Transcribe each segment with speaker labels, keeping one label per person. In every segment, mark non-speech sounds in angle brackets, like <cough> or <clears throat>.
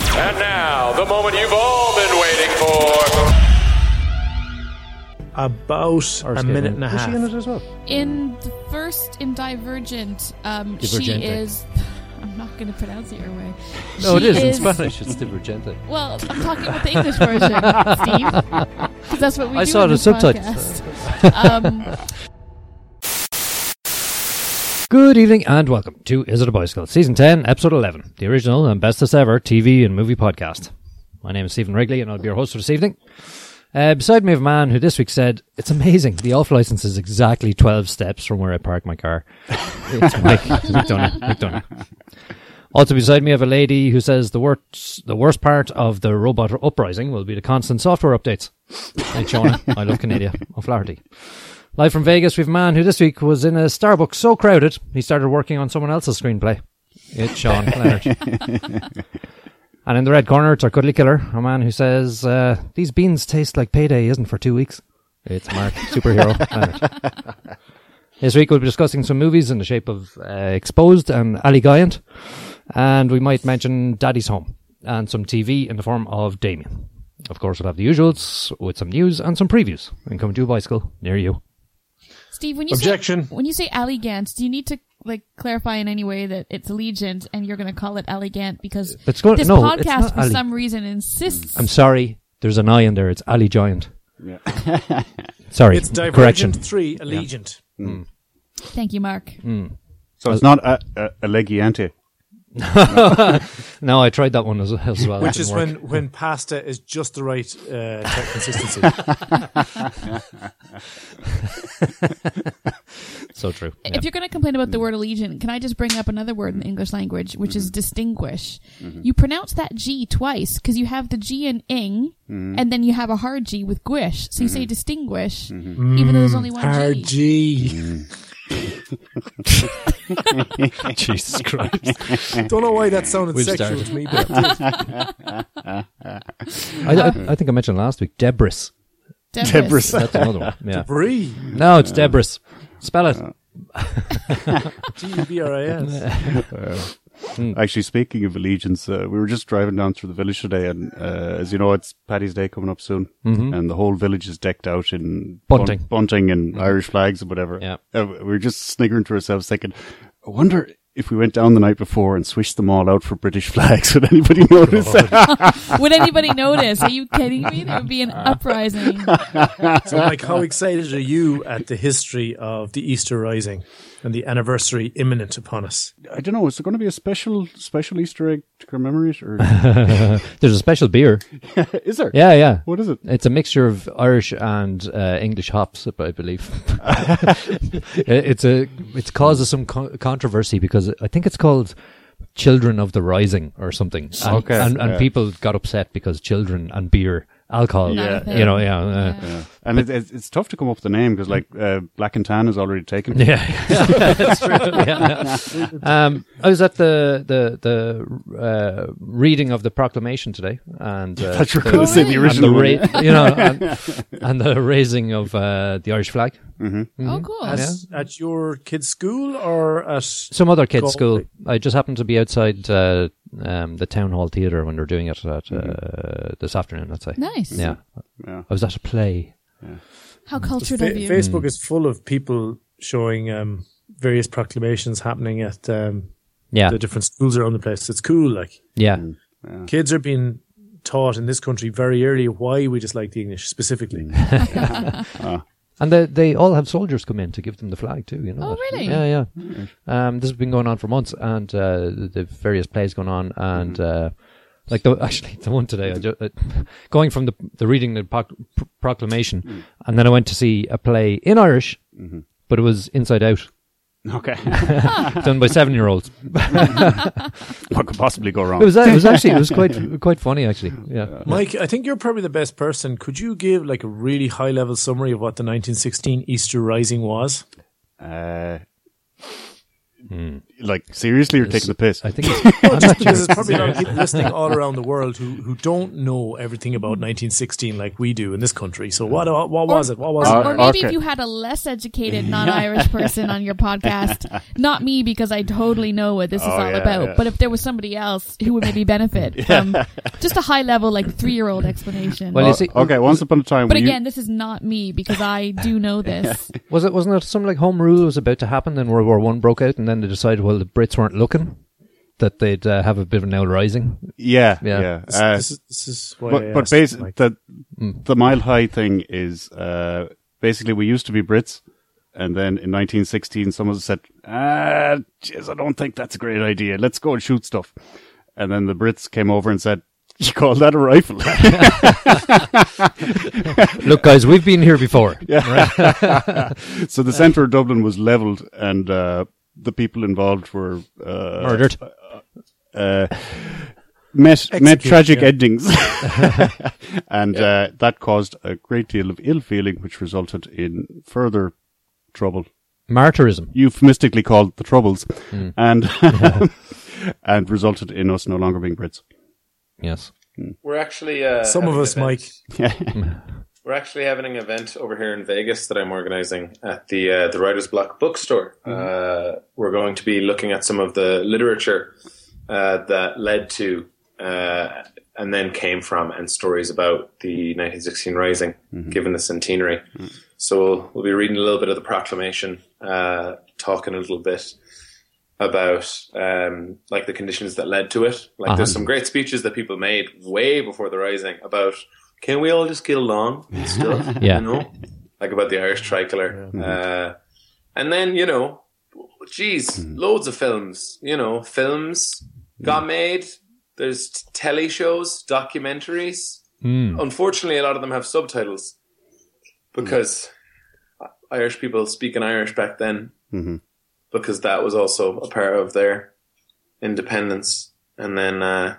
Speaker 1: And now, the moment you've all been waiting for.
Speaker 2: About a
Speaker 3: Skaven.
Speaker 2: minute and a
Speaker 3: Was
Speaker 2: half.
Speaker 3: she in it as well?
Speaker 4: In the first, in Divergent, um, she
Speaker 3: Divergente.
Speaker 4: is. <laughs> I'm not going to pronounce it your way.
Speaker 3: No,
Speaker 4: She
Speaker 3: it is, in Spanish. It's divergente.
Speaker 4: Well, I'm talking about the English version,
Speaker 3: <laughs>
Speaker 4: Steve. Because that's what we
Speaker 3: I
Speaker 4: do
Speaker 3: saw
Speaker 4: in
Speaker 3: the
Speaker 4: this
Speaker 3: subtitles.
Speaker 4: podcast. um,
Speaker 3: Good evening and welcome to Is It a Bicycle, Season 10, Episode 11, the original and bestest ever TV and movie podcast. My name is Stephen Wrigley and I'll be your host for this evening. Uh, beside me, I have a man who this week said, It's amazing, the off license is exactly 12 steps from where I park my car. It's Mike McDonough. McDonough. Also beside me, I have a lady who says the worst, the worst part of the robot uprising will be the constant software updates. Hey, Shona, I love Canada. O'Flaherty. Live from Vegas, we've a man who this week was in a Starbucks so crowded he started working on someone else's screenplay. It's Sean Leonard. and in the red corner, it's our cuddly killer, a man who says, uh, These beans taste like payday isn't for two weeks. It's Mark, superhero Leonard. This week, we'll be discussing some movies in the shape of uh, Exposed and Ali Gallant, and we might mention Daddy's Home and some TV in the form of Damien. Of course, we'll have the usuals with some news and some previews and come to a bicycle near you.
Speaker 4: Steve, when you
Speaker 2: Objection.
Speaker 4: say when you say Alligant, do you need to like clarify in any way that it's Allegiant and you're going to call it Alligant because
Speaker 3: It's go-
Speaker 4: this
Speaker 3: no, it's
Speaker 4: podcast
Speaker 3: not
Speaker 4: for
Speaker 3: Alli-
Speaker 4: some reason insists.
Speaker 3: I'm sorry. There's an I in there. It's Ali Giant. sorry.
Speaker 2: It's Divergent
Speaker 3: Correction.
Speaker 2: 3 Allegiant.
Speaker 4: Thank you, Mark.
Speaker 5: So it's
Speaker 3: Uh,
Speaker 5: not uh, a, a, a Legiante.
Speaker 3: No, I tried that one as, as well.
Speaker 2: Which
Speaker 3: It
Speaker 2: is
Speaker 3: didn't work.
Speaker 2: when, when pasta is just the right uh, consistency. <laughs>
Speaker 3: so true. Yeah. Mm.
Speaker 4: If you're going to complain about the word Allegiant, can I just bring up another word in the English language, which
Speaker 3: Mm-hmm.
Speaker 4: is distinguish? You pronounce that G twice because you have the G in ing,
Speaker 3: Mm-hmm.
Speaker 4: and then you have a hard G with guish. So you say distinguish,
Speaker 3: Mm-hmm.
Speaker 4: even though there's only one G.
Speaker 2: RG.
Speaker 3: Jesus
Speaker 2: <laughs>
Speaker 3: Christ.
Speaker 2: Don't know why that sounded
Speaker 3: We've
Speaker 2: sexual
Speaker 3: started.
Speaker 2: to me, but it did.
Speaker 3: I, I, I think I mentioned last week. Debris.
Speaker 4: Debris.
Speaker 3: That's another one. Yeah.
Speaker 2: <laughs> Brie.
Speaker 3: No, it's Debris. Spell it.
Speaker 2: G-B-R-I-S. Uh,
Speaker 5: Actually, speaking of allegiance, uh, we were just driving down through the village today, and uh, as you know, it's Paddy's Day coming up soon, and the whole village is decked out in bun-
Speaker 3: Mm-hmm. Bunting. Mm-hmm.
Speaker 5: bunting and Irish flags and whatever.
Speaker 3: Yeah.
Speaker 5: Uh, we were just sniggering to ourselves, thinking, I wonder if we went down the night before and swished them all out for British <laughs> flags,
Speaker 3: <laughs>
Speaker 5: would anybody
Speaker 3: Oh.
Speaker 5: notice?
Speaker 4: Would anybody notice? Are you kidding me? There would be
Speaker 3: <laughs>
Speaker 4: an uprising.
Speaker 2: <laughs> So, like, how excited are you at the history of the Easter Rising and the anniversary imminent upon us?
Speaker 5: I don't know. Is there going to be a special special Easter egg to commemorate,
Speaker 3: <laughs>
Speaker 5: or
Speaker 3: <laughs> There's a special beer.
Speaker 5: is there?
Speaker 3: Yeah, yeah.
Speaker 5: What is it?
Speaker 3: It's a mixture of Irish and uh, English hops, I
Speaker 5: <laughs>
Speaker 3: believe. It- it's a it's causes some co- controversy because I think it's called Children of the Rising or something. And,
Speaker 5: Okay.
Speaker 3: and, and
Speaker 5: Yeah.
Speaker 3: people got upset because children and beer, alcohol,
Speaker 4: Not a
Speaker 5: Yeah.
Speaker 4: thing.
Speaker 3: you know, yeah, uh,
Speaker 5: Yeah. And it, it's it's tough to come up with a name because like uh, Black and Tan is already taken.
Speaker 3: <laughs> Yeah, that's true. Yeah. Um, I was at the the the uh, reading of the proclamation today, and
Speaker 5: <laughs>
Speaker 3: uh,
Speaker 5: That you're
Speaker 3: the-
Speaker 5: going to say
Speaker 4: Oh,
Speaker 5: the
Speaker 4: yeah.
Speaker 3: and
Speaker 5: original.
Speaker 3: the
Speaker 5: one.
Speaker 3: ra- you
Speaker 5: <laughs>
Speaker 3: know, and, and the raising of uh, the Irish flag.
Speaker 4: Oh, cool.
Speaker 2: As- At your kid's school or at
Speaker 3: Some other kids'
Speaker 2: Cool.
Speaker 3: school. I just happened to be outside uh, um, the town hall theatre when they were doing it at, uh, this afternoon. Let's say.
Speaker 4: Nice.
Speaker 3: Yeah.
Speaker 5: Yeah.
Speaker 3: I was at a play.
Speaker 4: How cultured
Speaker 2: Fa-
Speaker 4: of you.
Speaker 2: Facebook is full of people showing um, various proclamations happening at um,
Speaker 3: Yeah.
Speaker 2: the different schools around the place. It's cool. Like
Speaker 3: yeah.
Speaker 2: kids are being taught in this country very early why we dislike the English
Speaker 3: <laughs>
Speaker 2: specifically.
Speaker 3: And they, they all have soldiers come in to give them the flag too, you know.
Speaker 4: Oh,
Speaker 3: that.
Speaker 4: really?
Speaker 3: Yeah, yeah. Um, this has been going on for months, and uh, the the various plays going on, and uh, like the, <laughs> actually the one today, I ju- uh, <laughs> going from the the reading the proc- pr- proclamation, and then I went to see a play in Irish, but it was Inside Out,
Speaker 5: Okay.
Speaker 3: done by seven year olds.
Speaker 5: <laughs> what could possibly go wrong?
Speaker 3: It was a- it <laughs> was actually it was quite quite funny actually. Yeah.
Speaker 2: Mike, I think you're probably the best person. Could you give like a really high level summary of what the 1916 Easter Rising was?
Speaker 5: uh,
Speaker 2: Hmm.
Speaker 5: Like seriously, you're taking the piss.
Speaker 3: I think it's, <laughs> I'm not sure.
Speaker 2: Because there's probably a lot of people listening all around the world who, who don't know everything about 1916 like we do in this country. So what what, what was it? What was
Speaker 4: or,
Speaker 2: it?
Speaker 4: or maybe
Speaker 5: Okay.
Speaker 4: if you had a less educated non-Irish person on your podcast, not me because I totally know what this is
Speaker 5: Oh,
Speaker 4: all
Speaker 5: yeah,
Speaker 4: about.
Speaker 5: yeah.
Speaker 4: But if there was somebody else who would maybe benefit from just a high-level, like three-year-old explanation.
Speaker 3: Well,
Speaker 5: Oh,
Speaker 3: you see,
Speaker 5: okay, once upon a time,
Speaker 4: but
Speaker 5: when you-
Speaker 4: again, this is not me because I do know this.
Speaker 3: was it wasn't there something like home rule was about to happen, then World War One broke out, and then they decided, well, the Brits weren't looking, that they'd uh, have a bit of an old rising.
Speaker 5: yeah,
Speaker 3: Yeah.
Speaker 5: yeah.
Speaker 2: This,
Speaker 5: Uh,
Speaker 2: this is, this is why I
Speaker 5: but but
Speaker 2: asked,
Speaker 5: basically,
Speaker 2: like, Hmm.
Speaker 5: the the mile high thing is uh, basically we used to be Brits, and then in 1916, someone said, "Ah, jeez, I don't think that's a great idea. Let's go and shoot stuff." And then the Brits came over and said, <laughs> "You call that a rifle?" <laughs>
Speaker 3: Look, guys, we've been here <laughs> before.
Speaker 5: so the centre of Dublin was levelled, and uh, the people involved were uh,
Speaker 3: Murdered.
Speaker 5: met met
Speaker 2: Executed,
Speaker 5: tragic
Speaker 2: yeah.
Speaker 5: <laughs> endings, and uh, that caused a great deal of ill feeling, which resulted in further trouble,
Speaker 3: Martyrism.
Speaker 5: euphemistically called the troubles, and <laughs> and resulted in us no longer being Brits.
Speaker 3: Yes.
Speaker 6: We're actually uh,
Speaker 2: some of
Speaker 6: having
Speaker 2: us,
Speaker 6: an
Speaker 2: Mike.
Speaker 6: event. <laughs> We're actually having an event over here in Vegas that I'm organizing at the uh, the Writers Block Bookstore.
Speaker 2: Mm-hmm.
Speaker 6: Uh, we're going to be looking at some of the literature uh, that led to uh, and then came from and stories about the 1916 Rising,
Speaker 2: Mm-hmm.
Speaker 6: given the centenary. So we'll, we'll be reading a little bit of the proclamation, uh, talking a little bit about um, like the conditions that led to it. Like there's
Speaker 3: Uh-huh.
Speaker 6: some great speeches that people made way before the rising about can we all just get along
Speaker 3: <laughs>
Speaker 6: and stuff?
Speaker 3: Yeah.
Speaker 6: You know? Like about the Irish tricolour. Uh, and then, you know, geez,
Speaker 3: Hmm.
Speaker 6: loads of films. You know, films got made. There's t- telly shows, documentaries.
Speaker 3: Hmm.
Speaker 6: Unfortunately, a lot of them have subtitles because Irish people speak in Irish back then
Speaker 3: Mm-hmm.
Speaker 6: because that was also a part of their independence. And then, uh,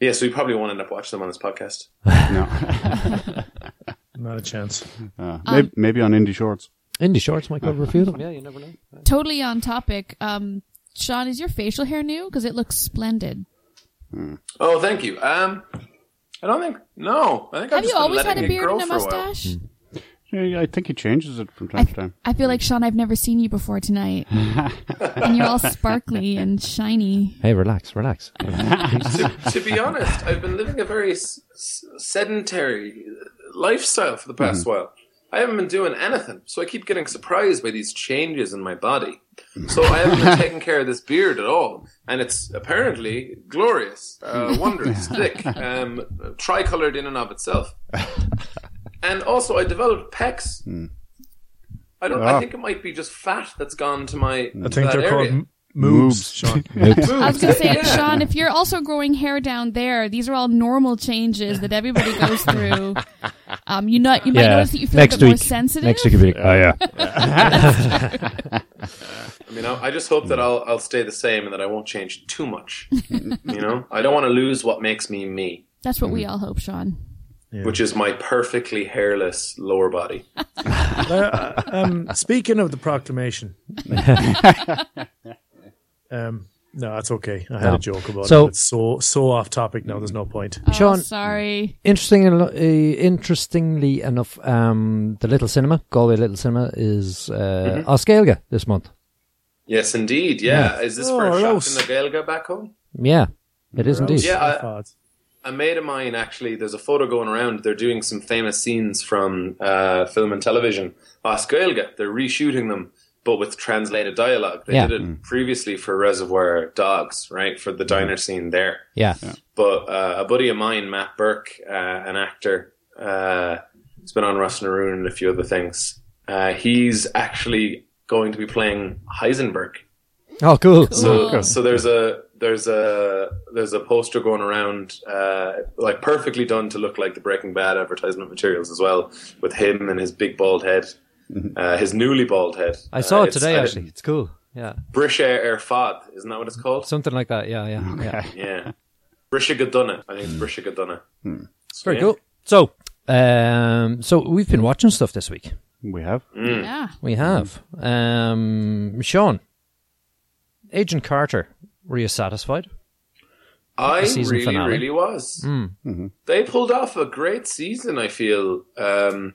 Speaker 6: yeah, so we probably won't end up watching them on this podcast.
Speaker 5: No, <laughs>
Speaker 2: not a chance.
Speaker 5: uh,
Speaker 2: Um,
Speaker 5: maybe, maybe on indie shorts.
Speaker 3: Indie shorts might cover a few of them. Yeah, you never know.
Speaker 4: totally on topic. Um, Sean, is your facial hair new? Because it looks splendid.
Speaker 6: Oh, thank you. Um, I don't think no. I think I've
Speaker 4: Have
Speaker 6: just
Speaker 4: you
Speaker 6: been
Speaker 4: always had
Speaker 6: letting
Speaker 4: a
Speaker 6: it
Speaker 4: beard
Speaker 6: grow
Speaker 4: and a
Speaker 6: for while.
Speaker 4: mustache?
Speaker 5: Yeah, I think he changes it from time
Speaker 4: I,
Speaker 5: to time.
Speaker 4: I feel like Sean. I've never seen you before tonight, and you're all sparkly and shiny.
Speaker 3: Hey, relax, relax.
Speaker 6: to, to be honest, I've been living a very s- s- sedentary lifestyle for the past while. I haven't been doing anything, so I keep getting surprised by these changes in my body. So I haven't been taking care of this beard at all, and it's apparently glorious, uh, wondrous, thick, um, tricolored in and of itself. And also, I developed pecs. I don't. I
Speaker 5: Ah.
Speaker 6: think it might be just fat that's gone to my.
Speaker 2: I think they're called
Speaker 6: area.
Speaker 2: m- moves,
Speaker 5: Moobs. <laughs>
Speaker 2: Sean.
Speaker 4: I was
Speaker 3: <laughs>
Speaker 4: gonna say,
Speaker 6: Yeah.
Speaker 4: Sean, if you're also growing hair down there, these are all normal changes that everybody goes
Speaker 3: <laughs>
Speaker 4: through. Um, you not, you might notice that you feel a bit more
Speaker 3: <laughs>
Speaker 4: sensitive.
Speaker 3: Next week, you'll be like, oh yeah,
Speaker 5: <laughs>
Speaker 6: I mean, I, I just hope that I'll I'll stay the same and that I won't change too much. you know, I don't want to lose what makes me me,
Speaker 4: That's what
Speaker 3: Mm.
Speaker 4: we all hope, Sean.
Speaker 6: which is my perfectly hairless lower body.
Speaker 2: um, speaking of the proclamation, <laughs> um, no, that's okay. I had
Speaker 3: No.
Speaker 2: a joke about
Speaker 3: So-
Speaker 2: it. It's so so off topic now. There's no point.
Speaker 4: oh,
Speaker 3: Sean.
Speaker 4: sorry.
Speaker 3: Interesting, uh, interestingly enough, um, the little cinema, Galway Little Cinema, is uh, Oscailga this month.
Speaker 6: Yes, indeed. Yeah. Is this for
Speaker 2: Oh,
Speaker 6: a shot in
Speaker 2: Ross.
Speaker 6: the Gaelga back home?
Speaker 3: Yeah, it is indeed.
Speaker 6: Yeah, I-
Speaker 2: thought.
Speaker 6: A mate of mine actually. There's a photo going around. They're doing some famous scenes from uh, film and television. Os Gaelga. They're reshooting them. But with translated dialogue, they
Speaker 3: Yeah.
Speaker 6: did it previously for Reservoir Dogs, right? For the diner scene there.
Speaker 3: Yeah.
Speaker 6: But uh, a buddy of mine, Matt Burke, uh, an actor, uh, he's been on Russ Naroon and a few other things. Uh, he's actually going to be playing Heisenberg.
Speaker 3: Oh, cool.
Speaker 6: So,
Speaker 4: Cool.
Speaker 6: so there's a there's a there's a poster going around, uh, like perfectly done to look like the Breaking Bad advertisement materials as well, with him and his big bald head, uh, his newly bald head.
Speaker 3: Mm-hmm. I saw
Speaker 6: Uh,
Speaker 3: it
Speaker 6: it's-
Speaker 3: today,
Speaker 6: uh,
Speaker 3: actually. It's cool. Yeah,
Speaker 6: Brisha Air Fad, isn't that what it's called?
Speaker 3: something like that. Yeah, yeah, yeah.
Speaker 6: Yeah, Brisha Gadunna. I think it's Brisha Gadunna. So,
Speaker 3: Hmm. Very
Speaker 6: yeah.
Speaker 3: cool. So, um, so we've been watching
Speaker 2: Mm.
Speaker 3: stuff this week.
Speaker 5: We have.
Speaker 4: Yeah.
Speaker 3: We have um, Sean. Agent Carter, were you satisfied?
Speaker 6: I
Speaker 3: season
Speaker 6: really,
Speaker 3: finale. Hmm. Mm-hmm.
Speaker 6: really was. They pulled off a great season. I feel um,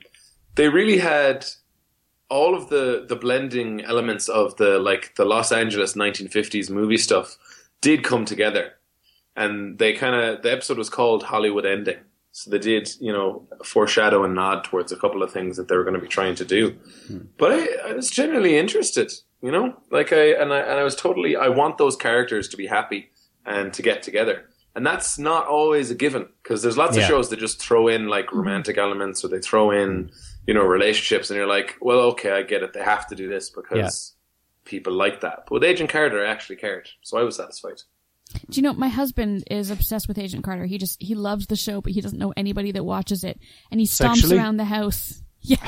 Speaker 6: they really had all of the the blending elements of the like the Los Angeles 1950s movie stuff did come together, and they kind of the episode was called Hollywood Ending. So they did, you know, foreshadow and nod towards a couple of things that they were going to be trying to do.
Speaker 3: Hmm.
Speaker 6: But I, I was genuinely interested, you know, like I and I and I was totally. I want those characters to be happy and to get together. And that's not always a given because there's lots
Speaker 3: Yeah.
Speaker 6: of shows that just throw in like romantic elements or they throw in, you know, relationships and you're like, well, okay, I get it. They have to do this because people like that. But with Agent Carter, I actually cared. So I was satisfied.
Speaker 4: Do you know my husband is obsessed with Agent Carter? He just he loves the show, but he doesn't know anybody that watches it, and he stomps
Speaker 5: Sexually?
Speaker 4: around the house. <laughs> Yes,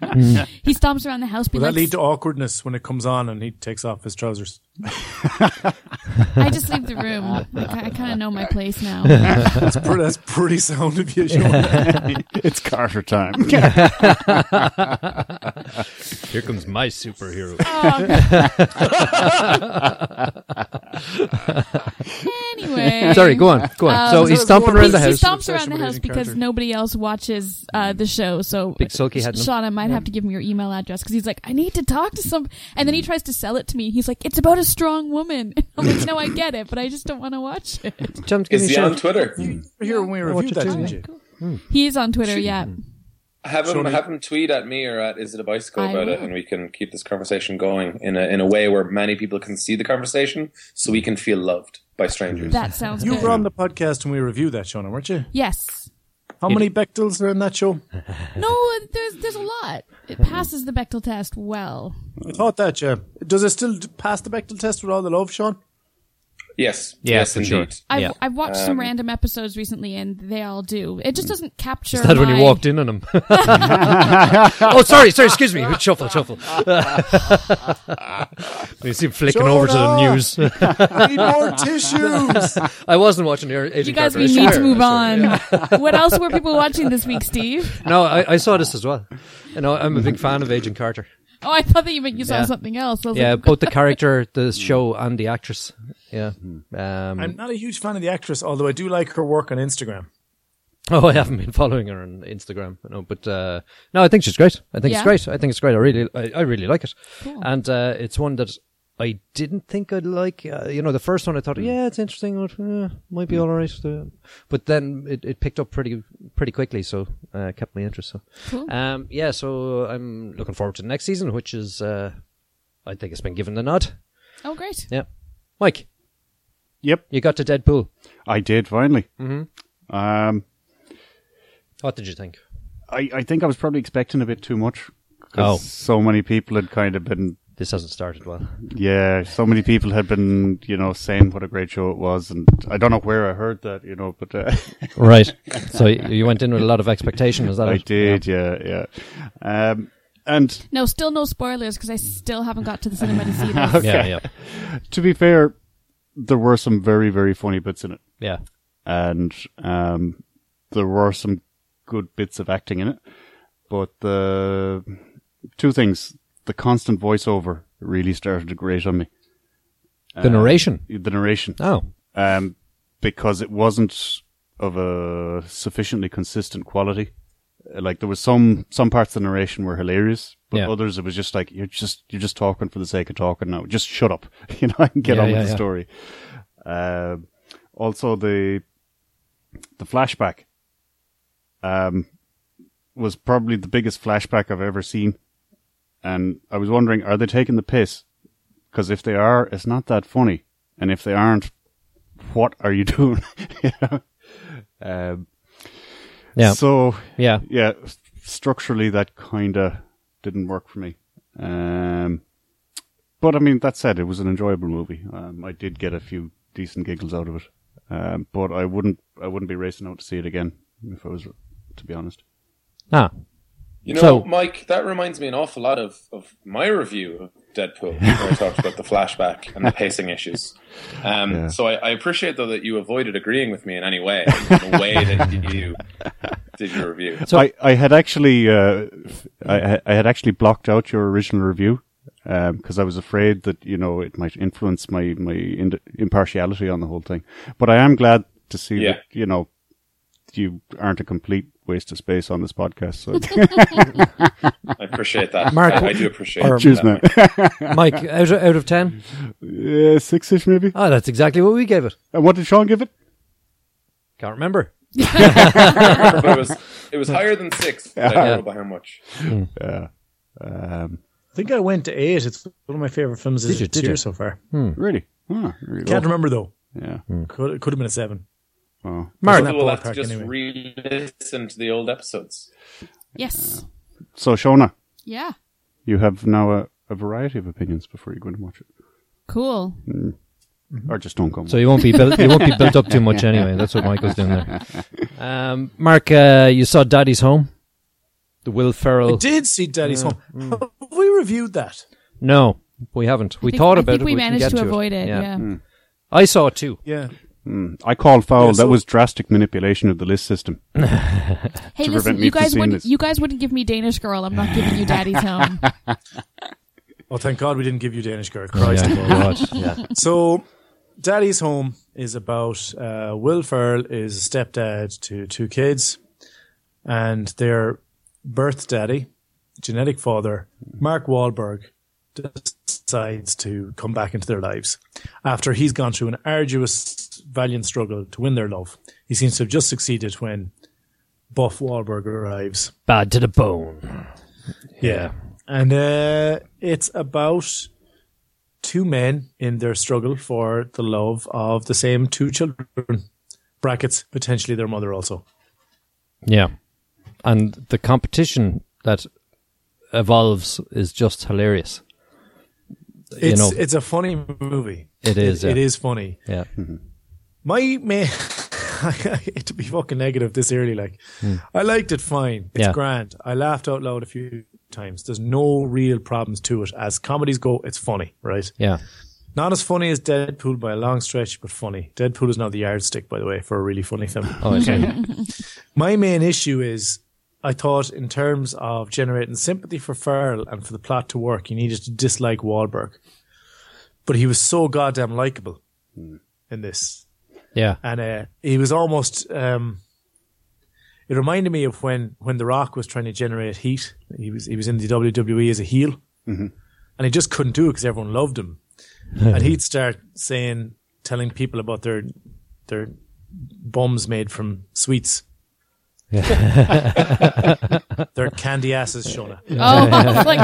Speaker 3: Mm.
Speaker 4: he stomps around the house. being
Speaker 2: Will that
Speaker 4: like,
Speaker 2: lead to awkwardness when it comes on and he takes off his trousers?
Speaker 4: I just leave the room. Like, I, I kind of know my place
Speaker 3: <laughs>
Speaker 4: now.
Speaker 2: That's pretty, that's pretty sound of you, Sean.
Speaker 5: <laughs> it's Carter <laughs> time.
Speaker 3: Here comes my superhero.
Speaker 4: anyway,
Speaker 3: <laughs> Sorry, go on, go on.
Speaker 4: Um,
Speaker 3: so
Speaker 4: so
Speaker 3: he's stomping
Speaker 4: He,
Speaker 3: around the
Speaker 4: he
Speaker 3: house.
Speaker 4: stomps
Speaker 2: Obsession
Speaker 4: around the
Speaker 2: with
Speaker 4: house
Speaker 2: Agent
Speaker 4: because
Speaker 2: Carter.
Speaker 4: nobody else watches uh, the show. So
Speaker 3: Big sulky head.
Speaker 4: Sean, I might have to give him your email address because he's like, I need to talk to some. And then
Speaker 3: Mm.
Speaker 4: he tries to sell it to me. He's like, it's about a strong woman. <laughs> I'm
Speaker 3: <laughs>
Speaker 4: like, no, I get it, but I just don't want to watch it.
Speaker 3: Jump, give
Speaker 6: Is
Speaker 3: me
Speaker 6: he
Speaker 3: a
Speaker 6: on
Speaker 3: shout.
Speaker 6: Twitter?
Speaker 2: Here when we reviewed that,
Speaker 4: doing?
Speaker 2: didn't you?
Speaker 4: He is on Twitter, yeah.
Speaker 6: Have him,
Speaker 2: Surely-
Speaker 6: have him tweet at me or at Is It a Bicycle
Speaker 4: I
Speaker 6: about it,
Speaker 4: will.
Speaker 6: and we can keep this conversation going in a, in a way where many people can see the conversation so we can feel loved by strangers.
Speaker 4: That sounds
Speaker 2: You
Speaker 4: good.
Speaker 2: were on the podcast when we reviewed that, Sean, weren't you?
Speaker 4: yes.
Speaker 2: How many Bechtels are in that show?
Speaker 4: No, there's there's a lot. It passes the Bechtel test well.
Speaker 2: I thought that, yeah. Does it still pass the Bechtel test with all the love, Sean?
Speaker 6: Yes,
Speaker 3: Yeah,
Speaker 6: yes,
Speaker 3: for
Speaker 6: indeed.
Speaker 3: sure.
Speaker 4: I've,
Speaker 3: Yeah.
Speaker 4: I've watched
Speaker 5: Um,
Speaker 4: some random episodes recently, and they all do. It just doesn't capture.
Speaker 3: Mm. That when
Speaker 4: my-
Speaker 3: he walked in on him. <laughs> oh, sorry, sorry. Excuse me. Shuffle, shuffle. <laughs> you see him flicking
Speaker 2: Shut
Speaker 3: over to the
Speaker 2: up.
Speaker 3: news. <laughs>
Speaker 2: I need more tissues!
Speaker 3: I wasn't watching your Agent
Speaker 4: You guys,
Speaker 3: Carter,
Speaker 4: we
Speaker 3: I
Speaker 4: need to
Speaker 3: swear,
Speaker 4: move
Speaker 3: I swear.
Speaker 4: on. <laughs> What else were people watching this week, Steve?
Speaker 3: No, I, I saw this as well. You know, I'm a big fan of Agent Carter.
Speaker 4: Oh, I thought that you meant you saw
Speaker 3: Yeah.
Speaker 4: something else. I was
Speaker 3: Yeah,
Speaker 4: like,
Speaker 3: both the character, the show, and the actress. Yeah. Um,
Speaker 2: I'm not a huge fan of the actress, although I do like her work on Instagram.
Speaker 3: oh, I haven't been following her on Instagram. You know, but uh, no, I think she's great. I think
Speaker 4: Yeah.
Speaker 3: it's great. I think it's great. I really, I, I really like it.
Speaker 4: Cool.
Speaker 3: And uh, it's one that I didn't think I'd like. Uh, you know, the first one I
Speaker 4: Hmm.
Speaker 3: thought, yeah, it's interesting. uh, might be all right. Uh, but then it, it picked up pretty, pretty quickly. So uh, kept my interest. So.
Speaker 4: Cool.
Speaker 3: Um, yeah, so I'm looking forward to the next season, which is, uh, I think it's been given the nod.
Speaker 4: oh, great.
Speaker 3: Yeah. Mike,
Speaker 5: Yep,
Speaker 3: you got to Deadpool.
Speaker 5: I did finally. Mm-hmm. Um,
Speaker 3: What did you think?
Speaker 5: I, I think I was probably expecting a bit too much. 'cause
Speaker 3: Oh.
Speaker 5: so many people had kind of been,
Speaker 3: This hasn't started well.
Speaker 5: yeah, so many people had been, you know, saying what a great show it was, and I don't know where I heard that, you know, but uh, <laughs>
Speaker 3: Right. so you went in with a lot of expectation, is that
Speaker 5: I
Speaker 3: it?
Speaker 5: did, yeah, yeah. Um, and
Speaker 4: No, still no spoilers because I still haven't got to the cinema
Speaker 3: <laughs>
Speaker 4: to see this.
Speaker 3: Yeah, yeah.
Speaker 5: to be fair, there were some very, very funny bits in it,
Speaker 3: Yeah.
Speaker 5: and um, there were some good bits of acting in it, but the two things: the constant voiceover really started to grate on me. Uh,
Speaker 3: The narration.
Speaker 5: The narration.
Speaker 3: Oh.
Speaker 5: um, because it wasn't of a sufficiently consistent quality. Uh, Like there was some some parts of the narration were hilarious, but
Speaker 3: Yeah.
Speaker 5: others it was just like you're just you're just talking for the sake of talking now. Just shut up, <laughs> you know, and get
Speaker 3: Yeah,
Speaker 5: on with
Speaker 3: yeah,
Speaker 5: the
Speaker 3: yeah.
Speaker 5: story. Um also, the the flashback um, was probably the biggest flashback I've ever seen, and I was wondering, are they taking the piss? Because if they are, it's not that funny, and if they aren't, what are you <laughs> doing? You know? um,
Speaker 3: Yeah.
Speaker 5: So
Speaker 3: yeah.
Speaker 5: yeah, s- structurally that kind of didn't work for me. Um, but I mean, that said, it was an enjoyable movie. Um, I did get a few decent giggles out of it, um, but I wouldn't I wouldn't be racing out to see it again if I was to be honest.
Speaker 3: Ah.
Speaker 6: You know,
Speaker 3: So-
Speaker 6: Mike, that reminds me an awful lot of, of my review of
Speaker 3: <laughs>
Speaker 6: Deadpool, where I talked about the flashback and the pacing issues. Um,
Speaker 5: Yeah.
Speaker 6: So I, I appreciate, though, that you avoided agreeing with me in any way, the way that
Speaker 3: <laughs>
Speaker 6: you did your review.
Speaker 5: I, I had actually uh, I, I had actually blocked out your original review because I was afraid that you know it might influence my my ind- impartiality on the whole thing. But I am glad to see
Speaker 6: Yeah.
Speaker 5: that you know you aren't a complete waste of space on this podcast. So
Speaker 6: I appreciate that.
Speaker 3: Mark,
Speaker 6: I, I do appreciate
Speaker 3: or-
Speaker 6: that.
Speaker 5: cheers, man.
Speaker 3: Mike, out of, out of 10?
Speaker 5: <laughs> yeah, six-ish maybe.
Speaker 3: Oh, that's exactly what we gave it.
Speaker 5: And what did Sean give it?
Speaker 3: Can't remember.
Speaker 6: But it was it was higher than six. but I don't know by how much.
Speaker 5: Um,
Speaker 2: I think I went to eight. It's one of my favorite films of
Speaker 3: Did you?
Speaker 2: the
Speaker 3: Did
Speaker 2: year
Speaker 3: you?
Speaker 2: so far.
Speaker 5: Really? Ah, really
Speaker 2: Can't
Speaker 5: low.
Speaker 2: remember though.
Speaker 5: Yeah.
Speaker 3: hmm.
Speaker 2: Could it could have been a seven.
Speaker 5: Wow.
Speaker 2: Mark,
Speaker 6: So we'll have to just re-listen to the old episodes.
Speaker 4: Yes.
Speaker 5: So Shona,
Speaker 4: Yeah.
Speaker 5: you have now a, a variety of opinions before you go and watch it,
Speaker 4: Cool.
Speaker 5: or just don't come.
Speaker 3: So you won't be built, you won't be built up too much anyway. That's what Michael's doing
Speaker 5: <laughs>
Speaker 3: there. Um, Mark, uh, you saw Daddy's Home, the Will
Speaker 2: I
Speaker 3: Ferrell.
Speaker 2: did see Daddy's Home.
Speaker 3: Hmm.
Speaker 2: Have we reviewed that?
Speaker 3: No, we haven't. We
Speaker 4: I think-
Speaker 3: thought
Speaker 4: I
Speaker 3: about
Speaker 4: think
Speaker 3: it.
Speaker 4: We
Speaker 3: can
Speaker 4: managed
Speaker 3: get
Speaker 4: to,
Speaker 3: it.
Speaker 4: avoid it. Yeah.
Speaker 5: Hmm.
Speaker 3: I saw it
Speaker 5: <laughs>
Speaker 3: too.
Speaker 2: Yeah.
Speaker 5: I called foul.
Speaker 2: Yeah,
Speaker 5: that
Speaker 2: so-
Speaker 5: was drastic manipulation of the list system.
Speaker 4: Hey,
Speaker 5: To prevent
Speaker 4: listen,
Speaker 5: me
Speaker 4: you
Speaker 5: from
Speaker 4: guys
Speaker 5: seeing
Speaker 4: wouldn't.
Speaker 5: this.
Speaker 4: You guys wouldn't give me Danish Girl. I'm not giving
Speaker 3: <laughs>
Speaker 4: you Daddy's Home.
Speaker 2: Oh, thank God we didn't give you Danish Girl.
Speaker 3: Oh,
Speaker 2: Christ.
Speaker 3: yeah, well, right, yeah.
Speaker 2: So, Daddy's Home is about uh, Will Ferrell is a stepdad to two kids, and their birth daddy, genetic father, Mark Wahlberg, decides to come back into their lives after he's gone through an arduous, valiant struggle to win their love. He seems to have just succeeded when Buff Wahlberg arrives.
Speaker 3: Bad to the bone.
Speaker 2: Yeah. And uh, it's about two men in their struggle for the love of the same two children. Brackets, potentially their mother also.
Speaker 3: Yeah. And the competition that evolves is just hilarious.
Speaker 2: It's
Speaker 3: know.
Speaker 2: it's a funny movie.
Speaker 3: It is,
Speaker 2: It, it
Speaker 3: yeah.
Speaker 2: is funny.
Speaker 3: Yeah.
Speaker 2: My man <laughs> I hate to be fucking negative this early, like I liked it fine. It's
Speaker 3: Hmm. Yeah.
Speaker 2: grand. I laughed out loud a few times. There's no real problems to it. As comedies go, it's funny, right?
Speaker 3: Yeah.
Speaker 2: Not as funny as Deadpool by a long stretch, but funny. Deadpool is now the yardstick, by the way, for a really funny film.
Speaker 3: Oh, I see.
Speaker 2: My main issue is I thought in terms of generating sympathy for Farrell and for the plot to work, you needed to dislike Wahlberg. But he was so goddamn likable in this.
Speaker 3: yeah.
Speaker 2: And uh, he was almost. Um, it reminded me of when, when The Rock was trying to generate heat. He was he was in the WWE as a heel, and he just couldn't do it because everyone loved him. and he'd start saying, telling people about their their bums made from sweets. <laughs> their candy asses, Shona.
Speaker 4: Oh, <laughs> I was like,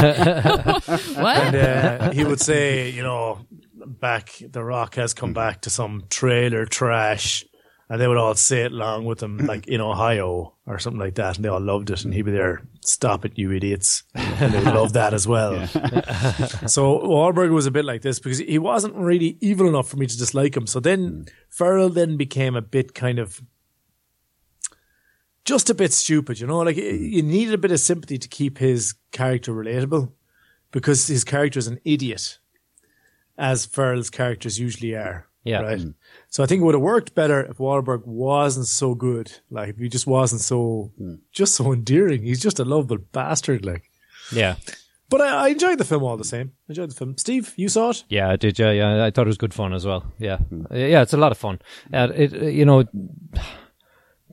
Speaker 4: <laughs> what?
Speaker 2: And, uh, he would say, you know, back the Rock has come back to some trailer trash, and they would all say it along with him, like in Ohio or something like that, and they all loved it. And he'd be there, stop it, you idiots. And they would love that as well. <laughs> so Wahlberg was a bit like this because he wasn't really evil enough for me to dislike him. So then Farrell then became a bit kind of just a bit stupid, you know. Like y- you needed a bit of sympathy to keep his character relatable, because his character is an idiot, as Ferrell's characters usually are.
Speaker 3: Yeah.
Speaker 2: Right. So I think it would have worked better if Wahlberg wasn't so good. Like if he just wasn't so, just so endearing. He's just a lovable bastard. Like,
Speaker 3: Yeah.
Speaker 2: but I, I enjoyed the film all the same. I enjoyed the film. Steve, you saw it?
Speaker 3: Yeah, I did. Yeah, yeah. I thought it was good fun as well. Yeah, yeah. It's a lot of fun. Uh, it, uh, you know,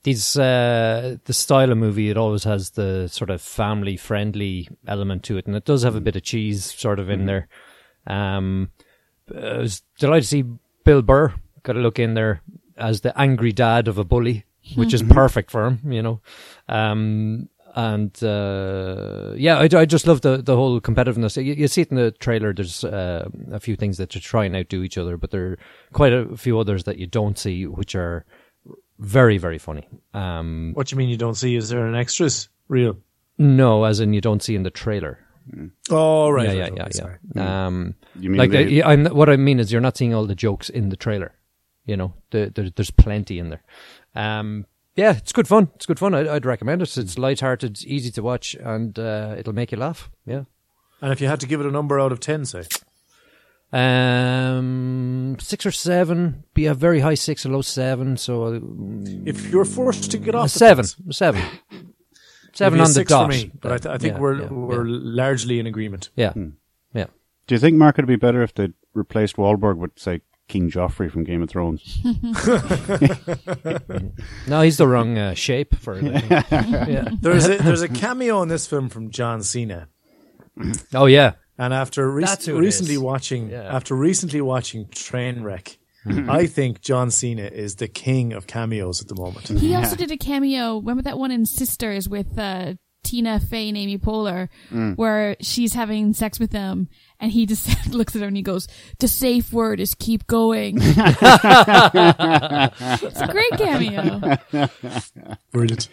Speaker 3: these uh, the style of movie. It always has the sort of family friendly element to it, and it does have a bit of cheese sort of in there. Um, I was delighted to see Bill Burr got a look in there as the angry dad of a bully, which
Speaker 2: Hmm.
Speaker 3: is perfect for him, you know. Um, and uh, yeah, I, I just love the, the whole competitiveness. You, you see it in the trailer. There's uh, a few things that you try and outdo each other, but there are quite a few others that you don't see, which are very very funny. Um,
Speaker 2: What do you mean you don't see? Is there an extras real?
Speaker 3: no, as in you don't see in the trailer.
Speaker 2: Oh right,
Speaker 3: Yeah,
Speaker 2: right,
Speaker 3: yeah,
Speaker 2: okay,
Speaker 3: yeah, yeah.
Speaker 2: sorry.
Speaker 3: Um,
Speaker 5: You mean
Speaker 3: like
Speaker 5: they-
Speaker 3: uh, yeah, I'm, what I mean is you're not seeing all the jokes in the trailer. You know, the, there, there's plenty in there. Um, yeah, it's good fun. It's good fun. I'd, I'd recommend it. It's lighthearted, it's easy to watch, and uh, it'll make you laugh. Yeah.
Speaker 2: And if you had to give it a number out of ten, say
Speaker 3: Um, six or seven. Be a very high six, a low seven. So uh,
Speaker 2: if you're forced to get
Speaker 3: a
Speaker 2: off the
Speaker 3: seven,
Speaker 2: fence, <laughs>
Speaker 3: a seven, seven
Speaker 2: maybe a
Speaker 3: on the
Speaker 2: six
Speaker 3: dot.
Speaker 2: for me. But I, th- I think
Speaker 3: Yeah,
Speaker 2: we're Hmm.
Speaker 3: yeah,
Speaker 2: <laughs> we're largely in agreement.
Speaker 3: yeah, yeah.
Speaker 5: Do you think Mark would be better if they replaced Wahlberg with, say, King Joffrey from Game of Thrones?
Speaker 3: No, he's the wrong uh, shape
Speaker 2: <laughs>
Speaker 3: for it. yeah.
Speaker 2: There's a, there's a cameo in this film from John Cena.
Speaker 3: Oh yeah.
Speaker 2: And after rec-
Speaker 3: That's who it
Speaker 2: recently
Speaker 3: is.
Speaker 2: watching,
Speaker 3: Yeah. Mm-hmm.
Speaker 2: after recently watching Trainwreck, I think John Cena is the king of cameos at the moment.
Speaker 3: Mm-hmm.
Speaker 4: He also did a cameo. Remember that one in Sisters with uh, Tina Fey and Amy Poehler, where she's having sex with them, and he just <laughs> looks at her and he goes, "The safe word is keep going." it's a great cameo.
Speaker 2: Brilliant.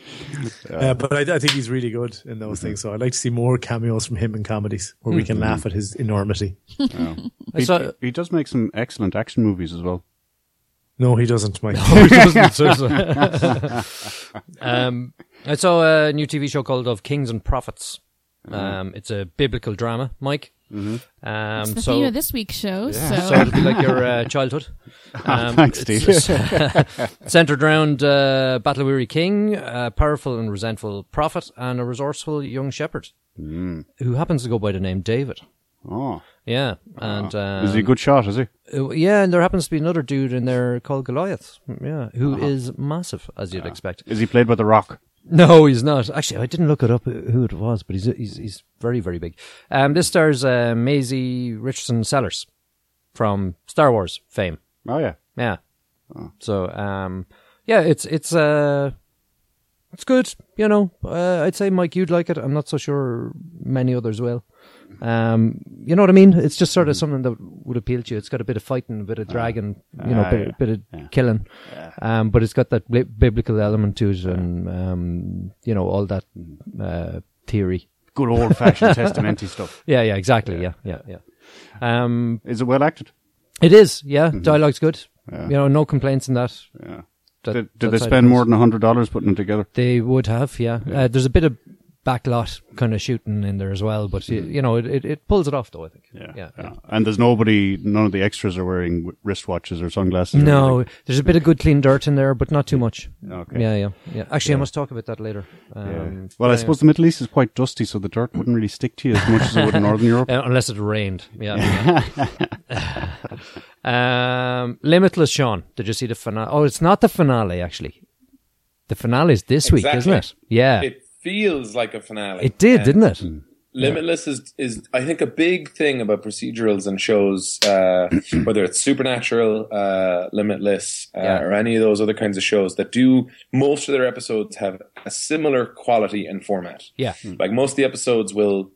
Speaker 2: Uh, but I, I think he's really good in those
Speaker 3: Mm-hmm.
Speaker 2: things. So I'd like to see more cameos from him in comedies where we can laugh at his enormity.
Speaker 5: He,
Speaker 3: saw-
Speaker 5: he does make some excellent action movies as well.
Speaker 2: No, he doesn't,
Speaker 3: <laughs>
Speaker 2: Mike.
Speaker 3: He doesn't, seriously. <laughs> um, I saw a new TV show called Of Kings and Prophets.
Speaker 5: Mm-hmm.
Speaker 3: Um, it's a biblical drama, Mike. Mm-hmm. Um,
Speaker 4: It's the
Speaker 3: so
Speaker 4: theme of this week's show.
Speaker 3: So
Speaker 4: So,
Speaker 3: it'll be like your uh,
Speaker 5: <laughs>
Speaker 3: childhood. Um,
Speaker 5: Ah, thanks,
Speaker 3: it's-
Speaker 5: Steve.
Speaker 3: it's <laughs> centered around uh, battle weary king, a powerful and resentful prophet, and a resourceful young shepherd
Speaker 5: Mm.
Speaker 3: who happens to go by the name David.
Speaker 5: Oh.
Speaker 3: Yeah, and um,
Speaker 5: Is he a good shot, is he?
Speaker 3: uh, yeah, and there happens to be another dude in there called Goliath. Yeah, who is massive as you'd expect. <laughs>
Speaker 5: Is he played by The Rock?
Speaker 3: No, he's not. Actually, I didn't look it up uh, who it was, but he's he's, he's very very big. Um, this stars uh, Maisie Richardson Sellers from Star Wars fame.
Speaker 5: Oh, yeah.
Speaker 3: Yeah. So um, yeah, it's it's uh, it's good. You know, uh, I'd say Mike, you'd like it. I'm not so sure many others will. Um, you know what I mean? It's just
Speaker 5: Mm-hmm.
Speaker 3: sort of something that would appeal to you. It's got a bit of fighting, a bit of dragon, you know,
Speaker 5: Ah,
Speaker 3: a bit,
Speaker 5: yeah.
Speaker 3: bit of killing, um, but it's got that bi- biblical element to it, and um, you know, all that uh, theory.
Speaker 5: Good old fashioned
Speaker 3: <laughs>
Speaker 5: testamenty stuff.
Speaker 3: Yeah, yeah, exactly. Yeah, yeah, yeah. Um,
Speaker 5: Is it well acted?
Speaker 3: it is, yeah. Dialogue's good. You know, no complaints in that.
Speaker 5: Mm-hmm. Yeah.
Speaker 3: That-
Speaker 5: did
Speaker 3: that
Speaker 5: did they
Speaker 3: side of
Speaker 5: spend
Speaker 3: things.
Speaker 5: more than $100 putting it together?
Speaker 3: They would have, yeah. Uh, there's a bit of backlot kind of shooting in there as well, but
Speaker 5: Mm-hmm.
Speaker 3: you, you know, it, it, it pulls it off though. I think. yeah. yeah.
Speaker 5: And there's nobody, none of the extras are wearing w- wristwatches or sunglasses. or
Speaker 3: No,
Speaker 5: anything.
Speaker 3: there's a bit of good clean dirt in there, but not too much.
Speaker 5: Okay.
Speaker 3: Yeah, yeah, yeah. Actually, I must talk about that later. Um,
Speaker 5: Well, I
Speaker 3: yeah,
Speaker 5: suppose the Middle East is quite dusty, so the dirt wouldn't really stick to you as much as it would
Speaker 3: <laughs>
Speaker 5: in Northern Europe.
Speaker 3: yeah. Uh, unless it rained.
Speaker 5: <laughs>
Speaker 3: Yeah. <laughs> yeah. um, Limitless Sean. Did you see the finale? Oh, it's not the finale actually. The finale is this week, isn't it?
Speaker 6: Exactly.
Speaker 3: Yeah. It,
Speaker 6: It feels like a finale.
Speaker 3: did,
Speaker 6: And
Speaker 3: didn't it?
Speaker 6: Limitless is, is I think a big thing about procedurals and shows,
Speaker 3: <clears throat>
Speaker 6: uh, whether it's Supernatural, uh, Limitless, uh,
Speaker 3: Yeah.
Speaker 6: or any of those other kinds of shows that do most of their episodes have a similar quality and format.
Speaker 3: Yeah. Hmm.
Speaker 6: Like most of the episodes will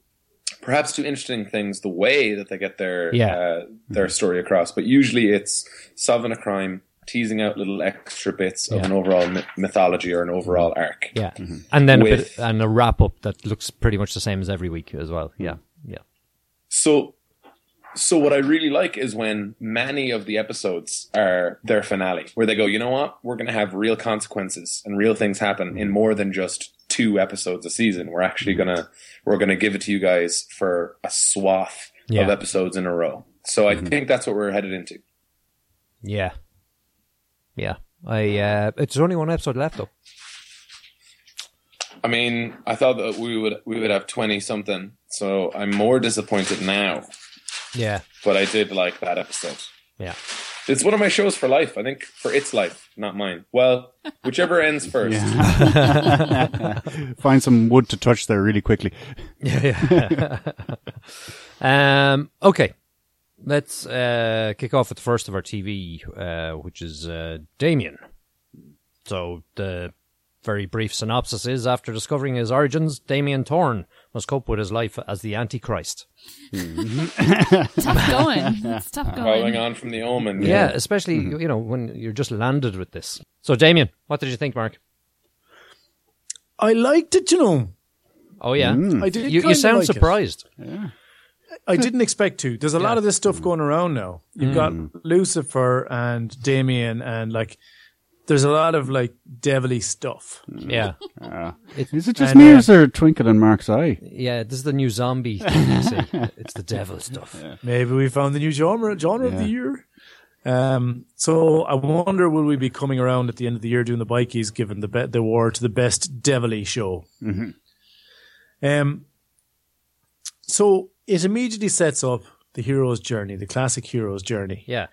Speaker 6: perhaps do interesting things the way that they get their
Speaker 3: Yeah. Hmm.
Speaker 6: uh, their story across, but usually it's solving a crime, teasing out little extra bits of
Speaker 3: Yeah.
Speaker 6: an overall myth- mythology or an overall arc.
Speaker 3: Yeah, and then a bit,
Speaker 6: With-
Speaker 3: and a wrap up that looks pretty much the same as every week as well. Yeah, yeah,
Speaker 6: So, so what I really like is when many of the episodes are their finale, where they go, you know what, we're going to have real consequences and real things happen in more than just two episodes a season. We're actually gonna we're gonna give it to you guys for a swath
Speaker 3: Yeah.
Speaker 6: of episodes in a row. So I think that's what we're headed into.
Speaker 3: yeah, yeah. I uh, it's only one episode left though.
Speaker 6: I mean, I thought that we would we would have twenty something. So I'm more disappointed now,
Speaker 3: Yeah,
Speaker 6: but I did like that episode.
Speaker 3: yeah,
Speaker 6: It's one of my shows for life. I think for its life, not mine. Well, whichever ends first.
Speaker 5: Find some wood to touch there really quickly.
Speaker 3: yeah, yeah. um, okay, let's uh, kick off with the first of our TV, uh, which is uh, Damien. So the very brief synopsis is: after discovering his origins, Damien Torn must cope with his life as the Antichrist.
Speaker 4: <laughs> tough going. It's tough
Speaker 6: Following
Speaker 4: going.
Speaker 6: on from the Omen.
Speaker 3: Yeah, Mm-hmm. especially you- you know when you're just landed with this. So, Damien, what did you think, Mark?
Speaker 2: I liked it, you know.
Speaker 3: Oh yeah,
Speaker 2: I did.
Speaker 3: you, you
Speaker 2: kinda
Speaker 3: sound
Speaker 2: like it.
Speaker 3: surprised.
Speaker 2: I didn't expect to. There's a lot of this stuff going around now. You've got Lucifer and Damien, and like, there's a lot of like devilly stuff.
Speaker 3: Yeah,
Speaker 5: Is it just
Speaker 2: And,
Speaker 5: me
Speaker 2: uh,
Speaker 5: or is there a twinkle in Mark's eye?
Speaker 3: yeah. This is the new zombie. <laughs> Thing, you see. It's the devil stuff.
Speaker 2: Maybe we found the new genre genre of the year. Um, so I wonder, will we be coming around at the end of the year doing the bikies, given the be- the award to the best devilly show? Um, so it immediately sets up the hero's journey, the classic hero's journey,
Speaker 3: Yeah.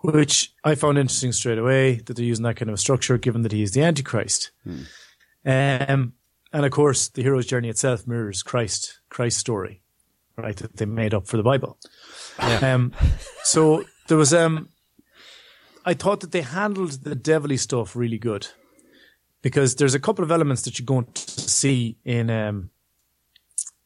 Speaker 2: which I found interesting straight away that they're using that kind of a structure, given that he is the Antichrist. Um, and of course, the hero's journey itself mirrors Christ, Christ's story, right? That they made up for the Bible. Um, so there was, um, I thought that they handled the devilly stuff really good because there's a couple of elements that you're going to see in um,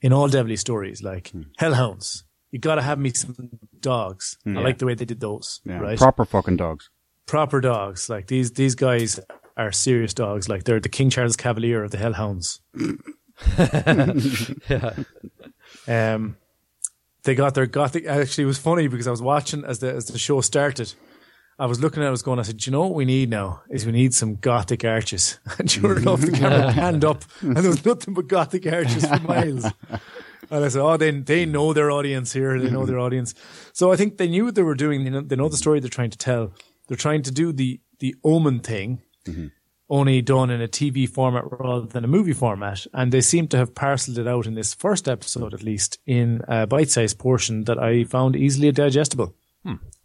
Speaker 2: in all devilly stories, like hellhounds. You got to have me some dogs. I like the way they did those,
Speaker 5: Yeah,
Speaker 2: right?
Speaker 5: Proper fucking dogs.
Speaker 2: Proper dogs. Like these these guys are serious dogs. Like they're the King Charles Cavalier of the hellhounds. Um, they got their gothic. Actually, it was funny because I was watching as the as the show started. I was looking at it, I was going, I said, Do you know what we need now? Is we need some gothic arches. <laughs> And sure enough, the camera panned up and there was nothing but gothic arches for miles. And I said, Oh, they, they know their audience here. They know their audience. So I think they knew what they were doing. They know, they know the story they're trying to tell. They're trying to do the, the omen thing, only done in a TV format rather than a movie format. And they seem to have parceled it out in this first episode, at least, in a bite sized portion that I found easily digestible.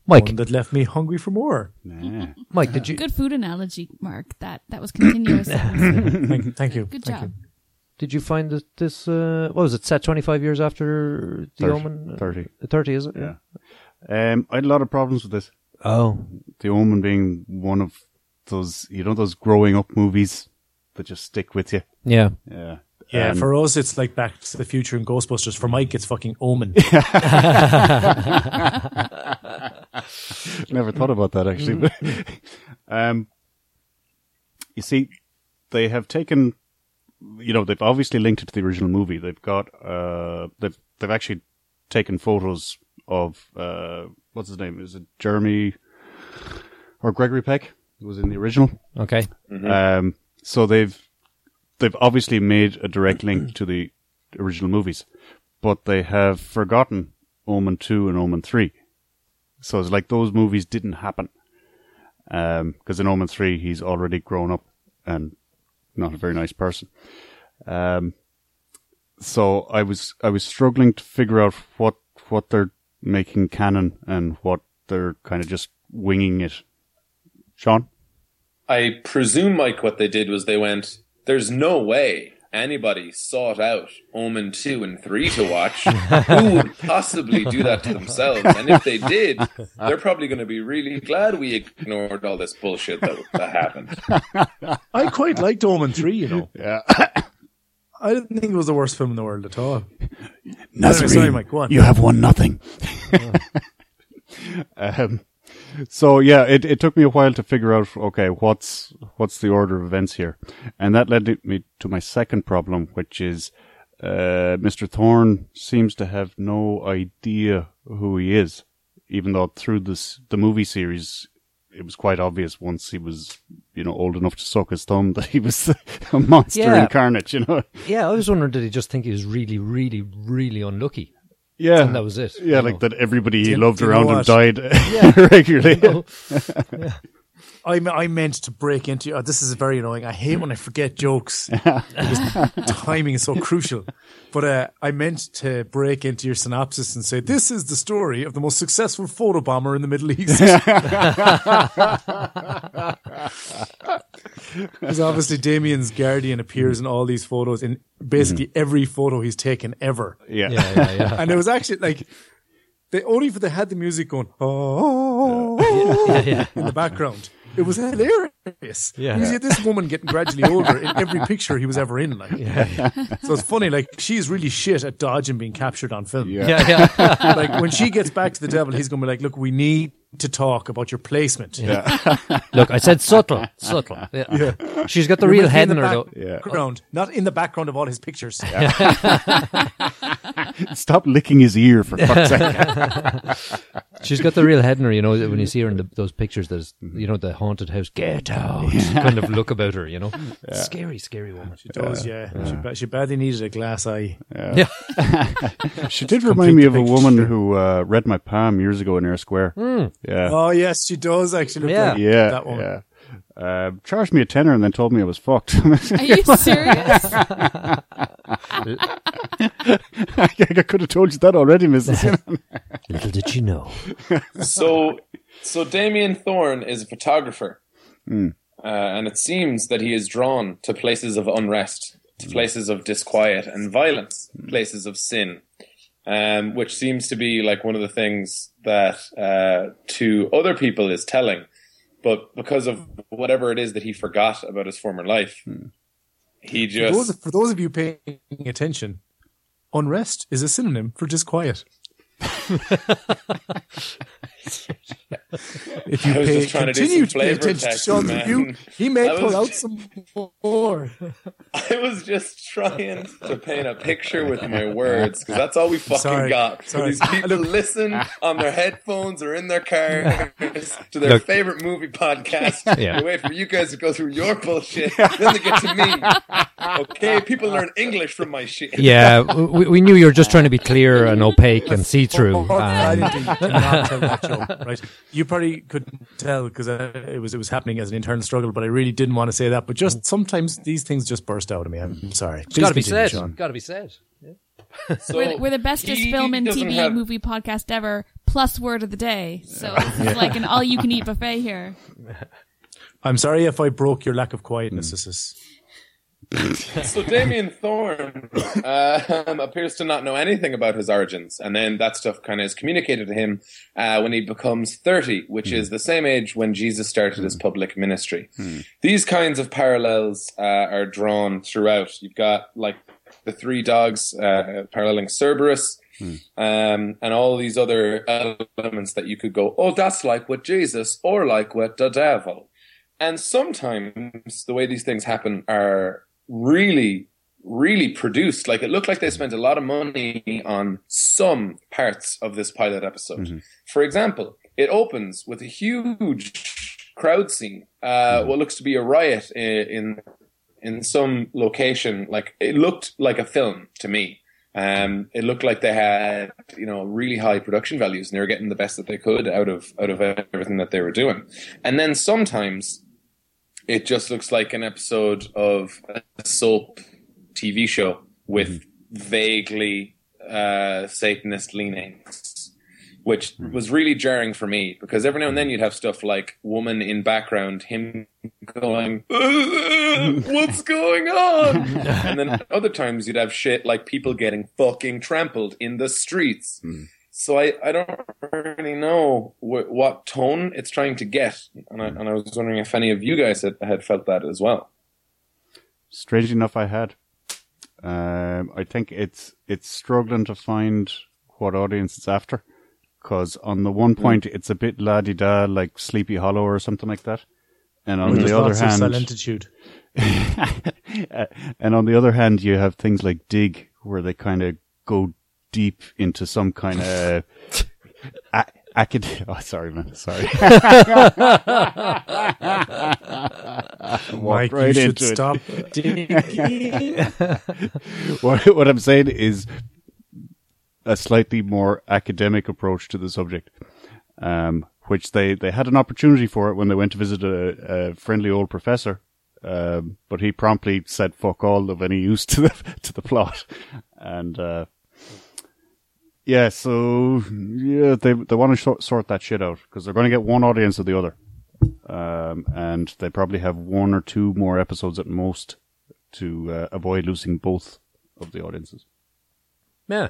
Speaker 3: Mike,
Speaker 2: One that left me hungry for more.
Speaker 5: Yeah.
Speaker 3: Mike, did you
Speaker 4: Good food analogy, Mark. That that was continuous. That was
Speaker 2: Thank, thank you.
Speaker 4: Good
Speaker 2: thank
Speaker 4: job.
Speaker 3: did you find that this uh, what was it set twenty five years after the
Speaker 5: 30,
Speaker 3: Omen?
Speaker 5: 30.
Speaker 3: Thirty, is it?
Speaker 5: Yeah. Um, I had a lot of problems with this.
Speaker 3: Oh,
Speaker 5: The Omen being one of those, you know, those growing up movies that just stick with you.
Speaker 3: yeah.
Speaker 5: Yeah.
Speaker 2: you. Yeah,
Speaker 5: And-
Speaker 2: for us, it's like Back to the Future and Ghostbusters. For Mike, it's fucking Omen.
Speaker 5: Never thought about that actually. <laughs> um, you see, they have taken, you know, they've obviously linked it to the original movie. They've got, uh, they've they've actually taken photos of uh, what's his name? Is it Jeremy or Gregory Peck? Who was in the original.
Speaker 3: Okay.
Speaker 5: Um, so they've they've obviously made a direct link to the original movies, but they have forgotten Omen two and Omen three. So it's like those movies didn't happen. Because in Omen three, he's already grown up and not a very nice person. Um, so I was I was struggling to figure out what what they're making canon and what they're kind of just winging it. Sean,
Speaker 6: I presume, Mike, what they did was they went, there's no way anybody sought out Omen 2 and 3 to
Speaker 3: <laughs>
Speaker 6: watch. Who would possibly do that to themselves? And if they did, they're probably going to be really glad we ignored all this bullshit that, that happened.
Speaker 2: I quite liked Omen 3, you know.
Speaker 5: Yeah.
Speaker 2: I didn't think it was the worst film in the world at all. Nazarene, Sorry, Mike, go on. you
Speaker 5: have won <laughs> nothing. Oh. um, so yeah, it, it took me a while to figure out okay, what's what's the order of events here, and that led me to my second problem, which is uh, Mr. Thorne seems to have no idea who he is, even though through this the movie series. It was quite obvious once he was, you know, old enough to suck his thumb <laughs> that he was a monster
Speaker 3: Yeah.
Speaker 5: incarnate. You know,
Speaker 3: Yeah, I was wondering, did he just think he was really, really, really unlucky?
Speaker 5: Yeah,
Speaker 3: And that was it.
Speaker 5: Yeah,
Speaker 3: You
Speaker 5: like
Speaker 3: know.
Speaker 5: that. Everybody he
Speaker 2: you-
Speaker 5: loved
Speaker 2: do you know
Speaker 5: around him
Speaker 2: what?
Speaker 5: died <laughs>
Speaker 3: <laughs>
Speaker 5: regularly.
Speaker 2: I, me- I meant to break into you. Oh, this is very annoying. I hate when I forget jokes. Because timing is so crucial. But uh, I meant to break into your synopsis and say, this is the story of the most successful photobomber in the Middle East. Because obviously Damien's guardian appears in all these photos, in basically every photo he's taken ever.
Speaker 5: Yeah,
Speaker 3: Yeah, yeah, yeah.
Speaker 2: And it was actually like, they only for they had the music going, oh, in the background. It was hilarious.
Speaker 3: Yeah.
Speaker 2: Because you had this woman getting gradually older in every picture he was ever in. Like, so it's funny. Like she's really shit at dodging being captured on film.
Speaker 5: Yeah.
Speaker 3: yeah, <laughs> yeah.
Speaker 2: Like when she gets back to the devil, he's going to be like, "Look, we need to talk about your placement. Yeah.
Speaker 3: Look, I said subtle, subtle. Yeah. She's got the real head in her, though.
Speaker 2: background, not in the background of all his pictures."
Speaker 5: Stop licking his ear for fuck's sake.
Speaker 3: <laughs> She's got the real head in her, you know, when you see her in the, those pictures, there's, you know, the haunted house, get <laughs> out, kind of look about her, you know. Scary, scary woman.
Speaker 2: She does, yeah. She, ba- she badly needed a glass eye.
Speaker 3: Yeah.
Speaker 5: She did remind me of a
Speaker 2: picture.
Speaker 5: woman who uh, read my palm years ago in Air Square.
Speaker 3: Hmm.
Speaker 5: Yeah,
Speaker 2: Oh yes, she does actually. Look
Speaker 3: Yeah.
Speaker 2: like
Speaker 5: yeah,
Speaker 2: that one.
Speaker 5: yeah. Uh, charged me a tenner and then told me I was fucked. <laughs>
Speaker 4: Are you serious?
Speaker 5: I could have told you that already, Mrs.
Speaker 3: <laughs> Little did you know.
Speaker 6: so so Damien Thorne is a photographer, uh, and it seems that he is drawn to places of unrest, to places of disquiet and violence, places of sin, um, which seems to be like one of the things that uh, to other people is telling, but because of whatever it is that he forgot about his former life. He
Speaker 2: For
Speaker 6: just
Speaker 2: those, for those of you paying attention, unrest is a synonym for
Speaker 6: <laughs>
Speaker 2: disquiet. if you
Speaker 6: I was
Speaker 2: pay,
Speaker 6: just trying to do
Speaker 2: continue
Speaker 6: some
Speaker 2: pay
Speaker 6: flavor
Speaker 2: attention to
Speaker 6: text,
Speaker 2: Sean's
Speaker 6: man.
Speaker 2: review, he may
Speaker 6: I was
Speaker 2: pull out
Speaker 6: tr-
Speaker 2: some more.
Speaker 6: <laughs> I was just trying to paint a picture with my words because that's all we fucking
Speaker 2: Sorry.
Speaker 6: got.
Speaker 2: Sorry. <laughs>
Speaker 6: These people listen on their headphones or in
Speaker 2: <laughs>
Speaker 6: their cars to their
Speaker 3: Look.
Speaker 6: favorite movie podcast.
Speaker 3: <laughs> Yeah.
Speaker 6: They wait for you guys to go through your bullshit, then they get to me.
Speaker 3: <laughs>
Speaker 6: Okay, people learn English from my shit.
Speaker 3: Yeah, we, we knew you were just trying to be clear and opaque and
Speaker 2: <laughs>
Speaker 3: see through. <laughs>
Speaker 5: Ah.
Speaker 2: I
Speaker 3: Um,
Speaker 2: didn't-
Speaker 5: <laughs>
Speaker 2: did not tell that joke, right? You probably couldn't tell because it was it was happening as an internal struggle, but I really didn't want to say that. But
Speaker 6: Mm.
Speaker 2: just sometimes these things just burst out of me. I'm sorry. Please
Speaker 3: gotta be
Speaker 2: continue,
Speaker 3: said.
Speaker 2: Sean.
Speaker 3: Gotta be said.
Speaker 6: So
Speaker 4: We're the, we're the bestest
Speaker 6: he
Speaker 4: film and
Speaker 6: doesn't
Speaker 4: TV
Speaker 6: have-
Speaker 4: movie podcast ever, plus word of the day. So this is like an all-you-can-eat buffet here.
Speaker 2: I'm sorry if I broke your lack of
Speaker 5: Mm.
Speaker 2: quietness. This is
Speaker 6: <laughs> So Damien Thorne uh, um, appears to not know anything about his origins, and then that stuff kind of is communicated to him uh, when he becomes thirty, which is the same age when Jesus started his public ministry. These kinds of parallels uh, are drawn throughout. You've got like the three dogs uh, paralleling Cerberus. Um, and all these other elements that you could go, oh, that's like what Jesus, or like what the devil. And sometimes the way these things happen are really, really produced. Like it looked like they spent a lot of money on some parts of this pilot episode. For example, it opens with a huge crowd scene, uh, what looks to be a riot i- in in some location. Like it looked like a film to me. Um, it looked like they had, you know, really high production values, and they were getting the best that they could out of out of everything that they were doing. And then sometimes it just looks like an episode of a soap TV show with vaguely uh, Satanist leanings, which was really jarring for me because every now and then you'd have stuff like woman in background, him going, <laughs> "What's going on?" and then other times you'd have shit like people getting fucking trampled in the streets. So I, I don't really know wh- what tone it's trying to get, and I, and I was wondering if any of you guys had, had felt that as well.
Speaker 5: Strangely enough, I had. Um, I think it's it's struggling to find what audience it's after, because on the
Speaker 2: Hmm.
Speaker 5: one point it's a bit la di da like Sleepy Hollow or something like that, and on
Speaker 2: There's
Speaker 5: the other
Speaker 2: lots of
Speaker 5: hand,
Speaker 2: silentitude.
Speaker 5: <laughs> and on the other hand, you have things like Dig, where they kind of go deep into some
Speaker 2: <laughs>
Speaker 5: kind of a- acad- <laughs> Oh, sorry, man. Sorry.
Speaker 2: Mike,
Speaker 5: right
Speaker 2: you should
Speaker 5: into it.
Speaker 2: <laughs>
Speaker 5: <laughs>
Speaker 2: stop.
Speaker 5: what, what I'm saying is a slightly more academic approach to the subject, um, which they, they had an opportunity for it when they went to visit a, a friendly old professor, um, but he promptly said "fuck all" of any use to the <laughs> to the plot, and uh, yeah, so yeah, they they want to short, sort that shit out because they're going to get one audience or the other. Um, and they probably have one or two more episodes at most to uh, avoid losing both of the audiences.
Speaker 3: Yeah.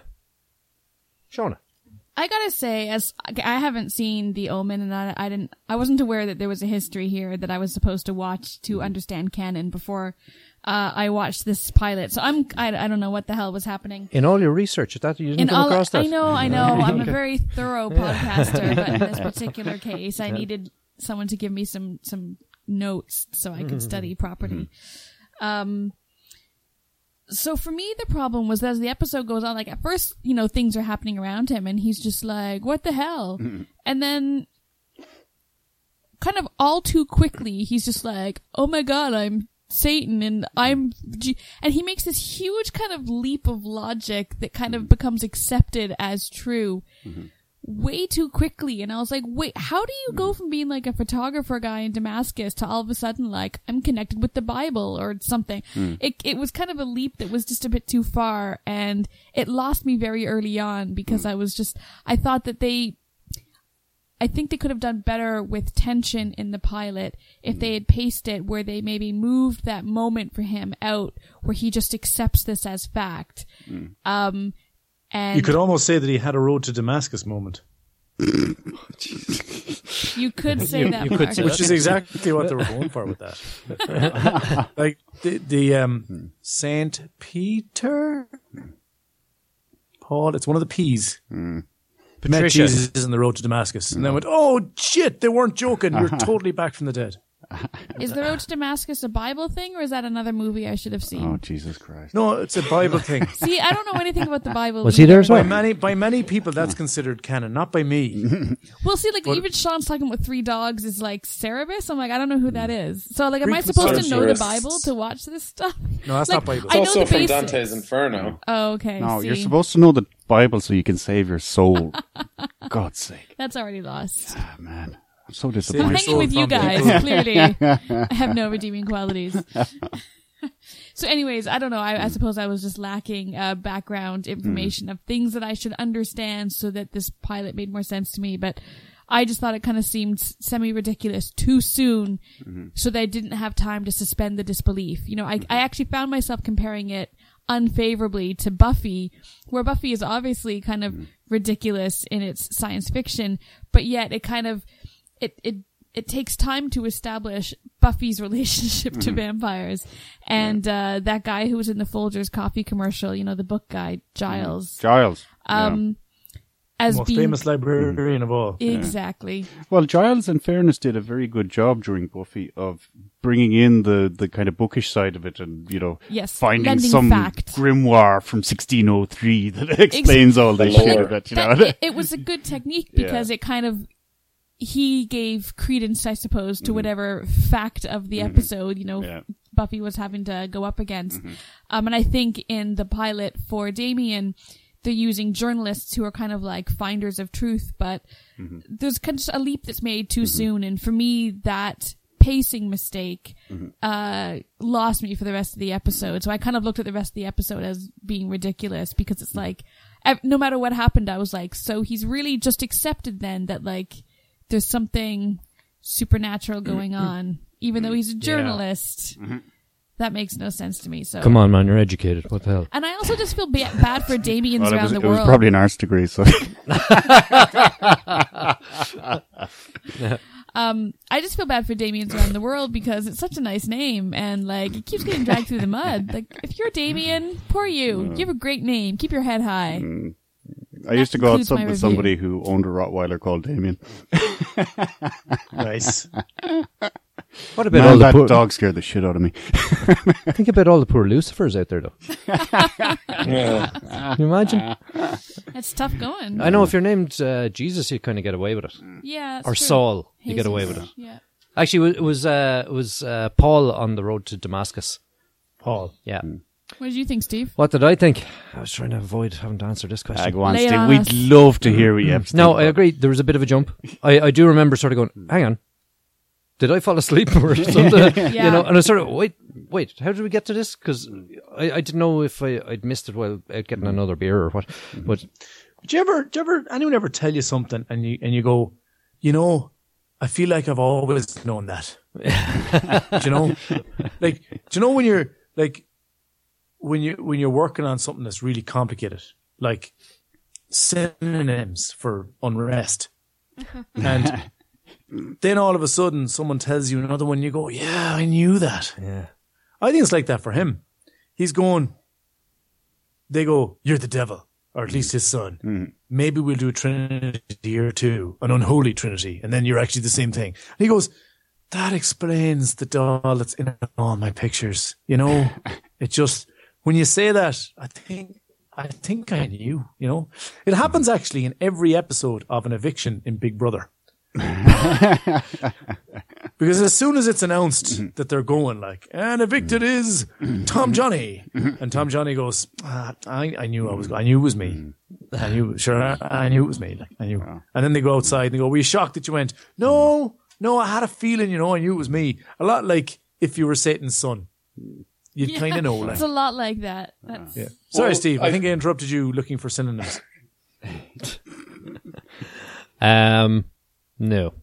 Speaker 3: Shauna.
Speaker 4: I gotta say, as I haven't seen The Omen, and I, I didn't, I wasn't aware that there was a history here that I was supposed to watch
Speaker 6: Mm-hmm.
Speaker 4: to understand canon before uh, I watched this pilot. So I'm, I, I don't know what the hell was happening.
Speaker 3: In all your research, is that you didn't
Speaker 4: In
Speaker 3: come
Speaker 4: all,
Speaker 3: across that?
Speaker 4: I know, I
Speaker 3: <laughs>
Speaker 4: know, I'm a very thorough podcaster, but in this particular case, I needed someone to give me some some notes so I
Speaker 3: Mm-hmm.
Speaker 4: could study properly. Um, so for me, the problem was that as the episode goes on, like at first, you know, things are happening around him, and he's just like, "What the hell?"
Speaker 3: Mm-hmm.
Speaker 4: And then, kind of all too quickly, he's just like, "Oh my god, I'm." Satan and I'm, G-" and he makes this huge kind of leap of logic that kind of becomes accepted as true way too quickly. And I was like, wait, how do you go from being like a photographer guy in Damascus to all of a sudden like I'm connected with the Bible or something? It, it was kind of a leap that was just a bit too far. And it lost me very early on because I was just, I thought that they, I think they could have done better with tension in the pilot if they had paced it where they maybe moved that moment for him out where he just accepts this as fact. Um, and
Speaker 2: You could almost say that he had a road to Damascus moment,
Speaker 4: you could say
Speaker 3: You-
Speaker 4: that.
Speaker 3: you could
Speaker 4: Mark.
Speaker 3: say
Speaker 2: which is exactly what they were going for with that.
Speaker 5: <laughs>
Speaker 2: like the, the
Speaker 5: Hmm.
Speaker 2: um, Saint Peter, Paul. It's one of the P's.
Speaker 5: Hmm.
Speaker 2: Met
Speaker 3: Patricia.
Speaker 2: Jesus on the road to Damascus, and then went, "Oh shit! They weren't joking.
Speaker 5: <laughs>
Speaker 2: You're totally back from the dead."
Speaker 4: Is the Road to Damascus a Bible thing, or is that another movie I should have seen?
Speaker 5: Oh, Jesus Christ.
Speaker 2: No, it's a Bible
Speaker 5: <laughs>
Speaker 2: thing.
Speaker 4: See, I don't know anything about the Bible.
Speaker 3: Was he there as
Speaker 2: By
Speaker 3: well?
Speaker 2: many, by many people, that's
Speaker 5: Hmm.
Speaker 2: considered canon, not by
Speaker 5: <laughs>
Speaker 2: me.
Speaker 4: Well, see, like even Sean's talking about three dogs is like Cerebus. I'm like, I don't know who that is. So, like, am I supposed to know the
Speaker 6: Precursorists.
Speaker 4: Bible to watch this stuff?
Speaker 2: No, that's
Speaker 4: Like,
Speaker 2: not Bible.
Speaker 4: I know
Speaker 6: also
Speaker 4: the
Speaker 6: from
Speaker 4: basics. <laughs>
Speaker 6: Dante's Inferno.
Speaker 4: Oh, okay.
Speaker 5: No, you're
Speaker 4: see.
Speaker 5: supposed to know the Bible so you can save
Speaker 4: <laughs>
Speaker 5: your soul. God's sake,
Speaker 4: That's already lost.
Speaker 5: Ah, man. I'm so
Speaker 4: I'm
Speaker 2: your
Speaker 5: disappointed.
Speaker 2: Thank
Speaker 4: hanging
Speaker 2: soul
Speaker 4: with you
Speaker 2: from the
Speaker 4: guys.
Speaker 2: people.
Speaker 4: Clearly, I have no redeeming qualities. so, anyways, I don't know. I, I suppose I was just lacking uh, background information of things that I should understand so that this pilot made more sense to me. But I just thought it kind of seemed semi ridiculous too soon, so that I didn't have time to suspend the disbelief. You know, I, I actually found myself comparing it unfavorably to Buffy, where Buffy is obviously kind of ridiculous in its science fiction, but yet it kind of it it it takes time to establish Buffy's <laughs> relationship to vampires, and uh, that guy who was in the Folgers coffee commercial, you know, the book guy Giles,
Speaker 5: Giles.
Speaker 4: um, as
Speaker 2: Most
Speaker 4: being
Speaker 2: famous librarian of
Speaker 4: <laughs>
Speaker 2: all.
Speaker 4: exactly.
Speaker 5: yeah. Well, Giles, in fairness, did a very good job during Buffy of bringing in the, the kind of bookish side of it and, you know,
Speaker 4: Yes,
Speaker 5: finding
Speaker 4: lending
Speaker 5: some
Speaker 4: fact.
Speaker 5: grimoire from 1603 that <laughs> explains
Speaker 4: <laughs>
Speaker 5: all this
Speaker 6: But
Speaker 5: shit.
Speaker 6: like,
Speaker 5: that, you
Speaker 4: That-
Speaker 5: know.
Speaker 4: it, it was a good
Speaker 5: <laughs>
Speaker 4: technique because it kind of he gave credence, I suppose, to whatever fact of the episode you know
Speaker 5: Mm-hmm. Yeah. Mm-hmm.
Speaker 4: Buffy was having to go up against. Um, and I think in the pilot for Damien, they're using journalists who are kind of like finders of truth, but
Speaker 5: Mm-hmm.
Speaker 4: there's kind of just a leap that's made too soon. And for me, that pacing mistake uh, lost me for the rest of the episode. So I kind of looked at the rest of the episode as being ridiculous because it's like, ev- no matter what happened, I was like, so he's really just accepted then that like there's something supernatural
Speaker 5: Mm-hmm.
Speaker 4: going on, even though he's a journalist. That makes no sense to me. So
Speaker 3: Come on, man, you're educated. What the hell?
Speaker 4: And I also just feel ba- bad for Damien's
Speaker 5: Well, it
Speaker 4: around
Speaker 5: was,
Speaker 4: the
Speaker 5: it
Speaker 4: world.
Speaker 5: was probably an arts degree, so <laughs>
Speaker 4: Um, I just feel bad for Damien's around the world because it's such a nice name and like it keeps getting dragged through the mud. Like if you're Damien, poor you.
Speaker 5: Mm.
Speaker 4: You have a great name. Keep your head high.
Speaker 5: I used to go out
Speaker 4: concludes my
Speaker 5: some, with
Speaker 4: review.
Speaker 5: somebody who owned a Rottweiler called Damien.
Speaker 2: Nice.
Speaker 3: What about all
Speaker 5: Man,
Speaker 3: the
Speaker 5: that
Speaker 3: poor,
Speaker 5: dog scared the shit out of
Speaker 3: <laughs>
Speaker 5: me.
Speaker 3: Think about all the poor Lucifers out <laughs> there, though. Can you <laughs> imagine?
Speaker 4: That's tough going.
Speaker 3: I know if you're named uh, Jesus, you kind of get away with it.
Speaker 4: yeah. that's
Speaker 3: Or
Speaker 4: true.
Speaker 3: Saul, you
Speaker 4: Jesus.
Speaker 3: get away with it.
Speaker 4: Yeah.
Speaker 3: Actually, it was uh, it was uh, Paul on the road to Damascus.
Speaker 2: Paul.
Speaker 3: Yeah.
Speaker 4: What did you think, Steve?
Speaker 3: What did I think? I was trying to avoid having to answer this question.
Speaker 5: Ah, go on,
Speaker 4: Lay it
Speaker 5: Steve.
Speaker 4: on
Speaker 5: We'd
Speaker 4: us.
Speaker 5: love to hear what you uh, have to
Speaker 3: No,
Speaker 5: think
Speaker 3: I
Speaker 5: about
Speaker 3: agree. There was a bit of a jump. I, I do remember sort of going, hang on, did I fall asleep <laughs> or something? You know, and I sort of wait, wait, how did we get to this? Because I, I didn't know if I, I'd missed it while out getting another beer or what. But
Speaker 2: Do you ever, do you ever, anyone ever tell you something and you and you go, you know, I feel like I've always known that. do you know, like, do you know when you're like, when you when you're working on something that's really complicated, like synonyms for unrest, and then all of a sudden someone tells you another one, you go, yeah, I knew that. Yeah, I think it's like that for him. He's going. They go, you're the devil, or at least his son maybe we'll do a trinity or two, an unholy trinity, and then you're actually the same thing. And he goes, that explains the doll that's in all my pictures. You know, it just when you say that, I think I think I knew. You know, it happens actually in every episode of an eviction in Big Brother. Because as soon as it's announced
Speaker 6: Mm-hmm.
Speaker 2: that they're going, like, and evicted is Tom Johnny,
Speaker 6: Mm-hmm.
Speaker 2: and Tom Johnny goes, ah, I, I knew I was, I knew it was me.
Speaker 6: Mm-hmm.
Speaker 2: I knew, sure, I, I knew it was me. Like, I knew. And then they go outside and they go, "Were you shocked that you went?" No, no, I had a feeling, you know, I knew it was me. A lot like if you were Satan's son, you'd kind of know. Like,
Speaker 4: It's a lot like that. That's,
Speaker 2: yeah. Sorry,
Speaker 6: Well,
Speaker 2: Steve. I,
Speaker 6: I-
Speaker 2: think I interrupted you looking for synonyms.
Speaker 3: Um, no,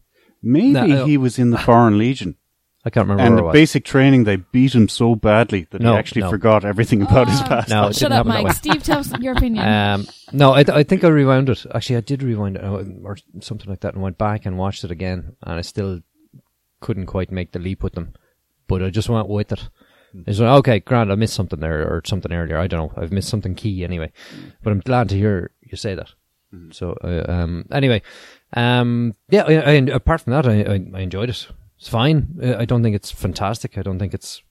Speaker 5: Maybe
Speaker 3: No.
Speaker 5: he was in the Foreign Legion.
Speaker 3: I can't remember.
Speaker 5: And
Speaker 3: where
Speaker 5: the
Speaker 3: it was.
Speaker 5: basic training, they beat him so badly that
Speaker 3: No,
Speaker 5: he actually
Speaker 3: no.
Speaker 5: forgot everything about
Speaker 4: Ah.
Speaker 5: his past.
Speaker 3: No, it didn't
Speaker 4: Shut up,
Speaker 3: happen that
Speaker 4: Mike.
Speaker 3: way.
Speaker 4: Steve, tell us your opinion.
Speaker 3: Um, no, I, I think I rewound it. Actually, I did rewind it uh, or something like that and went back and watched it again, and I still couldn't quite make the leap with them. But I just went with it. It's like, okay, Grant, I missed something there or something earlier. I don't know. I've missed something key anyway. But I'm glad to hear you say that. So, uh, um, anyway, um, yeah, I, I, apart from that, I, I, I enjoyed it. It's fine. Uh, I don't think it's fantastic. I don't think it's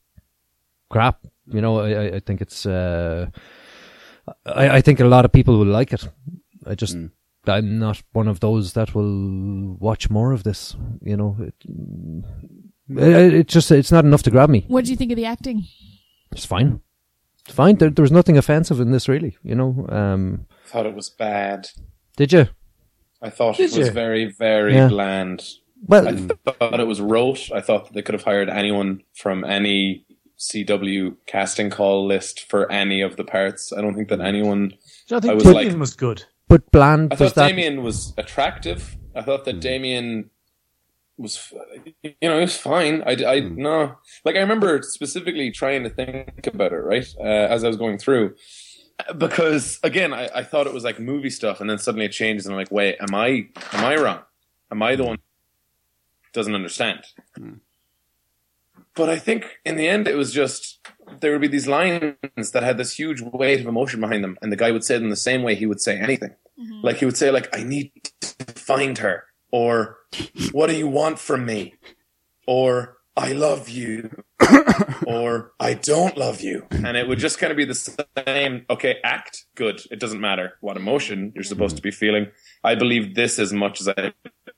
Speaker 3: crap. You know, I, I- I think it's. Uh, I, I think a lot of people will like it. I just
Speaker 6: Mm.
Speaker 3: I'm not one of those that will watch more of this. You know, it, it, it just it's not enough to grab me.
Speaker 4: what do you think of the acting?
Speaker 3: It's fine. It's fine. There, there was nothing offensive in this, really. You know. Um,
Speaker 6: I thought it was bad.
Speaker 3: did you?
Speaker 6: I thought
Speaker 2: Did
Speaker 6: it was
Speaker 2: you?
Speaker 6: very, very
Speaker 3: Yeah.
Speaker 6: bland.
Speaker 3: Well,
Speaker 6: I thought it was rote. I thought they could have hired anyone from any CW casting call list for any of the parts. I don't think that anyone.
Speaker 2: I
Speaker 6: I
Speaker 2: think
Speaker 6: was
Speaker 2: Damien
Speaker 6: like-
Speaker 2: was good.
Speaker 3: but bland
Speaker 6: I
Speaker 3: was
Speaker 6: thought
Speaker 3: that.
Speaker 6: Damien was attractive. I thought that Damien was, f- you know, he was fine. I, I no, like I remember specifically trying to think about it right uh, as I was going through, because again I, I thought it was like movie stuff, and then suddenly it changes, and I'm like, wait, am I am I wrong? Am I the one who doesn't understand? But I think in the end it was just there would be these lines that had this huge weight of emotion behind them, and the guy would say them the same way he would say anything.
Speaker 4: Mm-hmm.
Speaker 6: Like he would say, like, I need to find her, or what do you want from me? Or I love you, or I don't love you. And it would just kind of be the same, okay, act good. It doesn't matter what emotion you're supposed to be feeling. I believe this as much as I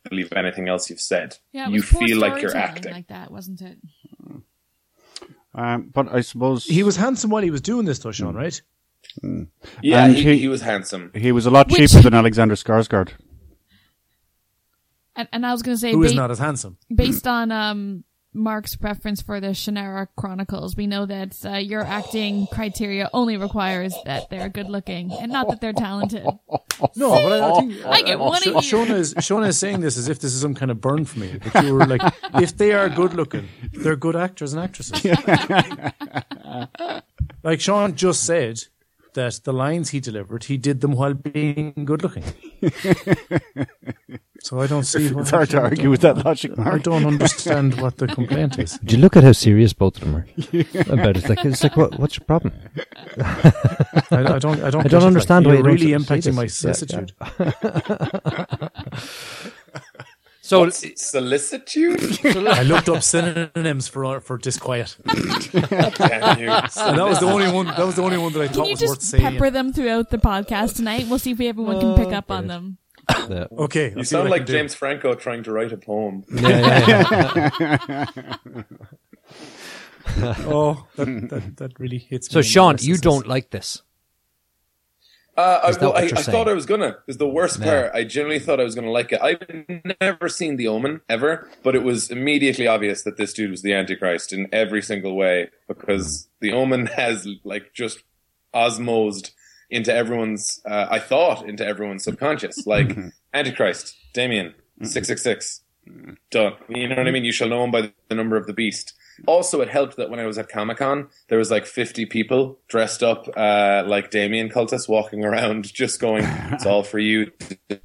Speaker 6: believe anything else you've said.
Speaker 4: Yeah, it
Speaker 6: you
Speaker 4: was poor
Speaker 6: feel like you're
Speaker 4: storytelling
Speaker 6: acting.
Speaker 4: like that, wasn't it?
Speaker 5: Um, but I suppose
Speaker 2: He was handsome while he was doing this, though, Sean.
Speaker 6: Mm.
Speaker 2: Right?
Speaker 6: yeah,
Speaker 5: And
Speaker 6: he,
Speaker 5: he-
Speaker 6: he was handsome.
Speaker 5: he was a lot
Speaker 4: Which-
Speaker 5: cheaper than
Speaker 4: <laughs>
Speaker 5: Alexander Skarsgård.
Speaker 4: And, and I was going to say,
Speaker 2: Who is
Speaker 4: ba-
Speaker 2: not as handsome?
Speaker 4: based on um, Mark's preference for the Shannara Chronicles, we know that uh, your acting criteria only requires that they're good looking and not that
Speaker 2: <laughs>
Speaker 4: they're talented.
Speaker 2: No, but I, I think
Speaker 4: I get one
Speaker 2: Sh-
Speaker 4: a year.
Speaker 2: Shona is Shona is saying this as if this is some kind of burn for me. But you were
Speaker 3: <laughs>
Speaker 2: like, if they are good looking, they're good actors and actresses.
Speaker 3: <laughs>
Speaker 2: like Sean just said that the lines he delivered, he did them while being good looking. so I don't see. why-
Speaker 5: It's hard to argue with that logic,
Speaker 2: I
Speaker 5: Mark.
Speaker 2: don't understand what the complaint is.
Speaker 3: Did you look at how serious both of them were
Speaker 6: <laughs>
Speaker 3: about it? It's Like, it's like, what, what's your problem?
Speaker 2: I, I don't. I don't.
Speaker 3: I don't understand
Speaker 2: Like,
Speaker 3: why
Speaker 2: you're
Speaker 3: you don't
Speaker 2: really
Speaker 3: see this.
Speaker 2: impacting my
Speaker 3: Yeah, yeah.
Speaker 2: solicitude.
Speaker 3: So,
Speaker 6: What's solicitude?
Speaker 2: I looked up synonyms for for disquiet.
Speaker 3: <laughs>
Speaker 6: Damn you.
Speaker 2: And that was the only one. That was the only one that I
Speaker 4: Can
Speaker 2: thought
Speaker 4: you
Speaker 2: was worth
Speaker 4: just
Speaker 2: saying.
Speaker 4: pepper them throughout the podcast tonight? We'll see if we everyone can
Speaker 2: Oh,
Speaker 4: pick up on them.
Speaker 3: yeah.
Speaker 2: Okay,
Speaker 6: You sound like James Franco trying to write a poem.
Speaker 2: Oh, that, that, that really hits.
Speaker 3: so
Speaker 2: me in the
Speaker 3: Sean,
Speaker 2: arses.
Speaker 3: you don't like this.
Speaker 6: Uh, I,
Speaker 3: Is that
Speaker 6: well,
Speaker 3: what
Speaker 6: I,
Speaker 3: you're
Speaker 6: I
Speaker 3: saying?
Speaker 6: thought I was gonna. Is the worst part. I genuinely thought I was gonna like it. I've never seen The Omen ever, but it was immediately obvious that this dude was the Antichrist in every single way because
Speaker 3: Hmm.
Speaker 6: The Omen has like just osmosed into everyone's. Uh, I thought into everyone's subconscious. Like
Speaker 3: Hmm.
Speaker 6: Antichrist, Damien, six six six. Done. You know what I mean? You shall know him by the number of the beast. Also, it helped that when I was at Comic Con, there was like 50 people dressed up uh, like Damien cultists walking around, <laughs> just going, "It's all for you,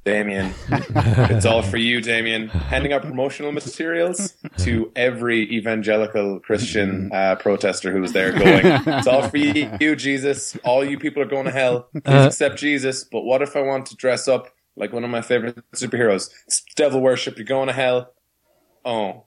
Speaker 6: Damien. It's all for you, Damien." Handing out promotional materials to every evangelical Christian uh, protester who was there, going, "It's all for you, you, Jesus. All you people are going to hell. Please accept Jesus." But what if I want to dress up like one of my favorite superheroes? It's devil worship. You're going to hell. Oh,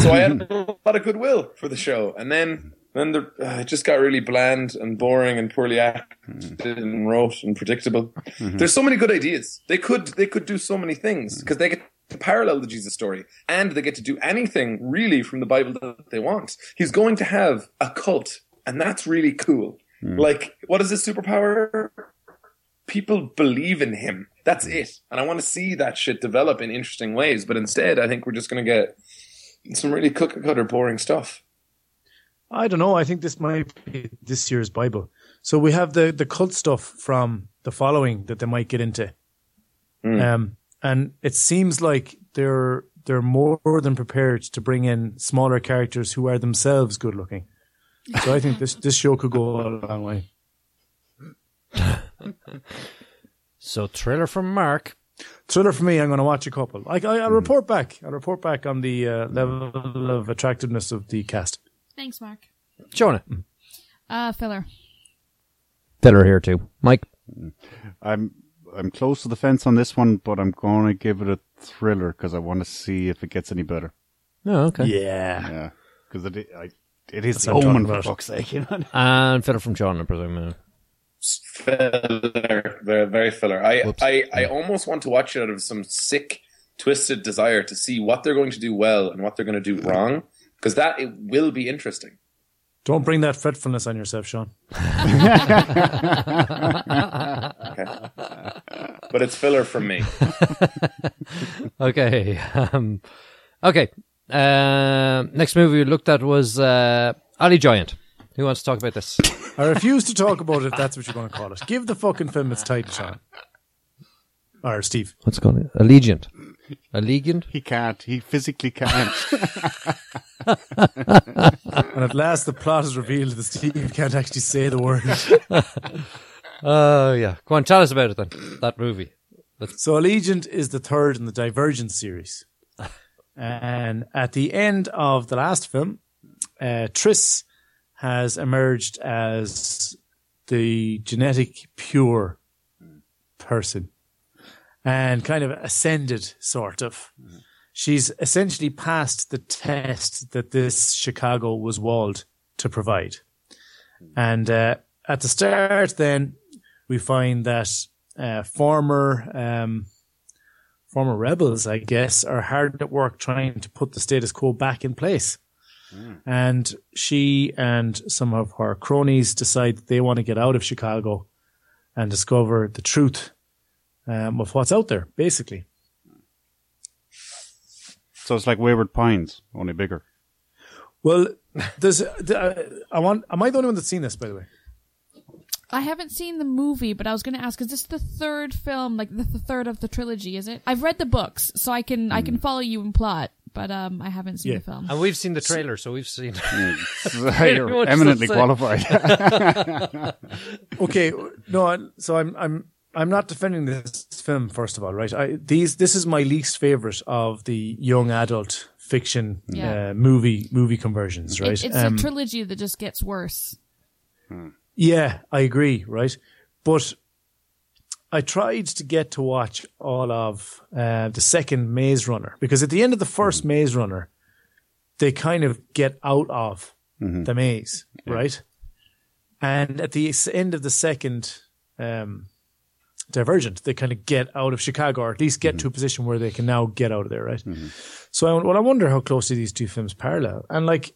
Speaker 6: so I had a lot of goodwill for the show, and then then the, uh, it just got really bland and boring and poorly acted and wrote and predictable. There's so many good ideas. They could they could do so many things because they could to parallel the Jesus story, and they get to do anything really from the Bible that they want. He's going to have a cult, and that's really cool. Like, what is his superpower? People believe in him. That's it. And I want to see that shit develop in interesting ways. But instead, I think we're just going to get some really cookie cutter, boring stuff.
Speaker 2: I don't know. I think this might be this year's Bible. So we have the, the cult stuff from the following that they might get into.
Speaker 6: Hmm.
Speaker 2: Um, and it seems like they're they're more than prepared to bring in smaller characters who are themselves good looking. So I think this, this show could go a long way.
Speaker 3: So trailer from Mark.
Speaker 2: Thriller for me, I'm going to watch a couple. I, I, I'll report back. I'll report back on the uh, level of attractiveness of the cast.
Speaker 4: Thanks, Mark.
Speaker 3: Jonah.
Speaker 4: Uh, filler.
Speaker 3: Filler here too. Mike.
Speaker 5: I'm I'm close to the fence on this one, but I'm going to give it a thriller because I want to see if it gets any better.
Speaker 3: Oh, okay.
Speaker 2: Yeah.
Speaker 5: Yeah, because it I, it is
Speaker 2: what I'm talking
Speaker 5: Omen for
Speaker 2: about.
Speaker 5: fuck's sake. You know?
Speaker 3: And filler from John, I presume. uh,
Speaker 6: filler, very, very filler. I,
Speaker 3: Whoops.
Speaker 6: I, I almost want to watch it out of some sick, twisted desire to see what they're going to do well and what they're going to do wrong, because that it will be interesting.
Speaker 2: Don't bring that fretfulness on yourself, Sean.
Speaker 6: But it's filler from me.
Speaker 3: Okay. <laughs> Um, okay. Um next movie we looked at was uh, Ali Giant. Who wants to talk about this?
Speaker 2: I refuse to talk about it if that's what you're going to call it. Give the fucking film its title, Sean. Or Steve.
Speaker 3: What's it called? Allegiant. Allegiant?
Speaker 5: He can't. He physically can't.
Speaker 2: And at last, the plot is revealed that Steve can't actually say the word.
Speaker 3: Oh, yeah. Go on, tell us about it then. That movie.
Speaker 2: So Allegiant is the third in the Divergent series. And at the end of the last film, uh, Triss has emerged as the genetic pure person and kind of ascended, sort of. She's essentially passed the test that this Chicago was walled to provide. And uh, at the start, then, we find that uh, former um, former rebels, I guess, are hard at work trying to put the status quo back in place. And she and some of her cronies decide they want to get out of Chicago and discover the truth um, of what's out there, basically.
Speaker 5: so it's like Wayward Pines,
Speaker 3: <laughs>
Speaker 5: only bigger. <laughs>
Speaker 2: Well, there's. Uh, I want. Am I the only one that's seen this? By the way,
Speaker 4: I haven't seen the movie, but I was going to ask: Is this the third film, like the, the third of the trilogy? Is it? I've read the books, so I can I can follow you in plot, but um, I haven't seen
Speaker 2: Yeah.
Speaker 4: the film.
Speaker 3: And we've seen the trailer, so we've seen.
Speaker 5: You're
Speaker 3: much the
Speaker 5: eminently
Speaker 3: same.
Speaker 5: qualified.
Speaker 2: okay, no, I- so I'm I'm I'm not defending this film first of all, right? I these this is my least favorite of the young adult fiction
Speaker 4: Yeah.
Speaker 2: uh, movie movie conversions,
Speaker 4: It-
Speaker 2: right?
Speaker 4: it's
Speaker 2: Um,
Speaker 4: a trilogy that just gets worse.
Speaker 2: yeah, I agree, right? But I tried to get to watch all of uh, the second Maze Runner because at the end of the first Maze Runner, they kind of get out of the maze, right? And at the s- end of the second um, Divergent, they kind of get out of Chicago, or at least get to a position where they can now get out of there, right? So, I, went, well, I wonder how closely these two films parallel. And like,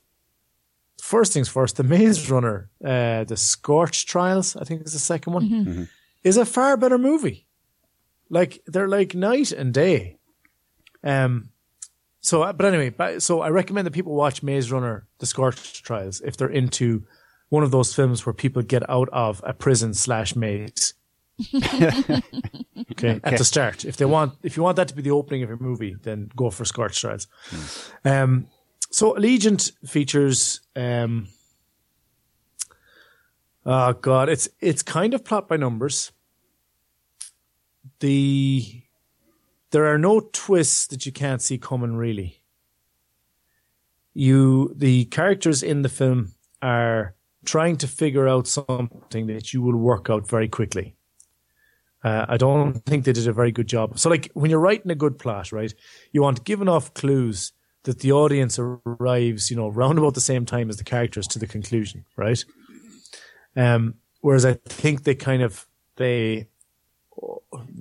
Speaker 2: first things first, the Maze Runner, uh, the Scorch Trials, I think is the second one, is a far better movie. Like they're like night and day. Um. So, uh, but anyway, ba- so I recommend that people watch Maze Runner, the Scorch Trials, if they're into one of those films where people get out of a prison slash maze. okay, at the start, if they want, if you want that to be the opening of your movie, then go for Scorch Trials. Um, so Allegiant features um Oh god, it's it's kind of plot by numbers. The there are no twists that you can't see coming really. You the characters in the film are trying to figure out something that you will work out very quickly. Uh, I don't think they did a very good job. So, like when you're writing a good plot, right, you want to give enough clues that the audience arrives, you know, round about the same time as the characters to the conclusion, right? Um, whereas I think they kind of they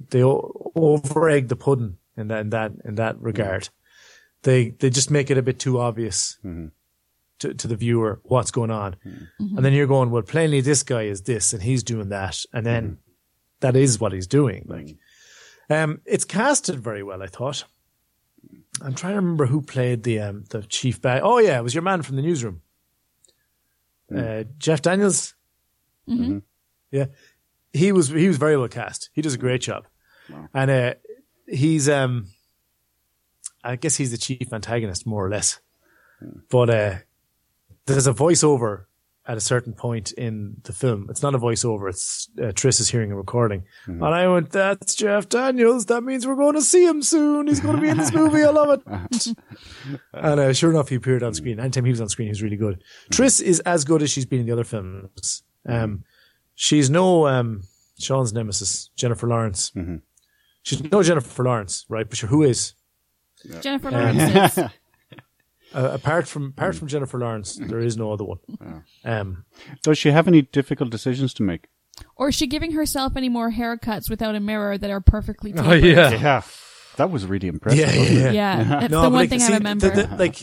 Speaker 2: they over egg the pudding in that in that in that regard. They they just make it a bit too obvious to, to the viewer what's going on, and then you're going, well, plainly this guy is this and he's doing that, and then that is what he's doing. Like, um, it's casted very well, I thought. I'm trying to remember who played the um, the chief bad. Oh yeah, it was your man from the newsroom, uh, Jeff Daniels. Yeah, he was he was very well cast. He does a great job, and uh, he's um, I guess he's the chief antagonist more or less. But uh, there's a voiceover at a certain point in the film. It's not a voiceover. It's uh, Triss is hearing a recording, and I went, "That's Jeff Daniels. That means we're going to see him soon. He's going to be in this movie. I love it." and uh, sure enough, he appeared on screen. Anytime he was on screen, he was really good. Triss is as good as she's been in the other films. Um, she's no um, Sean's nemesis, Jennifer Lawrence. She's no Jennifer Lawrence, right? But sure, who is?
Speaker 4: Jennifer Lawrence is.
Speaker 2: Uh, apart from apart from Jennifer Lawrence, there is no other one. Um, <laughs>
Speaker 5: Does she have any difficult decisions to make?
Speaker 4: Or is she giving herself any more haircuts without a mirror that are perfectly tapered?
Speaker 3: <laughs> Oh yeah.
Speaker 5: Yeah, that was really impressive.
Speaker 2: yeah, yeah, yeah.
Speaker 4: Yeah, that's the
Speaker 2: but,
Speaker 4: one
Speaker 2: like,
Speaker 4: thing
Speaker 2: see, the-
Speaker 4: I remember.
Speaker 2: the- like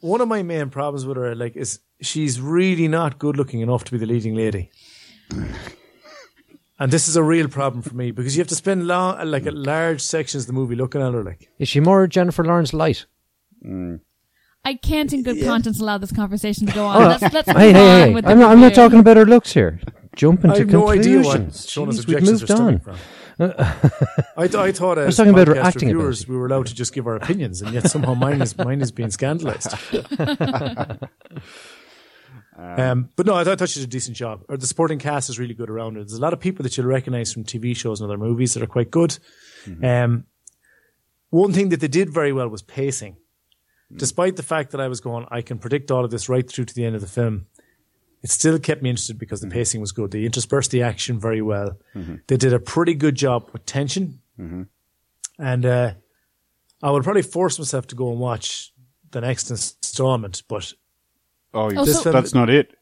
Speaker 2: one of my main problems with her, like, is she's really not good looking enough to be the leading lady. And this is a real problem for me because you have to spend long, like, a large sections of the movie looking at her, like,
Speaker 3: Is she more Jennifer Lawrence light?
Speaker 4: I can't, in good conscience, allow this conversation to go on. let's let's move
Speaker 3: Hey, hey,
Speaker 4: on
Speaker 3: hey!
Speaker 4: with the
Speaker 3: I'm not, I'm not
Speaker 4: review.
Speaker 3: talking about her looks here. Jumping
Speaker 2: I
Speaker 3: to
Speaker 2: have no idea
Speaker 3: conclusions.
Speaker 2: what Shauna's
Speaker 3: Jeez, we've
Speaker 2: objections are
Speaker 3: moved
Speaker 2: stemming
Speaker 3: on.
Speaker 2: from. I, th- I thought as
Speaker 3: talking about her
Speaker 2: podcast
Speaker 3: acting
Speaker 2: reviewers,
Speaker 3: ability.
Speaker 2: we were allowed to just give our opinions, and yet somehow mine is mine is being scandalized. um, but no, I, thought- I thought she did a decent job. Or the supporting cast is really good around it. There's a lot of people that you'll recognize from TV shows and other movies that are quite good. Um, one thing that they did very well was pacing. Despite the fact that I was going, I can predict all of this right through to the end of the film. It still kept me interested because the pacing was good. They interspersed the action very well. They did a pretty good job with tension and uh, I would probably force myself to go and watch the next installment. But
Speaker 5: Oh,
Speaker 4: Oh,
Speaker 5: that's,
Speaker 4: so-
Speaker 5: that's not it.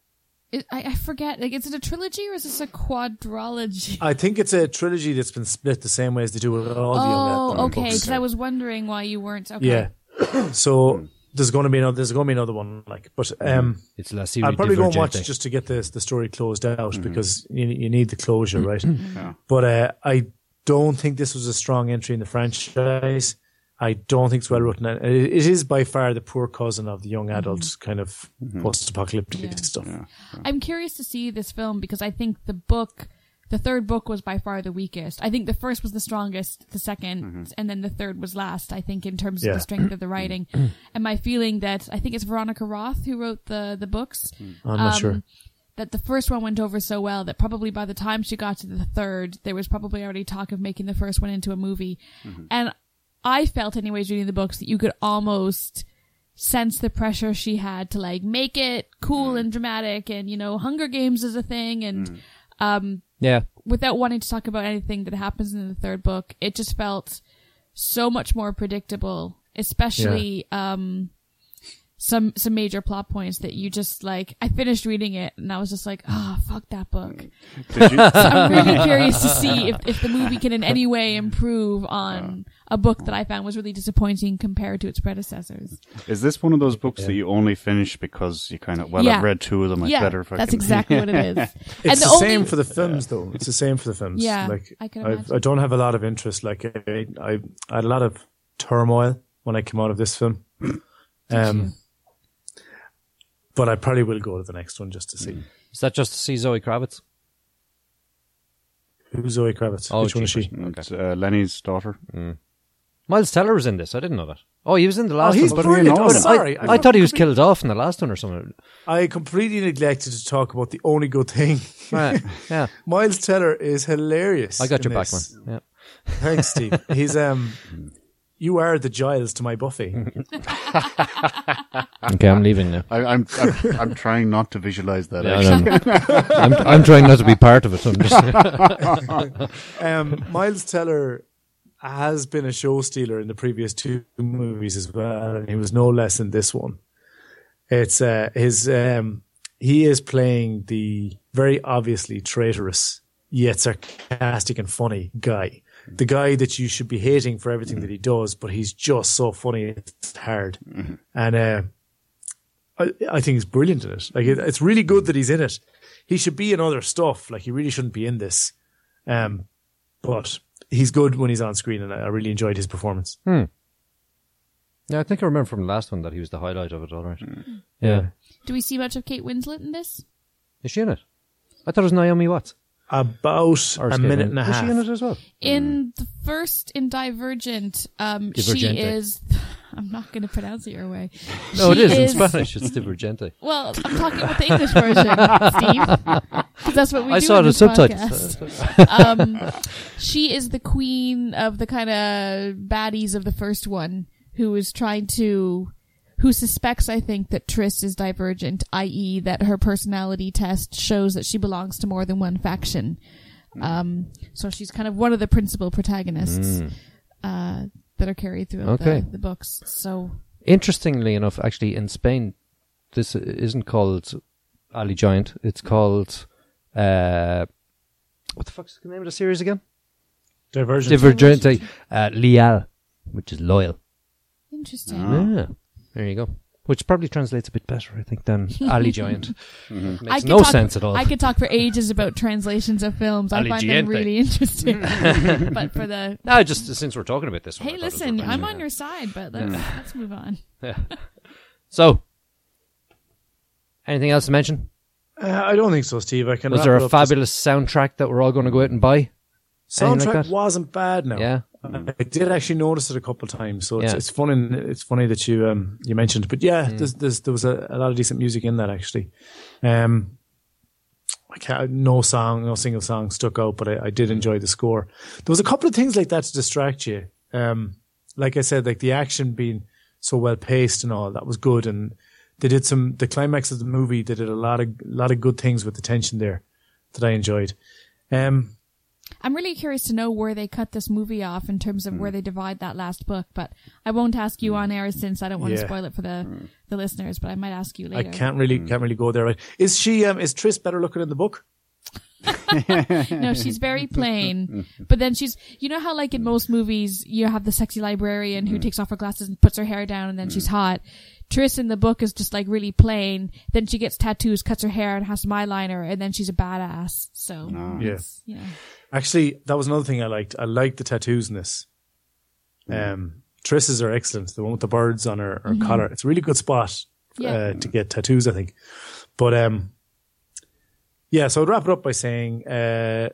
Speaker 4: It- I, I forget. Like, is it a trilogy or is this a quadrology?
Speaker 2: I think it's a trilogy that's been split the same way as they do with all the young
Speaker 4: oh,
Speaker 2: Adult
Speaker 4: okay.
Speaker 2: books.
Speaker 4: Because I was wondering why you weren't. Okay.
Speaker 2: Yeah. so there's going to be another. There's going to be another one. Like, but um,
Speaker 3: It's La Serie
Speaker 2: I'll probably go and
Speaker 3: Divergente.
Speaker 2: watch just to get the the story closed out because you, you need the closure, right? But uh, I don't think this was a strong entry in the franchise. I don't think it's well written. It it is by far the poor cousin of the young adult kind of post-apocalyptic
Speaker 4: Yeah.
Speaker 2: stuff.
Speaker 4: I'm curious to see this film because I think the book, the third book was by far the weakest. I think the first was the strongest, the 2nd and then the third was last, I think, in terms of
Speaker 2: Yeah.
Speaker 4: the strength of
Speaker 2: <clears throat>
Speaker 4: the writing. and my feeling that I think it's Veronica Roth who wrote the, the books.
Speaker 2: I'm not
Speaker 4: um,
Speaker 2: sure.
Speaker 4: That the first one went over so well that probably by the time she got to the third, there was probably already talk of making the first one into a movie. And I felt, anyways, reading the books, that you could almost sense the pressure she had to like make it cool and dramatic and, you know, Hunger Games is a thing. And
Speaker 3: Yeah.
Speaker 4: without wanting to talk about anything that happens in the third book, it just felt so much more predictable, especially um some some major plot points that you just like I finished reading it and I was just like, oh fuck that book. <laughs>
Speaker 5: Did you?
Speaker 4: I'm really curious to see if, if the movie can in any way improve on a book that I found was really disappointing compared to its predecessors.
Speaker 5: Is this one of those books that you only finish because you kind of well?
Speaker 4: Yeah.
Speaker 5: I've read two of them. I
Speaker 4: yeah,
Speaker 5: better fucking.
Speaker 4: that's
Speaker 5: <laughs>
Speaker 4: exactly what it is.
Speaker 2: It's the, same for the films, though. It's the same for the films.
Speaker 4: Yeah,
Speaker 2: like
Speaker 4: I can
Speaker 2: I,
Speaker 4: imagine.
Speaker 2: I don't have a lot of interest. Like I, I, I had a lot of turmoil when I came out of this film.
Speaker 4: you?
Speaker 2: Um, but I probably will go to the next one just to see
Speaker 3: Is that just to see Zoe Kravitz?
Speaker 2: who's Zoe Kravitz.
Speaker 3: Oh,
Speaker 2: Which one is she?
Speaker 3: jeepers.
Speaker 5: It's, uh, Lenny's daughter.
Speaker 3: Miles Teller was in this. I didn't know that. Oh, he was in the last
Speaker 2: he's
Speaker 3: one.
Speaker 5: But we brilliant. know
Speaker 2: Oh,
Speaker 5: him.
Speaker 2: sorry,
Speaker 3: I, I thought he was killed off in the last one or something.
Speaker 2: I completely neglected to talk about the only good thing. <laughs>
Speaker 3: Right. <laughs> Yeah.
Speaker 2: Miles Teller is hilarious.
Speaker 3: I got
Speaker 2: in
Speaker 3: your back, man.
Speaker 2: this.
Speaker 3: Yeah.
Speaker 2: Thanks, Steve. He's um, you are the Giles to my Buffy.
Speaker 3: Okay, I'm leaving <laughs> now.
Speaker 5: I, I'm, I'm I'm trying not to visualize that.
Speaker 3: Yeah, I
Speaker 5: actually.
Speaker 3: don't know. I'm, I'm trying not to be part of it. I'm just,
Speaker 2: um, Miles Teller has been a show stealer in the previous two movies as well, and he was no less in this one. It's uh, his um, he is playing the very obviously traitorous yet sarcastic and funny guy the guy that you should be hating for everything that he does, but he's just so funny. It's hard, and uh, I, I think he's brilliant in it. Like it, it's really good that he's in it. He should be in other stuff. Like he really shouldn't be in this, um, but he's good when he's on screen, and I, I really enjoyed his performance.
Speaker 3: <laughs> Hmm. Yeah, I think I remember from the last one that he was the highlight of it. All right. Mm. Yeah.
Speaker 4: Do we see much of Kate Winslet in this?
Speaker 3: Is she in it? I thought it was Naomi Watts.
Speaker 2: About
Speaker 3: Or
Speaker 2: a
Speaker 3: Escape
Speaker 2: minute
Speaker 3: Room.
Speaker 2: and a
Speaker 3: Is she in it
Speaker 2: half.
Speaker 3: as well?
Speaker 4: In the first, in Divergent, um, she
Speaker 3: Mm. Divergente.
Speaker 4: is. <laughs> I'm not going to pronounce it your way.
Speaker 3: No, it
Speaker 4: She
Speaker 3: is, in Spanish. It's Divergente.
Speaker 4: Well, I'm talking about the English version, Steve. 'Cause that's what we
Speaker 3: I
Speaker 4: do
Speaker 3: saw
Speaker 4: on
Speaker 3: the
Speaker 4: this
Speaker 3: subtitles.
Speaker 4: podcast.
Speaker 3: <laughs>
Speaker 4: um, she is the queen of the kind of baddies of the first one, who is trying to, who suspects, I think, that Triss is divergent, i.e., that her personality test shows that she belongs to more than one faction. Um, so she's kind of one of the principal protagonists uh, that are carried throughout
Speaker 3: Hmm. Okay.
Speaker 4: the, the books. So
Speaker 3: Interestingly enough, actually, in Spain, this isn't called Ali Giant. It's called. Uh, what the fuck's the name of the series again?
Speaker 2: Divergent.
Speaker 3: Divergente. Uh, Leal, which is loyal.
Speaker 4: interesting.
Speaker 3: Yeah. There you go. Which probably translates a bit better, I think, than Ali Giant.
Speaker 4: I
Speaker 3: Makes
Speaker 4: could
Speaker 3: no
Speaker 4: talk-
Speaker 3: sense at all.
Speaker 4: I could talk for ages about translations of films. I find them
Speaker 3: Allegente.
Speaker 4: really
Speaker 2: <laughs>
Speaker 4: interesting. but for the
Speaker 3: No, Ah, just since we're talking about this one.
Speaker 4: hey, listen, I'm on your side, but
Speaker 2: Mm.
Speaker 4: let's let's move on.
Speaker 3: So, anything else to mention?
Speaker 2: Uh, I don't think so, Steve. I can.
Speaker 3: Was
Speaker 2: wrap
Speaker 3: there
Speaker 2: it
Speaker 3: a
Speaker 2: up this-
Speaker 3: fabulous soundtrack that we're all going to go out and buy? Anything like
Speaker 2: soundtrack
Speaker 3: that?
Speaker 2: wasn't bad now.
Speaker 3: Yeah.
Speaker 2: I did actually notice it a couple of times, so it's,
Speaker 3: Yeah.
Speaker 2: it's funny. It's funny that you um, you mentioned, but yeah, there's, there's, there was a, a lot of decent music in that actually. Um, I can't, no song, no single song stuck out, but I, I did enjoy the score. There was a couple of things like that to distract you. Um, like I said, like the action being so well paced and all that was good, and they did some the climax of the movie. They did a lot of lot of good things with the tension there that I enjoyed. Um,
Speaker 4: I'm really curious to know where they cut this movie off in terms of where
Speaker 2: Mm.
Speaker 4: they divide that last book, but I won't ask you on air since I don't want
Speaker 2: Yeah. Mm.
Speaker 4: to spoil it for the the listeners. But I might ask you
Speaker 2: I
Speaker 4: later.
Speaker 2: can't really can't really go there. Right? Is she um, is Tris better looking in the book?
Speaker 4: No,
Speaker 2: <laughs>
Speaker 4: she's very plain. But then she's, you know how like in most movies you have the sexy librarian
Speaker 2: Mm-hmm.
Speaker 4: who takes off her glasses and puts her hair down and then she's hot. Triss in the book is just like really plain. Then she gets tattoos, cuts her hair and has some eyeliner and then she's a badass. So,
Speaker 2: Yeah.
Speaker 4: you know.
Speaker 2: Actually, that was another thing I liked. I liked the tattoos in this.
Speaker 4: Mm.
Speaker 2: Um, Triss's are excellent. The one with the birds on her, her collar. It's a really good spot
Speaker 4: Mm-hmm. Yeah.
Speaker 2: uh, to get tattoos, I think. But um, yeah, so I'd wrap it up by saying uh,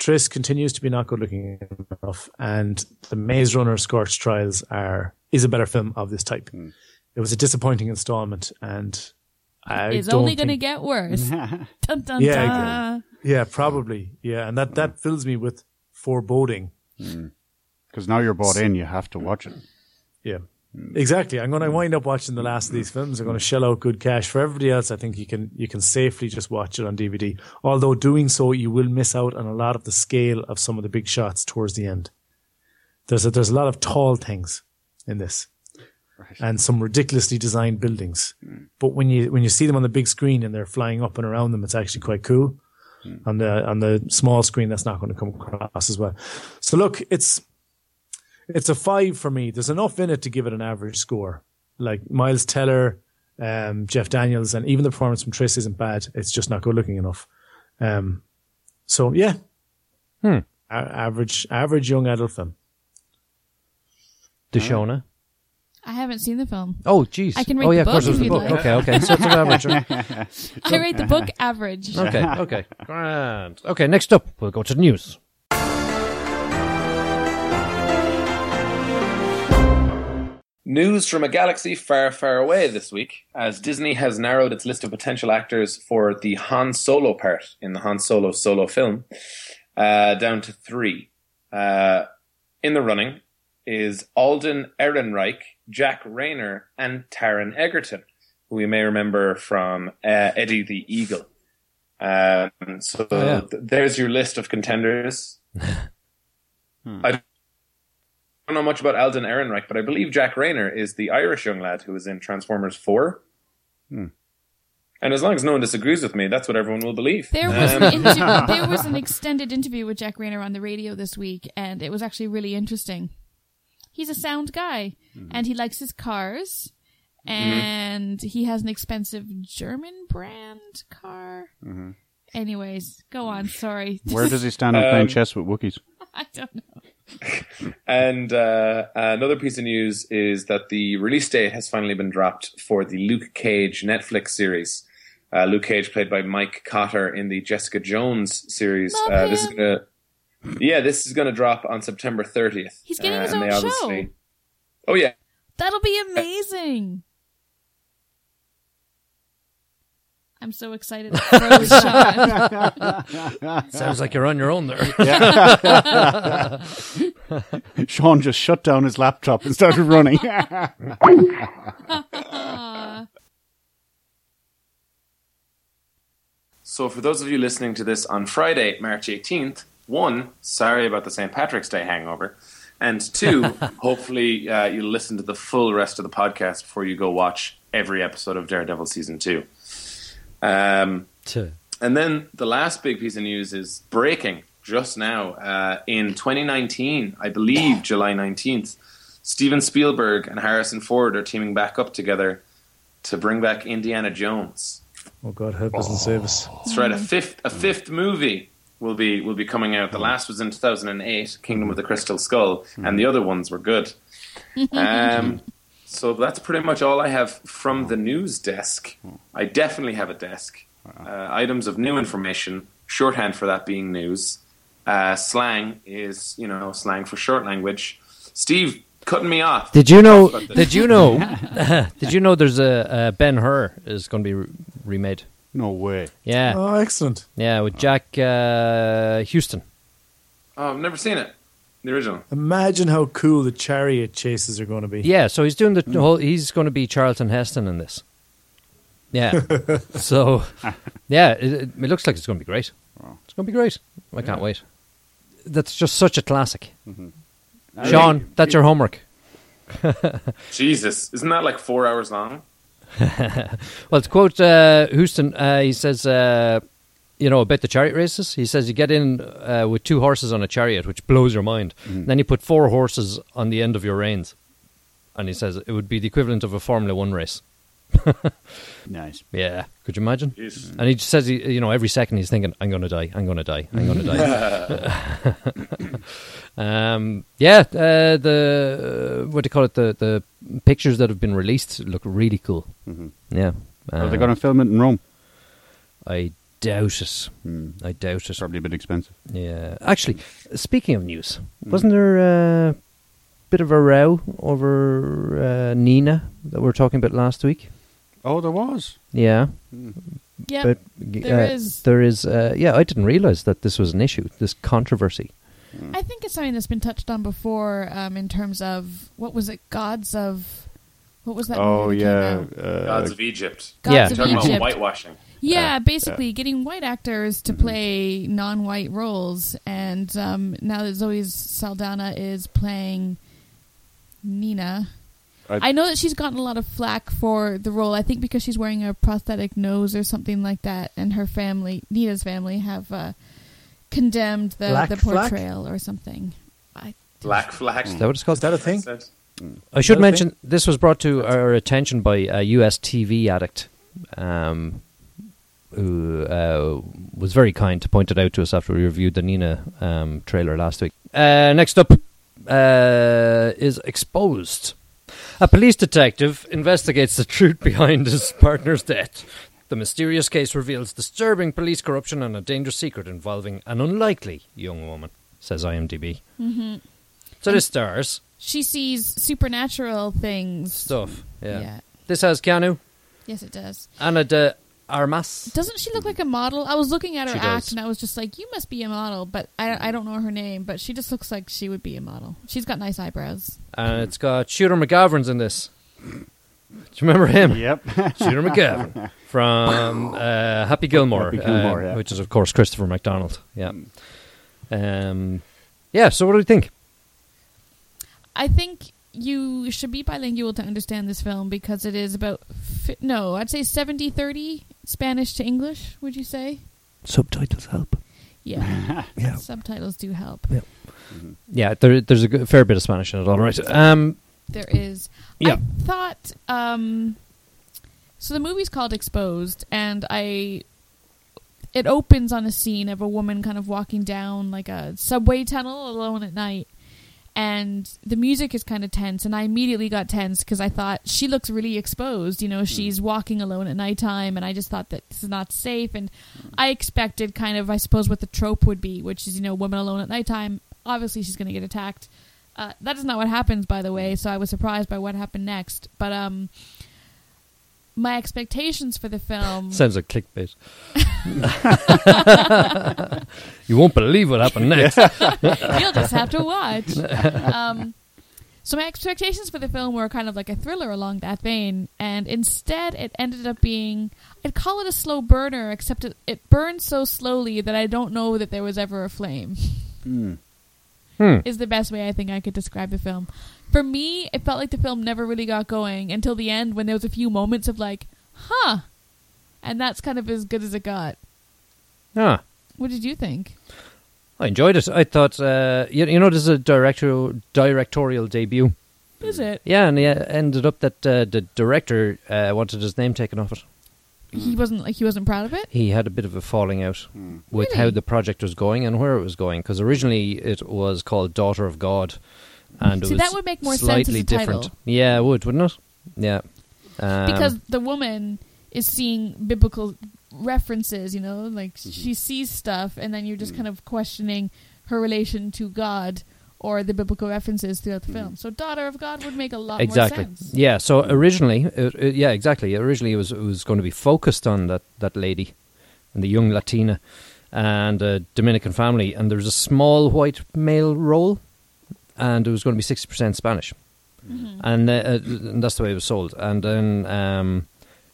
Speaker 2: Triss continues to be not good looking enough, and the Maze Runner Scorch Trials are is a better film of this type.
Speaker 4: Mm.
Speaker 2: It was a disappointing installment, and I
Speaker 4: it's
Speaker 2: don't
Speaker 4: only going to
Speaker 2: think- <laughs>
Speaker 4: get worse. dun, dun,
Speaker 2: Yeah,
Speaker 4: dun.
Speaker 2: Yeah, probably. Yeah, and that that fills me with foreboding.
Speaker 5: Because now you're bought in, you have to
Speaker 4: <laughs>
Speaker 5: watch it.
Speaker 2: Yeah. Exactly. I'm going to wind up watching the last of these films. I'm going to shell out good cash for everybody else. I think you can you can safely just watch it on DVD. Although doing so, you will miss out on a lot of the scale of some of the big shots towards the end. There's a, there's a lot of tall things in this, and some ridiculously designed buildings. But when you when you see them on the big screen and they're flying up and around them, it's actually quite cool. On the on the small screen, that's not going to come across as well. So look, it's it's a five for me. There's enough in it to give it an average score. Like Miles Teller, um, Jeff Daniels, and even the performance from Triss isn't bad. It's just not good looking enough. Um, so yeah,
Speaker 3: Hmm.
Speaker 2: A- average, average young adult film.
Speaker 3: Deshona.
Speaker 4: I haven't seen
Speaker 2: <laughs>
Speaker 4: the film.
Speaker 3: Oh, jeez.
Speaker 4: I can read
Speaker 3: oh,
Speaker 4: the
Speaker 3: yeah, of course
Speaker 4: book
Speaker 3: it was
Speaker 4: if
Speaker 3: the
Speaker 4: you'd
Speaker 3: book.
Speaker 4: like.
Speaker 3: Okay, okay. So it's an average.
Speaker 4: I rate the book
Speaker 2: <laughs>
Speaker 4: average.
Speaker 3: Okay, okay. Grand. Okay, next up, we'll go to the news.
Speaker 6: News from a galaxy far, far away this week, as Disney has narrowed its list of potential actors for the Han Solo part in the Han Solo solo film uh, down to three. Uh, in the running is Alden Ehrenreich, Jack Rayner, and Taron Egerton, who we may remember from uh, Eddie the Eagle. Um, so
Speaker 3: Oh, yeah.
Speaker 6: th- there's your list of contenders. I don't know much about Alden Ehrenreich, but I believe Jack Rayner is the Irish young lad who was in Transformers 4. And as long as no one disagrees with me, that's what everyone will believe.
Speaker 4: There was,
Speaker 3: <laughs>
Speaker 4: an inter- there was an extended interview with Jack Rayner on the radio this week, and it was actually really interesting. He's a sound guy,
Speaker 3: Mm-hmm.
Speaker 4: and he likes his cars, and he has an expensive German brand car.
Speaker 3: Mm-hmm.
Speaker 4: Anyways, go on. Sorry,
Speaker 5: Where does he stand on playing
Speaker 6: Um,
Speaker 5: chess with Wookiees?
Speaker 4: <laughs> I don't know.
Speaker 6: And uh, another piece of news is that the release date has finally been dropped for the Luke Cage Netflix series. Uh, Luke Cage, played by Mike Cotter in the Jessica Jones series.
Speaker 4: Love
Speaker 6: Uh, this is
Speaker 4: him.
Speaker 6: gonna, yeah, this is gonna drop on September 30th.
Speaker 4: He's getting his
Speaker 6: and they
Speaker 4: own show.
Speaker 6: obviously- Oh yeah,
Speaker 4: That'll be amazing. I'm
Speaker 3: <laughs>
Speaker 4: so excited. I froze, Sean.
Speaker 3: Sounds like you're on your own there. <laughs>
Speaker 5: <laughs> Sean just shut down his laptop and started running. <laughs>
Speaker 6: So, for those of you listening to this on Friday, March 18th, one, sorry about the St. Patrick's Day hangover. And two, hopefully uh, you'll listen to the full rest of the podcast before you go watch every episode of Daredevil Season 2. Um,
Speaker 3: Two.
Speaker 6: and then the last big piece of news is breaking just now. Uh, in 2019, I believe July 19th, Steven Spielberg and Harrison Ford are teaming back up together to bring back Indiana Jones.
Speaker 2: Oh God, help us and save us.
Speaker 6: That's right. A fifth, a fifth movie will be will be coming out. The last was in 2008, Kingdom of the Crystal Skull, and the other ones were good. Um, so that's pretty much all I have from the news desk. I definitely have a desk. Uh, items of new information, shorthand for that being news. Uh, slang is you know slang for short language. Steve cutting me off.
Speaker 3: Did you know? Did you know? did you know? There's a, a Ben Hur is going to be re- remade.
Speaker 5: no way.
Speaker 3: Yeah,
Speaker 2: Oh, excellent.
Speaker 3: yeah, with Jack uh, Houston.
Speaker 6: Oh, I've never seen it. The original.
Speaker 2: Imagine how cool the chariot chases are going to be.
Speaker 3: Yeah, so he's doing
Speaker 4: Hmm.
Speaker 3: the whole. He's going to be Charlton Heston in this.
Speaker 4: <laughs>
Speaker 3: Yeah. so, yeah, it, it it looks like it's going to be great. It's going to be great. I can't wait. That's just such a classic.
Speaker 4: Mm-hmm.
Speaker 3: Sean, that's your homework.
Speaker 6: Jesus, isn't that like four hours long?
Speaker 3: Well, to quote uh, Houston, uh, he says, uh, you know, about the chariot races, he says you get in uh, with two horses on a chariot, which blows your mind. Then you put four horses on the end of your reins. And he says it would be the equivalent of a Formula One race.
Speaker 5: Nice.
Speaker 3: Yeah. Could you imagine?
Speaker 6: Jeez.
Speaker 3: And he just says, he, you know, every second he's thinking, I'm going to die, I'm going to die, I'm going to die. um, yeah, uh, the, uh, what do you call it, the, the pictures that have been released look really cool. Yeah.
Speaker 5: Are
Speaker 3: Uh,
Speaker 5: they going to film it in Rome?
Speaker 3: I doubt it. I doubt it.
Speaker 5: Probably a bit expensive.
Speaker 3: Yeah. Actually, speaking of news, wasn't there a bit of a row over uh, Nina that we were talking about last week?
Speaker 5: Oh, there was.
Speaker 3: Yeah.
Speaker 4: Yep.
Speaker 3: But
Speaker 4: there
Speaker 3: uh,
Speaker 4: is.
Speaker 3: There is. Uh, yeah, I didn't realize that this was an issue, this controversy.
Speaker 4: I think it's something that's been touched on before um, in terms of what was it? Gods of what was that?
Speaker 5: Oh,
Speaker 4: movie that came
Speaker 5: yeah.
Speaker 4: out?
Speaker 5: Uh,
Speaker 6: Gods of Egypt.
Speaker 4: Gods
Speaker 3: Yeah.
Speaker 4: of
Speaker 6: Talking
Speaker 4: Egypt.
Speaker 6: about whitewashing.
Speaker 4: yeah, Mm-hmm. basically getting white actors to play non-white roles, and um, now that Zoe Saldana is playing Nina,
Speaker 5: I-
Speaker 4: I, know that she's gotten a lot of flack for the role. I think because she's wearing a prosthetic nose or something like that, and her family, Nina's family, have uh, condemned the,
Speaker 2: Black
Speaker 4: the
Speaker 2: flack?
Speaker 4: portrayal or something. I
Speaker 6: Black flag.
Speaker 3: Is that what it's called?
Speaker 2: Is that a thing?
Speaker 6: Said-
Speaker 3: I should
Speaker 2: Another
Speaker 3: mention this was brought to our attention by a US TV addict um, who uh, was very kind to point it out to us after we reviewed the Nina um, trailer last week. Uh, next up uh, is Exposed. A police detective investigates the truth <laughs> behind his partner's death. The mysterious case reveals disturbing police corruption and a dangerous secret involving an unlikely young woman, says IMDb. Mm-hmm. So this stars
Speaker 4: she sees supernatural things.
Speaker 3: stuff. Yeah.
Speaker 4: Yeah.
Speaker 3: This has Keanu,
Speaker 4: Yes, it does.
Speaker 3: Anna de Armas.
Speaker 4: Doesn't she look like a model? I was looking at her
Speaker 3: She
Speaker 4: act
Speaker 3: does.
Speaker 4: and I was just like, you must be a model, but I, I don't know her name, but she just looks like she would be a model. She's got nice eyebrows.
Speaker 3: And it's got Shooter McGavern's in this. Do you remember him? <laughs>
Speaker 5: Yep.
Speaker 3: Shooter
Speaker 5: <laughs>
Speaker 3: McGavern from uh, Happy Gilmore,
Speaker 5: Happy Gilmore,
Speaker 3: uh,
Speaker 5: yeah.
Speaker 3: which is, of course, Christopher McDonald. Yeah. Um, yeah, so what do you think?
Speaker 4: I think you should be bilingual to understand this film because it is about fi- no, I'd say 70-30 Spanish to English. Would you say?
Speaker 7: Subtitles help.
Speaker 3: <laughs>
Speaker 4: Yeah,
Speaker 7: Yeah.
Speaker 4: subtitles do help.
Speaker 3: Yeah, there, there's a good- fair bit of Spanish in it. All right. Um,
Speaker 4: There is.
Speaker 3: Yeah.
Speaker 4: I thought. Um, so the movie's called Exposed, and I. It opens on a scene of a woman kind of walking down like a subway tunnel alone at night. And the music is kind of tense, and I immediately got tense because I thought she looks really exposed. You know, she's walking alone at nighttime, and I just thought that this is not safe. And I expected kind of, I suppose, what the trope would be, which is you know, women alone at nighttime. Obviously, she's going to get attacked. Uh, that is not what happens, by the way. So I was surprised by what happened next. But um, my expectations for
Speaker 3: <laughs>
Speaker 4: the film.
Speaker 3: sounds
Speaker 7: <laughs>
Speaker 3: like clickbait. you won't believe what happened next.
Speaker 4: You'll just have to watch. Um, so my expectations for the film were kind of like a thriller along that vein, and instead it ended up being I'd call it a slow burner, except it, it burned so slowly that I don't know that there was ever a flame.
Speaker 3: Hmm.
Speaker 4: Is the best way I think I could describe the film. For me, it felt like the film never really got going until the end when there was a few moments of like, huh. And that's kind of as good as it got.
Speaker 3: Ah,
Speaker 4: What did you think?
Speaker 3: I enjoyed it. I thought, uh, you, you know, this is a director, directorial debut.
Speaker 4: Is it?
Speaker 3: Yeah, and it ended up that uh, the director uh, wanted his name taken off it.
Speaker 4: He wasn't like he wasn't proud of it?
Speaker 3: He had a bit of a falling out with
Speaker 4: Really?
Speaker 3: how the project was going and where it was going, because originally it was called Daughter of God, and it
Speaker 4: See,
Speaker 3: was
Speaker 4: that would make more sense as
Speaker 3: slightly
Speaker 4: a
Speaker 3: different.
Speaker 4: title.
Speaker 3: Yeah, it would, wouldn't it? Yeah, um,
Speaker 4: because the woman is seeing biblical references you know like
Speaker 3: Mm-hmm.
Speaker 4: she sees stuff and then you're
Speaker 3: Mm.
Speaker 4: just kind of questioning her relation to god or the biblical references throughout the film so daughter of god would make a lot
Speaker 3: Mm-hmm. exactly. <laughs>
Speaker 4: more sense
Speaker 3: Yeah. So originally, it, it- yeah, exactly. Originally, it was it was going to be focused on that that lady, and the young Latina, and a Dominican family, and there was a small white male role, and it was going to be sixty percent Spanish,
Speaker 4: Mm-hmm.
Speaker 3: and, uh, uh, and that's the way it was sold. And then um,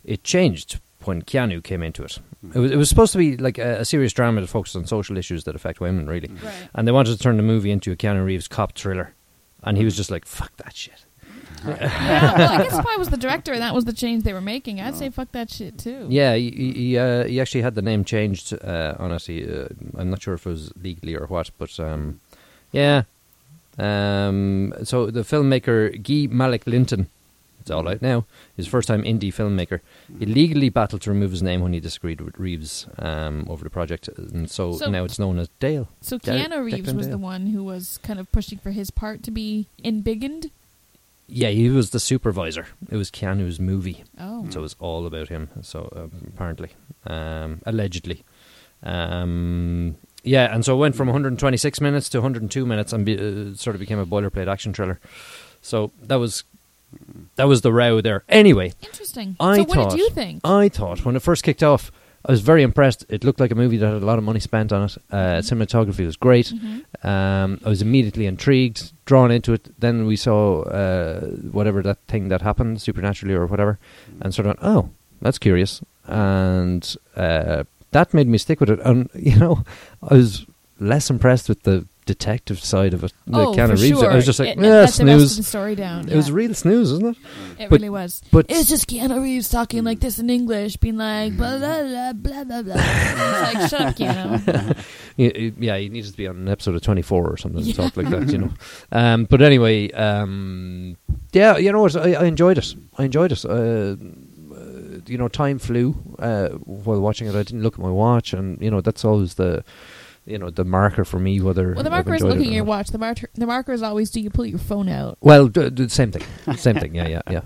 Speaker 3: it changed when Keanu came into it. It was, it was supposed to be like a, a serious drama that focused on social issues that affect women, really.
Speaker 4: Right.
Speaker 3: And they wanted to turn the movie into a Keanu Reeves cop thriller, and he was just like, "Fuck that shit."
Speaker 4: yeah, well, i guess if i was the director and that was the change they were making i'd say fuck that shit too
Speaker 3: Yeah, he, he- he, uh, he actually had the name changed uh, on it. He, uh, I'm not sure if it was legally or what, but um, yeah. Um, so the filmmaker Guy Malik Linton, it's all out now, his first time indie filmmaker, he legally battled to remove his name when he disagreed with Reeves um, over the project, and so,
Speaker 4: So-
Speaker 3: now it's known as Dale.
Speaker 4: so
Speaker 3: Dar-
Speaker 4: keanu reeves
Speaker 3: Declan
Speaker 4: was the
Speaker 3: Dale.
Speaker 4: one who was kind of pushing for his part to be embiggened
Speaker 3: Yeah, he was the supervisor. It was Keanu's movie.
Speaker 4: oh
Speaker 3: So it was all about him. So um, apparently, um, allegedly, um, yeah. And so it went from 126 minutes to 102 minutes, and be, uh, sort of became a boilerplate action thriller. So that was that was the row there. Anyway,
Speaker 4: interesting
Speaker 3: I
Speaker 4: so what
Speaker 3: thought.
Speaker 4: did you think
Speaker 3: I thought when it first kicked off, I was very impressed. It looked like a movie that had a lot of money spent on it. Uh,
Speaker 4: Mm-hmm.
Speaker 3: cinematography was great. Um, I was immediately intrigued, drawn into it. Then we saw uh, whatever that thing that happened, supernaturally or whatever, and sort of, went, oh, that's curious. And uh, that made me stick with it. And, <laughs> you know, I was less impressed with the detective side of it. The
Speaker 4: oh,
Speaker 3: Keanu
Speaker 4: for
Speaker 3: Reeves.
Speaker 4: sure.
Speaker 3: I was just like,
Speaker 4: it,
Speaker 3: yeah,
Speaker 4: that's the rest of the
Speaker 3: snooze.
Speaker 4: story down.
Speaker 3: It was
Speaker 4: yeah.
Speaker 3: a real snooze, isn't it?
Speaker 4: It
Speaker 3: But-
Speaker 4: really was.
Speaker 3: but- Mm.
Speaker 4: But it's just Keanu Reeves talking like this in English, being like blah blah blah blah blah blah.
Speaker 3: <laughs>
Speaker 4: it's like shut up, Keanu.
Speaker 3: Y- y- Yeah, he needs to be on an episode of 24 or something to talk like that, you
Speaker 4: <laughs>
Speaker 3: know. Um, but anyway, um, yeah, you know what? I, I enjoyed it. I enjoyed it. Uh, uh, you know, time flew uh, while watching it. I didn't look at my watch, and you know that's always the, you know, the marker for me whether.
Speaker 4: Well, the
Speaker 3: I've
Speaker 4: marker is
Speaker 3: enjoyed it
Speaker 4: looking at
Speaker 3: or
Speaker 4: your
Speaker 3: not.
Speaker 4: watch. The marker, the marker is always, do you pull your phone out?
Speaker 3: Well, d- d- same thing.
Speaker 4: <laughs>
Speaker 3: Same thing. Yeah, yeah, yeah.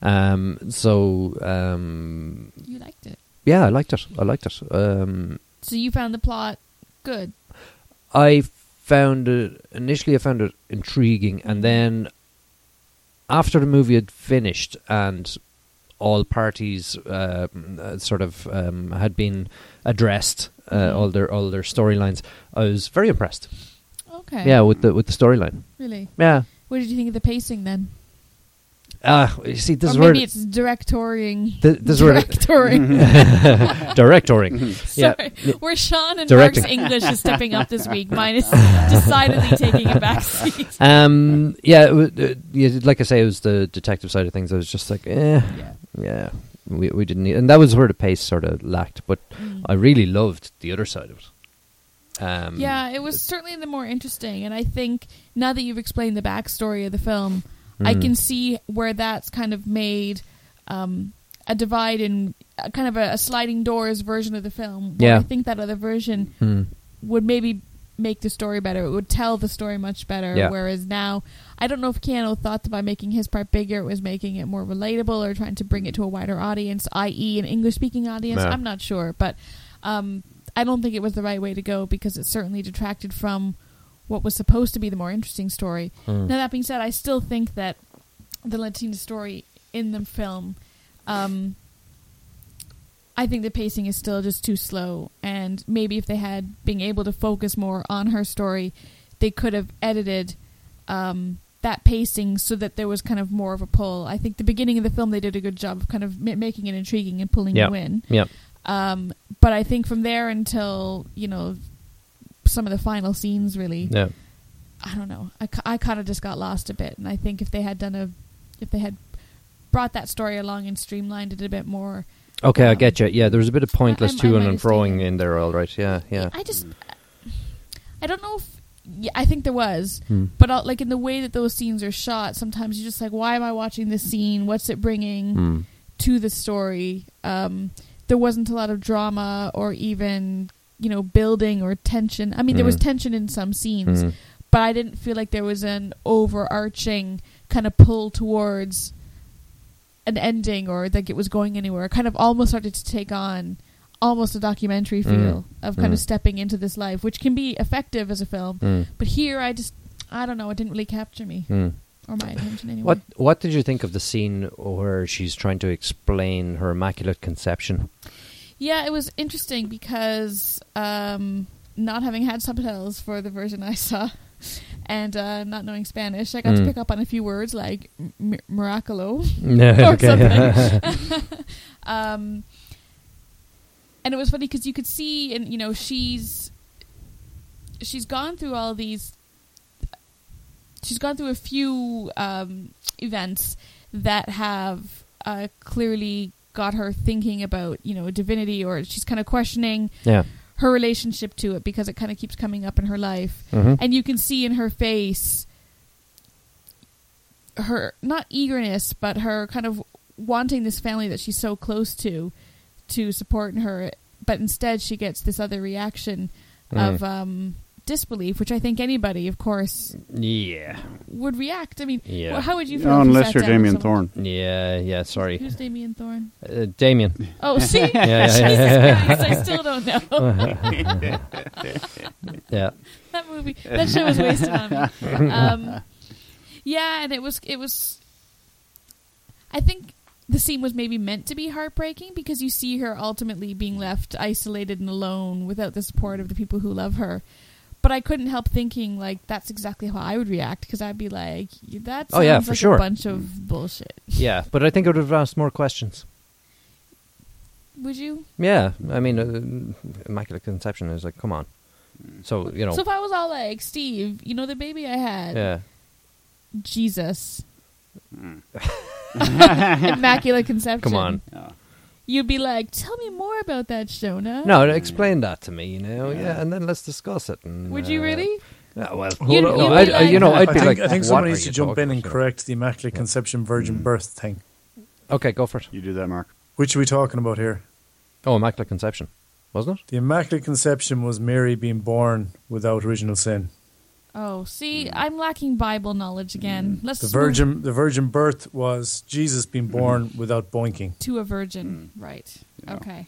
Speaker 3: Um, so um,
Speaker 4: You liked it,
Speaker 3: yeah, I liked it. I liked it. Um,
Speaker 4: so you found the plot good.
Speaker 3: I found it initially. I found it intriguing,
Speaker 4: Mm.
Speaker 3: and then after the movie had finished and all parties uh, mm, uh, sort of um, had been addressed, uh,
Speaker 4: Mm-hmm.
Speaker 3: all their all their storylines, I was very impressed.
Speaker 4: Okay.
Speaker 3: Yeah, with the with the storyline.
Speaker 4: Really.
Speaker 3: Yeah,
Speaker 4: What did you think of the pacing then?
Speaker 3: Uh, you see, this is
Speaker 4: or
Speaker 3: where
Speaker 4: maybe it's directoring.
Speaker 3: th- this is where
Speaker 4: directoring.
Speaker 3: <laughs>
Speaker 4: <laughs>
Speaker 3: directoring. <laughs> yeah,
Speaker 4: Sorry. Where Sean and
Speaker 3: Directing.
Speaker 4: Mark's English is stepping up this
Speaker 3: <laughs>
Speaker 4: week, mine is decidedly taking a back seat.
Speaker 3: Um, yeah, it was, uh, yeah, like I say, it was the detective side of things. I was just like, eh, yeah, we, we didn't need, and that was where the pace sort of lacked. But
Speaker 4: Mm.
Speaker 3: I really loved the other side of it. Um,
Speaker 4: Yeah, it was certainly the more interesting, and I think now that you've explained the backstory of the film, I
Speaker 3: Mm.
Speaker 4: can see where that's kind of made um, a divide in uh, kind of a, a sliding doors version of the film. where
Speaker 3: Yeah.
Speaker 4: I think that other version
Speaker 3: Hmm.
Speaker 4: would maybe make the story better. It would tell the story much better.
Speaker 3: Yeah.
Speaker 4: Whereas now, I don't know if Keanu thought that by making his part bigger, it was making it more relatable or trying to bring it to a wider audience, i.e., an English speaking audience.
Speaker 3: Yeah.
Speaker 4: I'm not sure, but um, I don't think it was the right way to go because it certainly detracted from what was supposed to be the more interesting story. Now that being said, I still think that the Latina story in the film. Um, I think the pacing is still just too slow, and maybe if they had been able to focus more on her story, they could have edited um, that pacing so that there was kind of more of a pull. I think the beginning of the film they did a good job of kind of ma- making it intriguing and pulling
Speaker 3: yeah,
Speaker 4: you in.
Speaker 3: yeah,
Speaker 4: Um, but I think from there until you know some of the final scenes, really,
Speaker 3: yeah.
Speaker 4: I don't know. I, kind of just got lost a bit, and I think if they had done a, if they had brought that story along and streamlined it a bit more,
Speaker 3: Okay, I
Speaker 4: Um,
Speaker 3: get you. Yeah, there was a bit of pointless
Speaker 4: I- I
Speaker 3: to
Speaker 4: might
Speaker 3: and
Speaker 4: have
Speaker 3: froing
Speaker 4: stayed.
Speaker 3: in there. All right, yeah, yeah.
Speaker 4: I just, I don't know if. Yeah, I think there was,
Speaker 3: Hmm.
Speaker 4: but uh, like in the way that those scenes are shot, sometimes you're just like, why am I watching this scene? What's it bringing
Speaker 3: Hmm.
Speaker 4: to the story? Um, there wasn't a lot of drama or even you know building or tension. I mean, there was
Speaker 3: Hmm.
Speaker 4: tension in some scenes,
Speaker 3: Hmm.
Speaker 4: but I didn't feel like there was an overarching kind of pull towards an ending or like it was going anywhere. It kind of almost started to take on almost a documentary feel of kind of
Speaker 3: Mm.
Speaker 4: stepping into this life, which can be effective as a film.
Speaker 3: Hmm.
Speaker 4: But here, I just I don't know. It didn't really capture me
Speaker 3: Hmm.
Speaker 4: or my attention anyway.
Speaker 3: What What did you think of the scene where she's trying to explain her immaculate <laughs> conception?
Speaker 4: Yeah, it was interesting because um, not having had subtitles for the version I saw and uh, not knowing Spanish, I got to
Speaker 3: Mm.
Speaker 4: pick up on a few words like m- mi- miraculo
Speaker 3: No,
Speaker 4: or something. um, and it was funny because you could see, and you know, she's she's gone through all these. She's gone through a few um, events that have uh, clearly got her thinking about you know divinity, or she's kind of questioning
Speaker 3: <laughs> yeah.
Speaker 4: her relationship to it because it kind of keeps coming up in her life
Speaker 3: Mhm.
Speaker 4: and you can see in her face her not eagerness but her kind of wanting this family that she's so close to to support her but instead she gets this other reaction
Speaker 3: Mm-hmm.
Speaker 4: of um disbelief which i think anybody of course
Speaker 3: Yeah.
Speaker 4: would react i mean
Speaker 3: Yeah.
Speaker 4: wh- how would
Speaker 5: <laughs>
Speaker 4: you feel if you
Speaker 5: Unless
Speaker 4: sat
Speaker 5: you're
Speaker 4: down with
Speaker 5: Damien
Speaker 4: someone-
Speaker 5: Thorne.
Speaker 3: Yeah, yeah, sorry.
Speaker 4: who's
Speaker 3: <laughs>
Speaker 4: damien thorne
Speaker 3: Uh,
Speaker 4: <laughs>
Speaker 3: Damien.
Speaker 4: oh see
Speaker 3: yeah,
Speaker 4: <laughs> jesus
Speaker 3: yeah, yeah.
Speaker 4: christ i still
Speaker 3: <laughs>
Speaker 4: don't know
Speaker 3: Yeah.
Speaker 4: <laughs> that movie that show was wasted on me um, yeah and it was it was i think the scene was maybe meant to be heartbreaking because you see her ultimately being left isolated and alone without the support of the people who love her but I couldn't help thinking, like, that's exactly how I would react because I'd be like, "That's
Speaker 3: Oh, yeah, for
Speaker 4: like
Speaker 3: sure.
Speaker 4: a bunch of bullshit."
Speaker 3: Yeah, but I think I would have asked more questions.
Speaker 4: Would you?
Speaker 3: Yeah, I mean, uh, immaculate conception is like, come on. So you know,
Speaker 4: So if I was all like, "Steve, you know the baby I had,
Speaker 3: yeah,
Speaker 4: Jesus, immaculate conception,"
Speaker 3: come on.
Speaker 4: you'd be like, "Tell me more about that, Shona."
Speaker 3: No, explain that to me. You know, yeah, and then let's discuss it. And,
Speaker 4: Would you
Speaker 3: uh,
Speaker 4: really?
Speaker 3: Yeah, well,
Speaker 4: You'd-
Speaker 3: no,
Speaker 4: you'd be
Speaker 3: I'd- I,
Speaker 4: like-
Speaker 3: you know,
Speaker 2: I
Speaker 3: I'd be
Speaker 2: think,
Speaker 3: like,
Speaker 2: I think
Speaker 3: what
Speaker 2: somebody
Speaker 3: are
Speaker 2: needs to
Speaker 3: you
Speaker 2: jump in
Speaker 3: talking
Speaker 2: and
Speaker 3: about? Hmm.
Speaker 2: correct the Immaculate Conception Virgin Birth thing.
Speaker 3: Okay, go for it.
Speaker 5: You do that, Mark.
Speaker 2: Which are we talking about here?
Speaker 3: Oh, immaculate conception, wasn't it?
Speaker 2: The Immaculate Conception was Mary being born without original sin.
Speaker 4: Oh, see, I'm lacking Bible knowledge again. Let's
Speaker 2: The
Speaker 4: move
Speaker 2: virgin, the virgin birth was Jesus being born without boinking.
Speaker 4: to a virgin, right? Okay.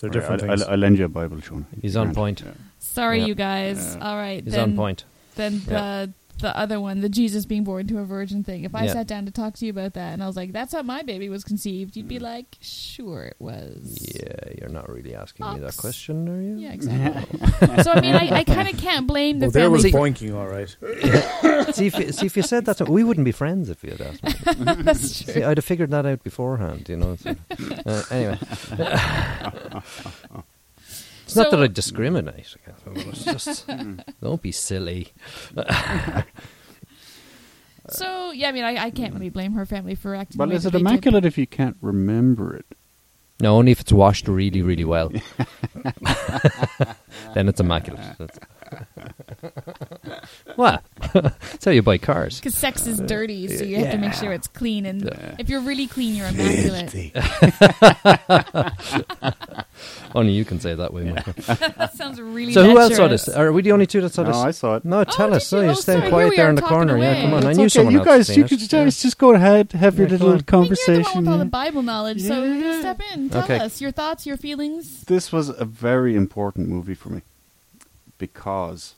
Speaker 2: They're
Speaker 5: Right,
Speaker 2: different
Speaker 5: I'll,
Speaker 2: things.
Speaker 5: I'll, I'll lend you a Bible, Sean.
Speaker 3: He's on point.
Speaker 4: Sorry,
Speaker 3: Yeah.
Speaker 4: you guys. All right,
Speaker 3: He's
Speaker 4: then,
Speaker 3: on point.
Speaker 4: Then
Speaker 3: Yeah.
Speaker 4: uh, the other one, the Jesus being born to a virgin thing. If I
Speaker 3: Yeah.
Speaker 4: sat down to talk to you about that and I was like, that's how my baby was conceived, you'd be like, sure it was.
Speaker 3: Yeah, you're not really asking me that
Speaker 4: Ox.
Speaker 3: question, are you?
Speaker 4: Yeah, exactly. so, I mean, I, I kind of can't blame the
Speaker 2: Well, there was
Speaker 4: family.
Speaker 2: boinking, all right.
Speaker 3: see, if you, see, if you said that, to, we wouldn't be friends if you had asked me.
Speaker 4: that's true.
Speaker 3: See, I'd have figured that out beforehand, you know.
Speaker 5: <laughs>
Speaker 3: so- uh,
Speaker 4: <laughs>
Speaker 3: anyway, it's
Speaker 4: So-
Speaker 3: not that I discriminate.
Speaker 5: <laughs>
Speaker 3: It's just
Speaker 5: Hmm.
Speaker 3: don't be silly.
Speaker 4: So, yeah, I mean, I, I can't really blame her family for acting. the
Speaker 5: Well,
Speaker 4: way
Speaker 5: is
Speaker 4: that
Speaker 5: it
Speaker 4: they did.
Speaker 5: immaculate if you can't remember it?
Speaker 3: No, only if it's washed really, really
Speaker 5: <laughs>
Speaker 3: well. then it's immaculate. That's... <laughs> well, that's how you buy cars.
Speaker 4: Because sex is dirty, so you have to make sure it's clean. And if you're really clean, you're immaculate.
Speaker 3: Only you can say that way. Michael.
Speaker 4: that sounds really.
Speaker 3: So who else saw
Speaker 4: lecherous.
Speaker 3: this? Are we the only two that saw
Speaker 5: No,
Speaker 3: this?
Speaker 5: I saw it.
Speaker 3: No, tell
Speaker 4: did
Speaker 3: us. So
Speaker 4: you?
Speaker 3: you're
Speaker 4: Oh,
Speaker 3: staying
Speaker 4: sorry, here
Speaker 3: quiet
Speaker 4: we
Speaker 3: there
Speaker 4: are
Speaker 3: in the
Speaker 4: talking
Speaker 3: corner. Yeah,
Speaker 4: away.
Speaker 3: come on. I
Speaker 5: It's
Speaker 3: knew
Speaker 5: okay,
Speaker 3: someone
Speaker 5: you
Speaker 3: else
Speaker 5: guys,
Speaker 3: had
Speaker 5: you
Speaker 3: seen
Speaker 5: could
Speaker 3: it.
Speaker 5: just, just go ahead, have your
Speaker 3: Yeah, go
Speaker 5: little
Speaker 3: on.
Speaker 4: I mean, you're the one
Speaker 5: conversation.
Speaker 4: with all the
Speaker 5: yeah.
Speaker 4: Bible knowledge, so
Speaker 5: Yeah, yeah.
Speaker 4: step in. Tell
Speaker 3: Okay.
Speaker 4: us your thoughts, your feelings.
Speaker 5: This was a very important movie for me because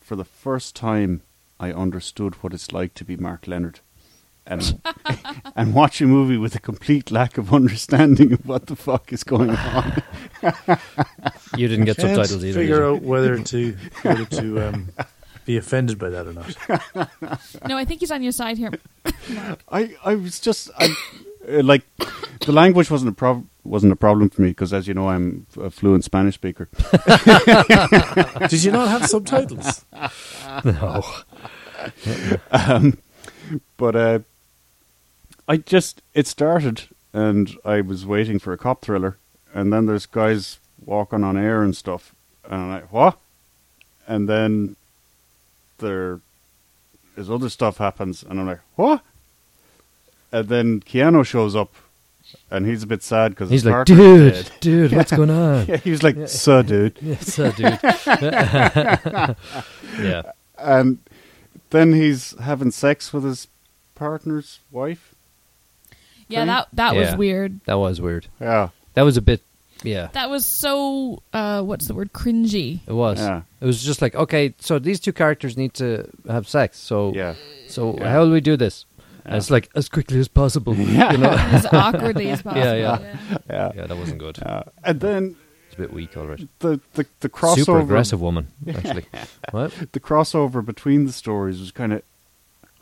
Speaker 5: for the first time I understood what it's like to be Mark Leonard. And, and watch a movie with a complete lack of understanding of what the fuck is going on.
Speaker 3: You didn't get
Speaker 2: Can't
Speaker 3: subtitles either. did
Speaker 2: Figure
Speaker 3: you?
Speaker 2: out whether to whether to um, be offended by that or not.
Speaker 4: No, I think he's on your side here.
Speaker 5: I, I was just I, uh, like the language wasn't a prob- wasn't a problem for me because as you know I'm a fluent Spanish speaker.
Speaker 2: Did you not have subtitles?
Speaker 3: No.
Speaker 5: But uh, I just it started and I was waiting for a cop thriller, and then there's guys walking on air and stuff, and I'm like what? And then there is other stuff happens, and I'm like what? And then Keanu shows up, and he's a bit sad because
Speaker 3: He's
Speaker 5: his
Speaker 3: like,
Speaker 5: partner's
Speaker 3: dude,
Speaker 5: dead." <laughs>
Speaker 3: dude, what's going on? <laughs>
Speaker 5: Yeah, he was like, "So, dude."
Speaker 3: Yes, uh,
Speaker 5: <laughs>
Speaker 3: dude. <laughs> yeah.
Speaker 5: And then he's having sex with his partner's wife.
Speaker 4: Yeah, that that was
Speaker 3: Yeah.
Speaker 4: weird.
Speaker 3: That was weird.
Speaker 5: Yeah.
Speaker 3: That was a bit. Yeah,
Speaker 4: That was so. Uh, what's the word? Cringy.
Speaker 3: it was.
Speaker 5: Yeah.
Speaker 3: It was just like, okay, so these two characters need to have sex. So,
Speaker 5: Yeah.
Speaker 3: so
Speaker 5: Yeah.
Speaker 3: how will we do this? And it's like as quickly as
Speaker 5: <laughs>
Speaker 3: possible. Yeah, you know?
Speaker 4: <laughs> As awkwardly as possible.
Speaker 3: <laughs> Yeah, yeah.
Speaker 5: Yeah.
Speaker 3: yeah that wasn't good.
Speaker 5: Uh, and then
Speaker 3: It's a bit weak already.
Speaker 5: the the, the
Speaker 3: Super
Speaker 5: crossover
Speaker 3: aggressive
Speaker 5: <laughs>
Speaker 3: woman, actually. what?
Speaker 5: the crossover between the stories was kind of,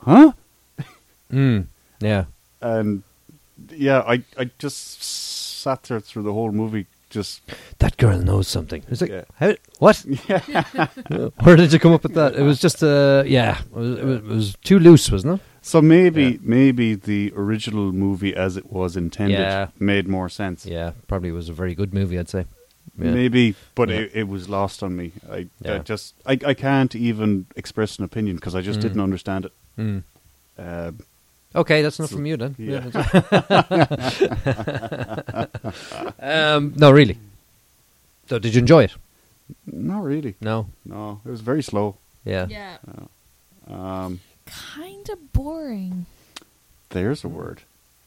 Speaker 5: huh?
Speaker 3: Mm. Yeah.
Speaker 5: And yeah, I I just sat there through the whole movie. Just
Speaker 3: That girl knows something. It's like,
Speaker 5: Yeah.
Speaker 3: how,
Speaker 5: <laughs>
Speaker 3: what? <laughs> Where did you come up with that? It was just, uh, yeah, it was, it was, it was too loose, wasn't it?
Speaker 5: so maybe
Speaker 3: Yeah.
Speaker 5: maybe the original movie as it was intended
Speaker 3: Yeah.
Speaker 5: made more sense.
Speaker 3: Yeah, probably was a very good movie, I'd say. Yeah.
Speaker 5: Maybe, but
Speaker 3: Yeah.
Speaker 5: it, it was lost on me. I, I
Speaker 3: Yeah.
Speaker 5: just I, I can't even express an opinion because I just
Speaker 3: Mm-hmm.
Speaker 5: didn't understand it.
Speaker 3: Mm.
Speaker 5: Um,
Speaker 3: Okay, that's enough from you then.
Speaker 5: Yeah.
Speaker 3: <laughs> um, no, really. So, did you enjoy it?
Speaker 5: not really.
Speaker 3: No.
Speaker 5: No, it was very slow.
Speaker 3: Yeah.
Speaker 4: Yeah.
Speaker 5: Um,
Speaker 4: Kind of
Speaker 3: <laughs>
Speaker 4: boring.
Speaker 5: there's a word.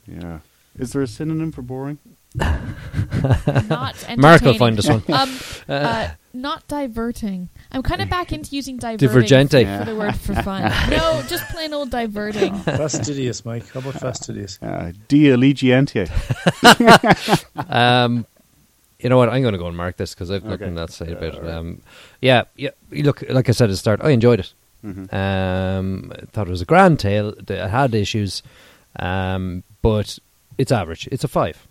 Speaker 5: Yeah. Is there a synonym for boring?
Speaker 4: Not entertaining.
Speaker 3: Mark will find us one.
Speaker 4: Um,
Speaker 3: <laughs>
Speaker 4: uh, not diverting. I'm kind of back into using diverting
Speaker 3: Divergente.
Speaker 4: for the word for
Speaker 3: <laughs>
Speaker 4: fun. No, just plain old diverting.
Speaker 2: fastidious, Mike. How about fastidious?
Speaker 5: Uh, de allegiantia.
Speaker 3: <laughs> Um, you know what? I'm going to go and mark this because I've
Speaker 5: Okay.
Speaker 3: nothing that to say about it. Um, yeah, yeah. Look, like I said at the start, I enjoyed it.
Speaker 5: Mm-hmm.
Speaker 3: Um, I thought it was a grand tale. that It had issues, um, but it's average. It's a five.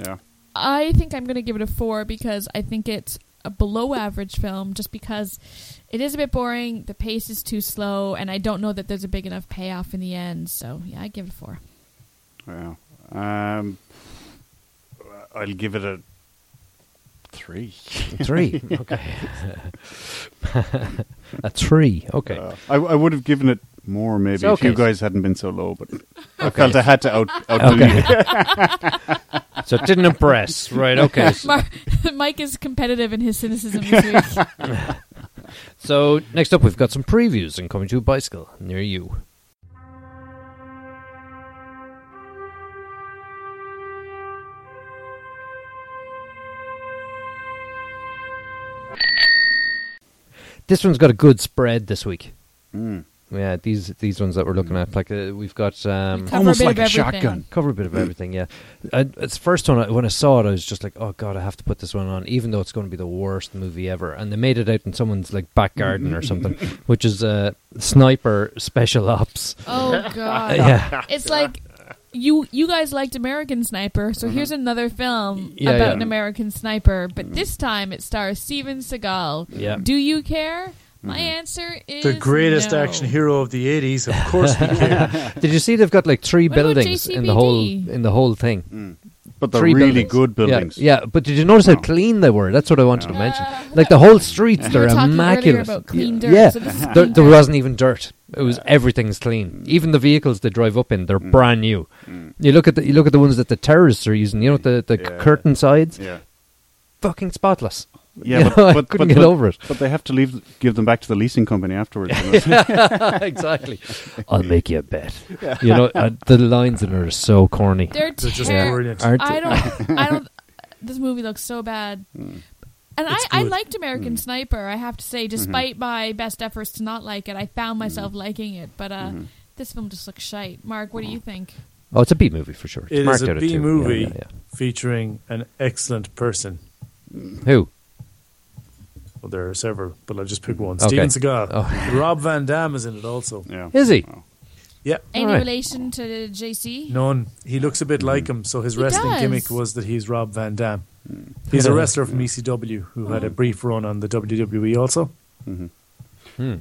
Speaker 5: Yeah.
Speaker 4: I think I'm going to give it a four because I think it's a below average film just because it is a bit boring, the pace is too slow, and I don't know that there's a big enough payoff in the end. So, yeah, I give it a four. <laughs>
Speaker 5: Yeah. Um, I'll give it a three.
Speaker 3: Three. <laughs> okay. a three. Okay.
Speaker 5: Uh, <laughs> I, I would have given it more maybe
Speaker 3: It's
Speaker 5: if you
Speaker 3: okay.
Speaker 5: guys hadn't been so low, but I
Speaker 3: <laughs> Okay.
Speaker 5: felt I had to out, outdo
Speaker 3: Okay. <laughs>
Speaker 5: you. <laughs>
Speaker 3: so it didn't impress. Right. Okay.
Speaker 4: Mar- Mike is competitive in his cynicism
Speaker 3: <laughs>
Speaker 4: this week.
Speaker 3: So next up, we've got some previews and coming to a bicycle near you. This one's got a good spread this week. Yeah, these these ones that we're looking at, like uh, we've got um,
Speaker 4: Cover a
Speaker 5: Almost
Speaker 4: bit
Speaker 5: like
Speaker 4: of
Speaker 5: a
Speaker 4: everything.
Speaker 5: shotgun.
Speaker 3: cover a bit of everything. Yeah, I, it's the first one I, when I saw it, I was just like, "Oh God, I have to put this one on," even though it's going to be the worst movie ever. And they made it out in someone's like back garden or something, which is uh, sniper special ops.
Speaker 4: Oh
Speaker 3: <laughs>
Speaker 4: god.
Speaker 3: yeah,
Speaker 4: It's like you you guys liked American Sniper, so here's another film
Speaker 3: Mm-hmm. Yeah,
Speaker 4: about
Speaker 3: yeah. Mm-hmm.
Speaker 4: an American sniper, but this time it stars Steven Seagal.
Speaker 3: Yeah. Mm-hmm.
Speaker 4: Do you care? My answer is
Speaker 2: The greatest
Speaker 4: no.
Speaker 2: action hero of the 80s, of course we care.
Speaker 4: <laughs>
Speaker 3: did you see they've got like three
Speaker 4: What about
Speaker 3: buildings in the whole
Speaker 4: JCBD?
Speaker 3: in the whole thing?
Speaker 5: But they're
Speaker 3: Three
Speaker 5: really
Speaker 3: buildings.
Speaker 5: good
Speaker 3: Yeah,
Speaker 5: buildings.
Speaker 3: Yeah, but did you notice how
Speaker 5: No.
Speaker 3: clean they were? That's what I wanted to mention.
Speaker 4: Uh,
Speaker 3: Like the whole streets,
Speaker 4: You
Speaker 3: they're
Speaker 4: were talking earlier
Speaker 3: immaculate.
Speaker 4: about
Speaker 3: Yeah.
Speaker 4: clean dirt,
Speaker 3: yeah,
Speaker 4: so this is
Speaker 3: there,
Speaker 4: clean
Speaker 3: there
Speaker 4: dirt.
Speaker 3: wasn't even dirt. It was everything's
Speaker 2: Mm.
Speaker 3: clean. Even the vehicles they drive up in, they're brand new. You look at the you look at the ones that the terrorists are using. You know the the
Speaker 5: Yeah.
Speaker 3: curtain sides, <laughs>
Speaker 5: Yeah.
Speaker 3: fucking
Speaker 2: <laughs>
Speaker 3: spotless. <laughs>
Speaker 5: Yeah,
Speaker 3: You
Speaker 5: but,
Speaker 3: know, I
Speaker 5: but, but-
Speaker 3: couldn't
Speaker 5: but-
Speaker 3: get over it.
Speaker 5: But they have to leave, give them back to the leasing company
Speaker 3: <laughs>
Speaker 5: afterwards. you know.
Speaker 3: exactly.
Speaker 2: Mm.
Speaker 3: I'll make you a bet. You know uh, the lines in it are so corny.
Speaker 4: They're,
Speaker 2: They're just
Speaker 4: ter-
Speaker 2: brilliant.
Speaker 3: Aren't
Speaker 4: I don't I don't <laughs> this movie looks so bad.
Speaker 3: Mm.
Speaker 4: And I,
Speaker 2: It's
Speaker 4: I
Speaker 2: good.
Speaker 4: liked American Sniper, I have to say,
Speaker 3: Mm-hmm.
Speaker 4: despite my best efforts to not like it, I found myself liking it. But uh,
Speaker 3: Mm-hmm.
Speaker 4: this film just looks shite. Mark, what do you think?
Speaker 3: Oh, it's a B movie for sure. It's
Speaker 2: It is
Speaker 3: marked
Speaker 2: a
Speaker 3: out at
Speaker 2: B
Speaker 3: two. Yeah,
Speaker 2: movie
Speaker 3: yeah, yeah.
Speaker 2: featuring an excellent person.
Speaker 3: Who?
Speaker 2: Well, there are several, but I'll just pick one.
Speaker 3: Okay.
Speaker 2: Steven Seagal.
Speaker 3: Oh.
Speaker 2: Rob Van Dam is in it also.
Speaker 5: yeah.
Speaker 3: Is he?
Speaker 2: Oh. Yeah,
Speaker 4: Any
Speaker 3: right.
Speaker 4: relation to JC?
Speaker 2: none. He looks a bit like him, so his
Speaker 4: He
Speaker 2: wrestling
Speaker 4: does.
Speaker 2: gimmick was that he's Rob Van Dam. He's a wrestler from ECW who had a
Speaker 4: Mm.
Speaker 2: brief run on the WWE also.
Speaker 4: <laughs>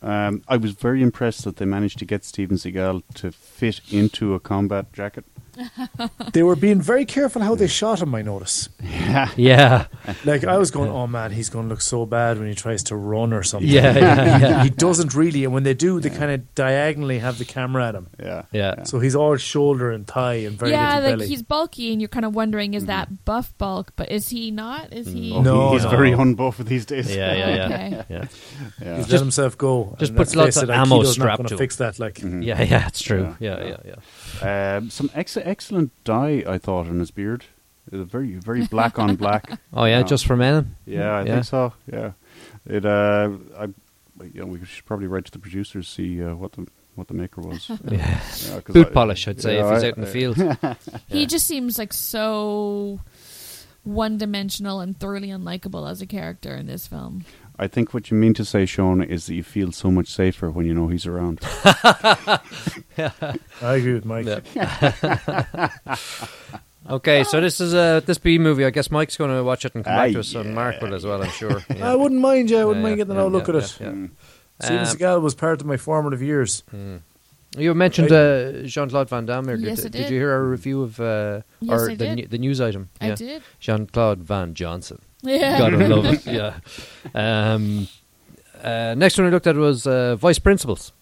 Speaker 5: Um, I was very impressed that they managed to get Steven Seagal to fit into a combat jacket.
Speaker 2: They were being very careful how they shot him, I notice. <laughs>
Speaker 3: Yeah,
Speaker 2: Like, I was going, oh man, he's going to look so bad when he tries to run or something.
Speaker 3: yeah, yeah, yeah.
Speaker 2: <laughs> He doesn't really, and when they do, they kind of diagonally have the camera at him.
Speaker 5: Yeah.
Speaker 3: yeah.
Speaker 2: So he's all shoulder and thigh and very
Speaker 4: yeah,
Speaker 2: little
Speaker 4: like
Speaker 2: belly.
Speaker 4: he's bulky, and you're kind of wondering, is that buff bulk? But is he not? Is he?
Speaker 2: No.
Speaker 5: he's very unbuff these days.
Speaker 3: Yeah, yeah, yeah.
Speaker 4: Okay.
Speaker 3: <laughs> Yeah.
Speaker 5: Yeah.
Speaker 2: He's let himself go.
Speaker 3: just
Speaker 2: and
Speaker 3: puts
Speaker 2: let's
Speaker 3: lots
Speaker 2: face
Speaker 3: of
Speaker 2: it,
Speaker 3: ammo
Speaker 2: Aikido's not
Speaker 3: strapped
Speaker 2: gonna
Speaker 3: to him.
Speaker 2: fix that. Like,
Speaker 3: Yeah, yeah, it's true.
Speaker 5: Yeah,
Speaker 3: Yeah, yeah, yeah.
Speaker 5: Um, some ex- excellent dye I thought on his beard. It was very very black
Speaker 3: <laughs>
Speaker 5: on black.
Speaker 3: Oh yeah,
Speaker 5: Yeah.
Speaker 3: just for men.
Speaker 5: Yeah, I
Speaker 3: Yeah.
Speaker 5: think so. Yeah, it. Uh, I, you know, we should probably write to the producers see uh, what the what the
Speaker 3: <laughs>
Speaker 5: maker was.
Speaker 3: Yeah.
Speaker 5: 'cause
Speaker 3: Boot
Speaker 5: I-
Speaker 3: polish, I'd say,
Speaker 5: yeah,
Speaker 3: if he's
Speaker 5: I-
Speaker 3: out in the
Speaker 5: I-
Speaker 3: field.
Speaker 4: He just seems like so one-dimensional and thoroughly unlikable as a character in this film.
Speaker 5: I think what you mean to say, Sean, is that you feel so much safer when you know he's
Speaker 3: <laughs>
Speaker 5: around.
Speaker 2: I agree with Mike. <laughs>
Speaker 3: <laughs> okay, so this is uh, this B movie. I guess Mike's going to watch it and come back
Speaker 5: Ah,
Speaker 3: to us, and Mark will as well.
Speaker 2: <laughs>
Speaker 3: I'm sure.
Speaker 2: I wouldn't mind you. I wouldn't
Speaker 3: Yeah,
Speaker 2: mind
Speaker 3: yeah,
Speaker 2: getting
Speaker 3: yeah,
Speaker 2: a look
Speaker 3: yeah,
Speaker 2: at Mm. it.
Speaker 3: yeah, yeah.
Speaker 2: Steven
Speaker 3: Um, Mm.
Speaker 2: Seagal was part of my formative years.
Speaker 3: You mentioned uh, Jean Claude Van Damme. earlier.
Speaker 4: Yes, I
Speaker 3: did
Speaker 4: did.
Speaker 3: you hear our review of uh,
Speaker 4: Yes,
Speaker 3: or
Speaker 4: I
Speaker 3: the
Speaker 4: did.
Speaker 3: new- the news item?
Speaker 4: I
Speaker 3: Yeah.
Speaker 4: did.
Speaker 3: Jean Claude Van Johnson.
Speaker 4: Yeah.
Speaker 3: Gotta love it. Yeah. Um, uh, next one we looked at was uh, Vice Principals.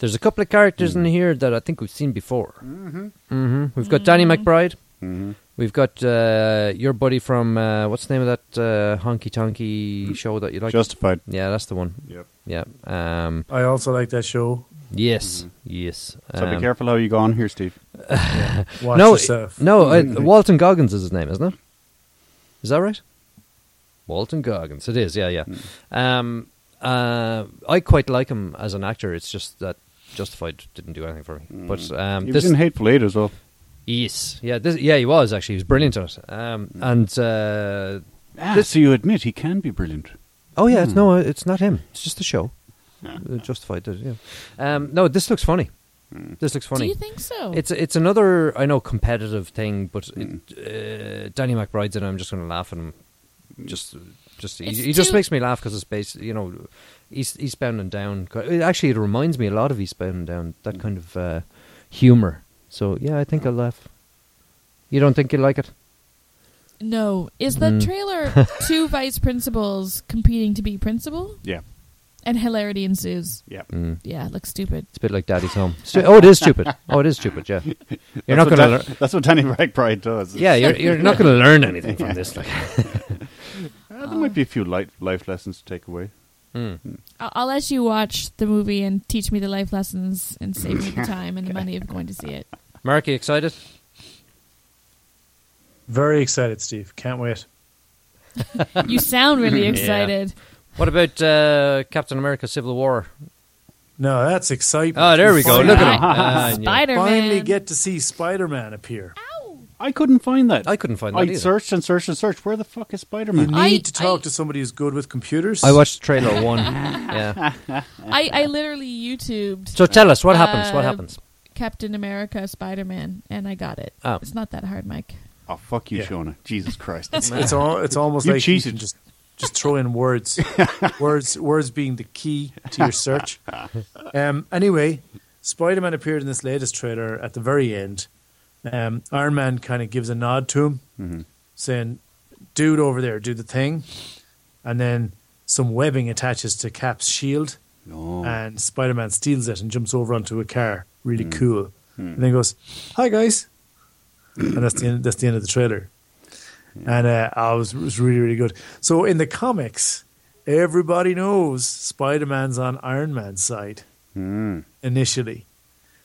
Speaker 3: There's a couple of characters in here that I think we've seen before. Mm-hmm. We've got Danny McBride.
Speaker 5: Mm-hmm.
Speaker 3: We've got uh, your buddy from uh, what's the name of that uh, honky tonky show that you like?
Speaker 5: Justified.
Speaker 3: yeah, that's the one.
Speaker 5: Yep.
Speaker 3: Yeah. Um,
Speaker 2: I also like that show.
Speaker 3: yes. Yes.
Speaker 5: So be
Speaker 3: Um,
Speaker 5: careful how you go on here, Steve.
Speaker 2: Watch
Speaker 3: no,
Speaker 2: yourself.
Speaker 3: No, uh, Walton Goggins is his name, isn't it? Is that right? Walton Goggins. It is. Yeah, yeah. Um, uh, I quite like him as an actor. It's just that Justified didn't do anything for me. But um,
Speaker 5: He
Speaker 3: this
Speaker 5: was in Hateful Eight as well.
Speaker 3: yes, yeah, this, yeah, he was actually. He was brilliant at it. Um, and uh,
Speaker 5: Ah, so you admit he can be brilliant.
Speaker 3: oh yeah, it's, no, it's not him. It's just the show. Uh, Justified did. it, Yeah. Hmm. Um, no, this looks funny. This looks funny.
Speaker 4: Do you think so?
Speaker 3: Oh. It's it's another I know competitive thing, but
Speaker 5: Hmm.
Speaker 3: it, uh, Danny McBride's in. it, I'm just going to laugh at him. Just just he,
Speaker 4: It's
Speaker 3: he just
Speaker 4: too-
Speaker 3: makes me laugh because it's based you know East Eastbound and Down. It- Actually, it reminds me a lot of Eastbound and Down.
Speaker 5: Hmm.
Speaker 3: That kind of uh, humor. So yeah, I think I'll laugh. You don't think you like it?
Speaker 4: no. Is the trailer two vice principals competing to be principal?
Speaker 5: Yeah.
Speaker 4: And hilarity ensues.
Speaker 5: Yeah.
Speaker 3: Mm.
Speaker 4: Yeah, it looks stupid.
Speaker 3: It's a bit like Daddy's Home.
Speaker 4: <laughs>
Speaker 3: Stu- oh, it is stupid. Oh, it is stupid. Yeah, you're not
Speaker 5: <laughs> That's
Speaker 3: going
Speaker 5: what
Speaker 3: to.
Speaker 5: Dan- That's what Danny <laughs> McBride does.
Speaker 3: yeah, you're you're not going to learn anything
Speaker 5: <laughs>
Speaker 3: from this. Like,
Speaker 5: Uh, there might be a few life, life lessons to take away.
Speaker 4: I'll, I'll let you watch the movie and teach me the life lessons and save me the time and the money of going to see it.
Speaker 3: Mark, you excited?
Speaker 2: Very excited, Steve. Can't wait.
Speaker 4: You sound really
Speaker 3: Yeah.
Speaker 4: excited.
Speaker 3: What about uh, Captain America: Civil War?
Speaker 2: No, that's exciting.
Speaker 3: Oh, there we go. Look
Speaker 2: Finally-
Speaker 3: at him.
Speaker 4: <laughs>
Speaker 3: Ah, I knew it.
Speaker 4: Spider
Speaker 2: Finally
Speaker 4: Man.
Speaker 2: get to see Spider Man appear.
Speaker 5: I couldn't find that.
Speaker 3: I couldn't find that
Speaker 5: I
Speaker 3: either.
Speaker 5: searched and searched and searched. Where the fuck is Spider
Speaker 2: You
Speaker 5: Man?
Speaker 2: need
Speaker 4: I-
Speaker 2: to talk
Speaker 4: I-
Speaker 2: to somebody who's good with computers.
Speaker 3: I watched trailer one. Yeah.
Speaker 4: I, I literally YouTubed
Speaker 3: So tell us what happens. What
Speaker 4: Uh,
Speaker 3: happens?
Speaker 4: Captain America Spider Man and I got it.
Speaker 3: Oh.
Speaker 4: It's not that hard, Mike.
Speaker 5: <laughs> Oh, fuck you,
Speaker 2: Yeah.
Speaker 5: Shona. Jesus <laughs> Christ.
Speaker 2: It's, it's, al- it's almost
Speaker 5: You
Speaker 2: like you
Speaker 5: cheated.
Speaker 2: can just just throw in
Speaker 5: <laughs>
Speaker 2: words, words, words being the key to your search. Um, anyway, Spider Man appeared in this latest trailer at the very end. Um, Iron Man kind of gives a nod to him,
Speaker 5: Mm-hmm.
Speaker 2: saying, "Dude over there, do the thing," and then some webbing attaches to Cap's shield,
Speaker 5: Oh.
Speaker 2: and Spider Man steals it and jumps over onto a car.
Speaker 5: Mm.
Speaker 2: Really cool. And then goes, "Hi guys," and that's the end, that's the end of the trailer and uh, I was it was really really good. So in the comics, everybody knows Spider Man's on Iron Man's side initially,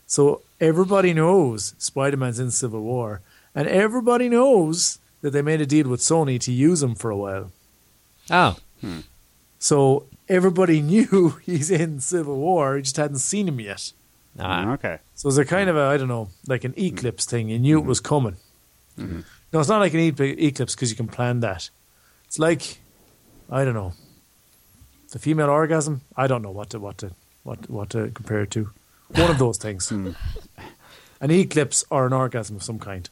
Speaker 2: so everybody knows Spider Man's in Civil War, and everybody knows that they made a deal with Sony to use him for a while.
Speaker 3: Oh,
Speaker 2: So everybody <laughs> knew he's in Civil War, you just hadn't seen him yet.
Speaker 3: ah.
Speaker 5: Okay.
Speaker 2: So it's a kind of a, I don't know, like an eclipse thing. You knew it was coming. No, it's not like an e- eclipse because you can plan that. It's like, I don't know, the female orgasm. I don't know what to what to what what to compare it to. One of those things. An eclipse or an orgasm of some kind.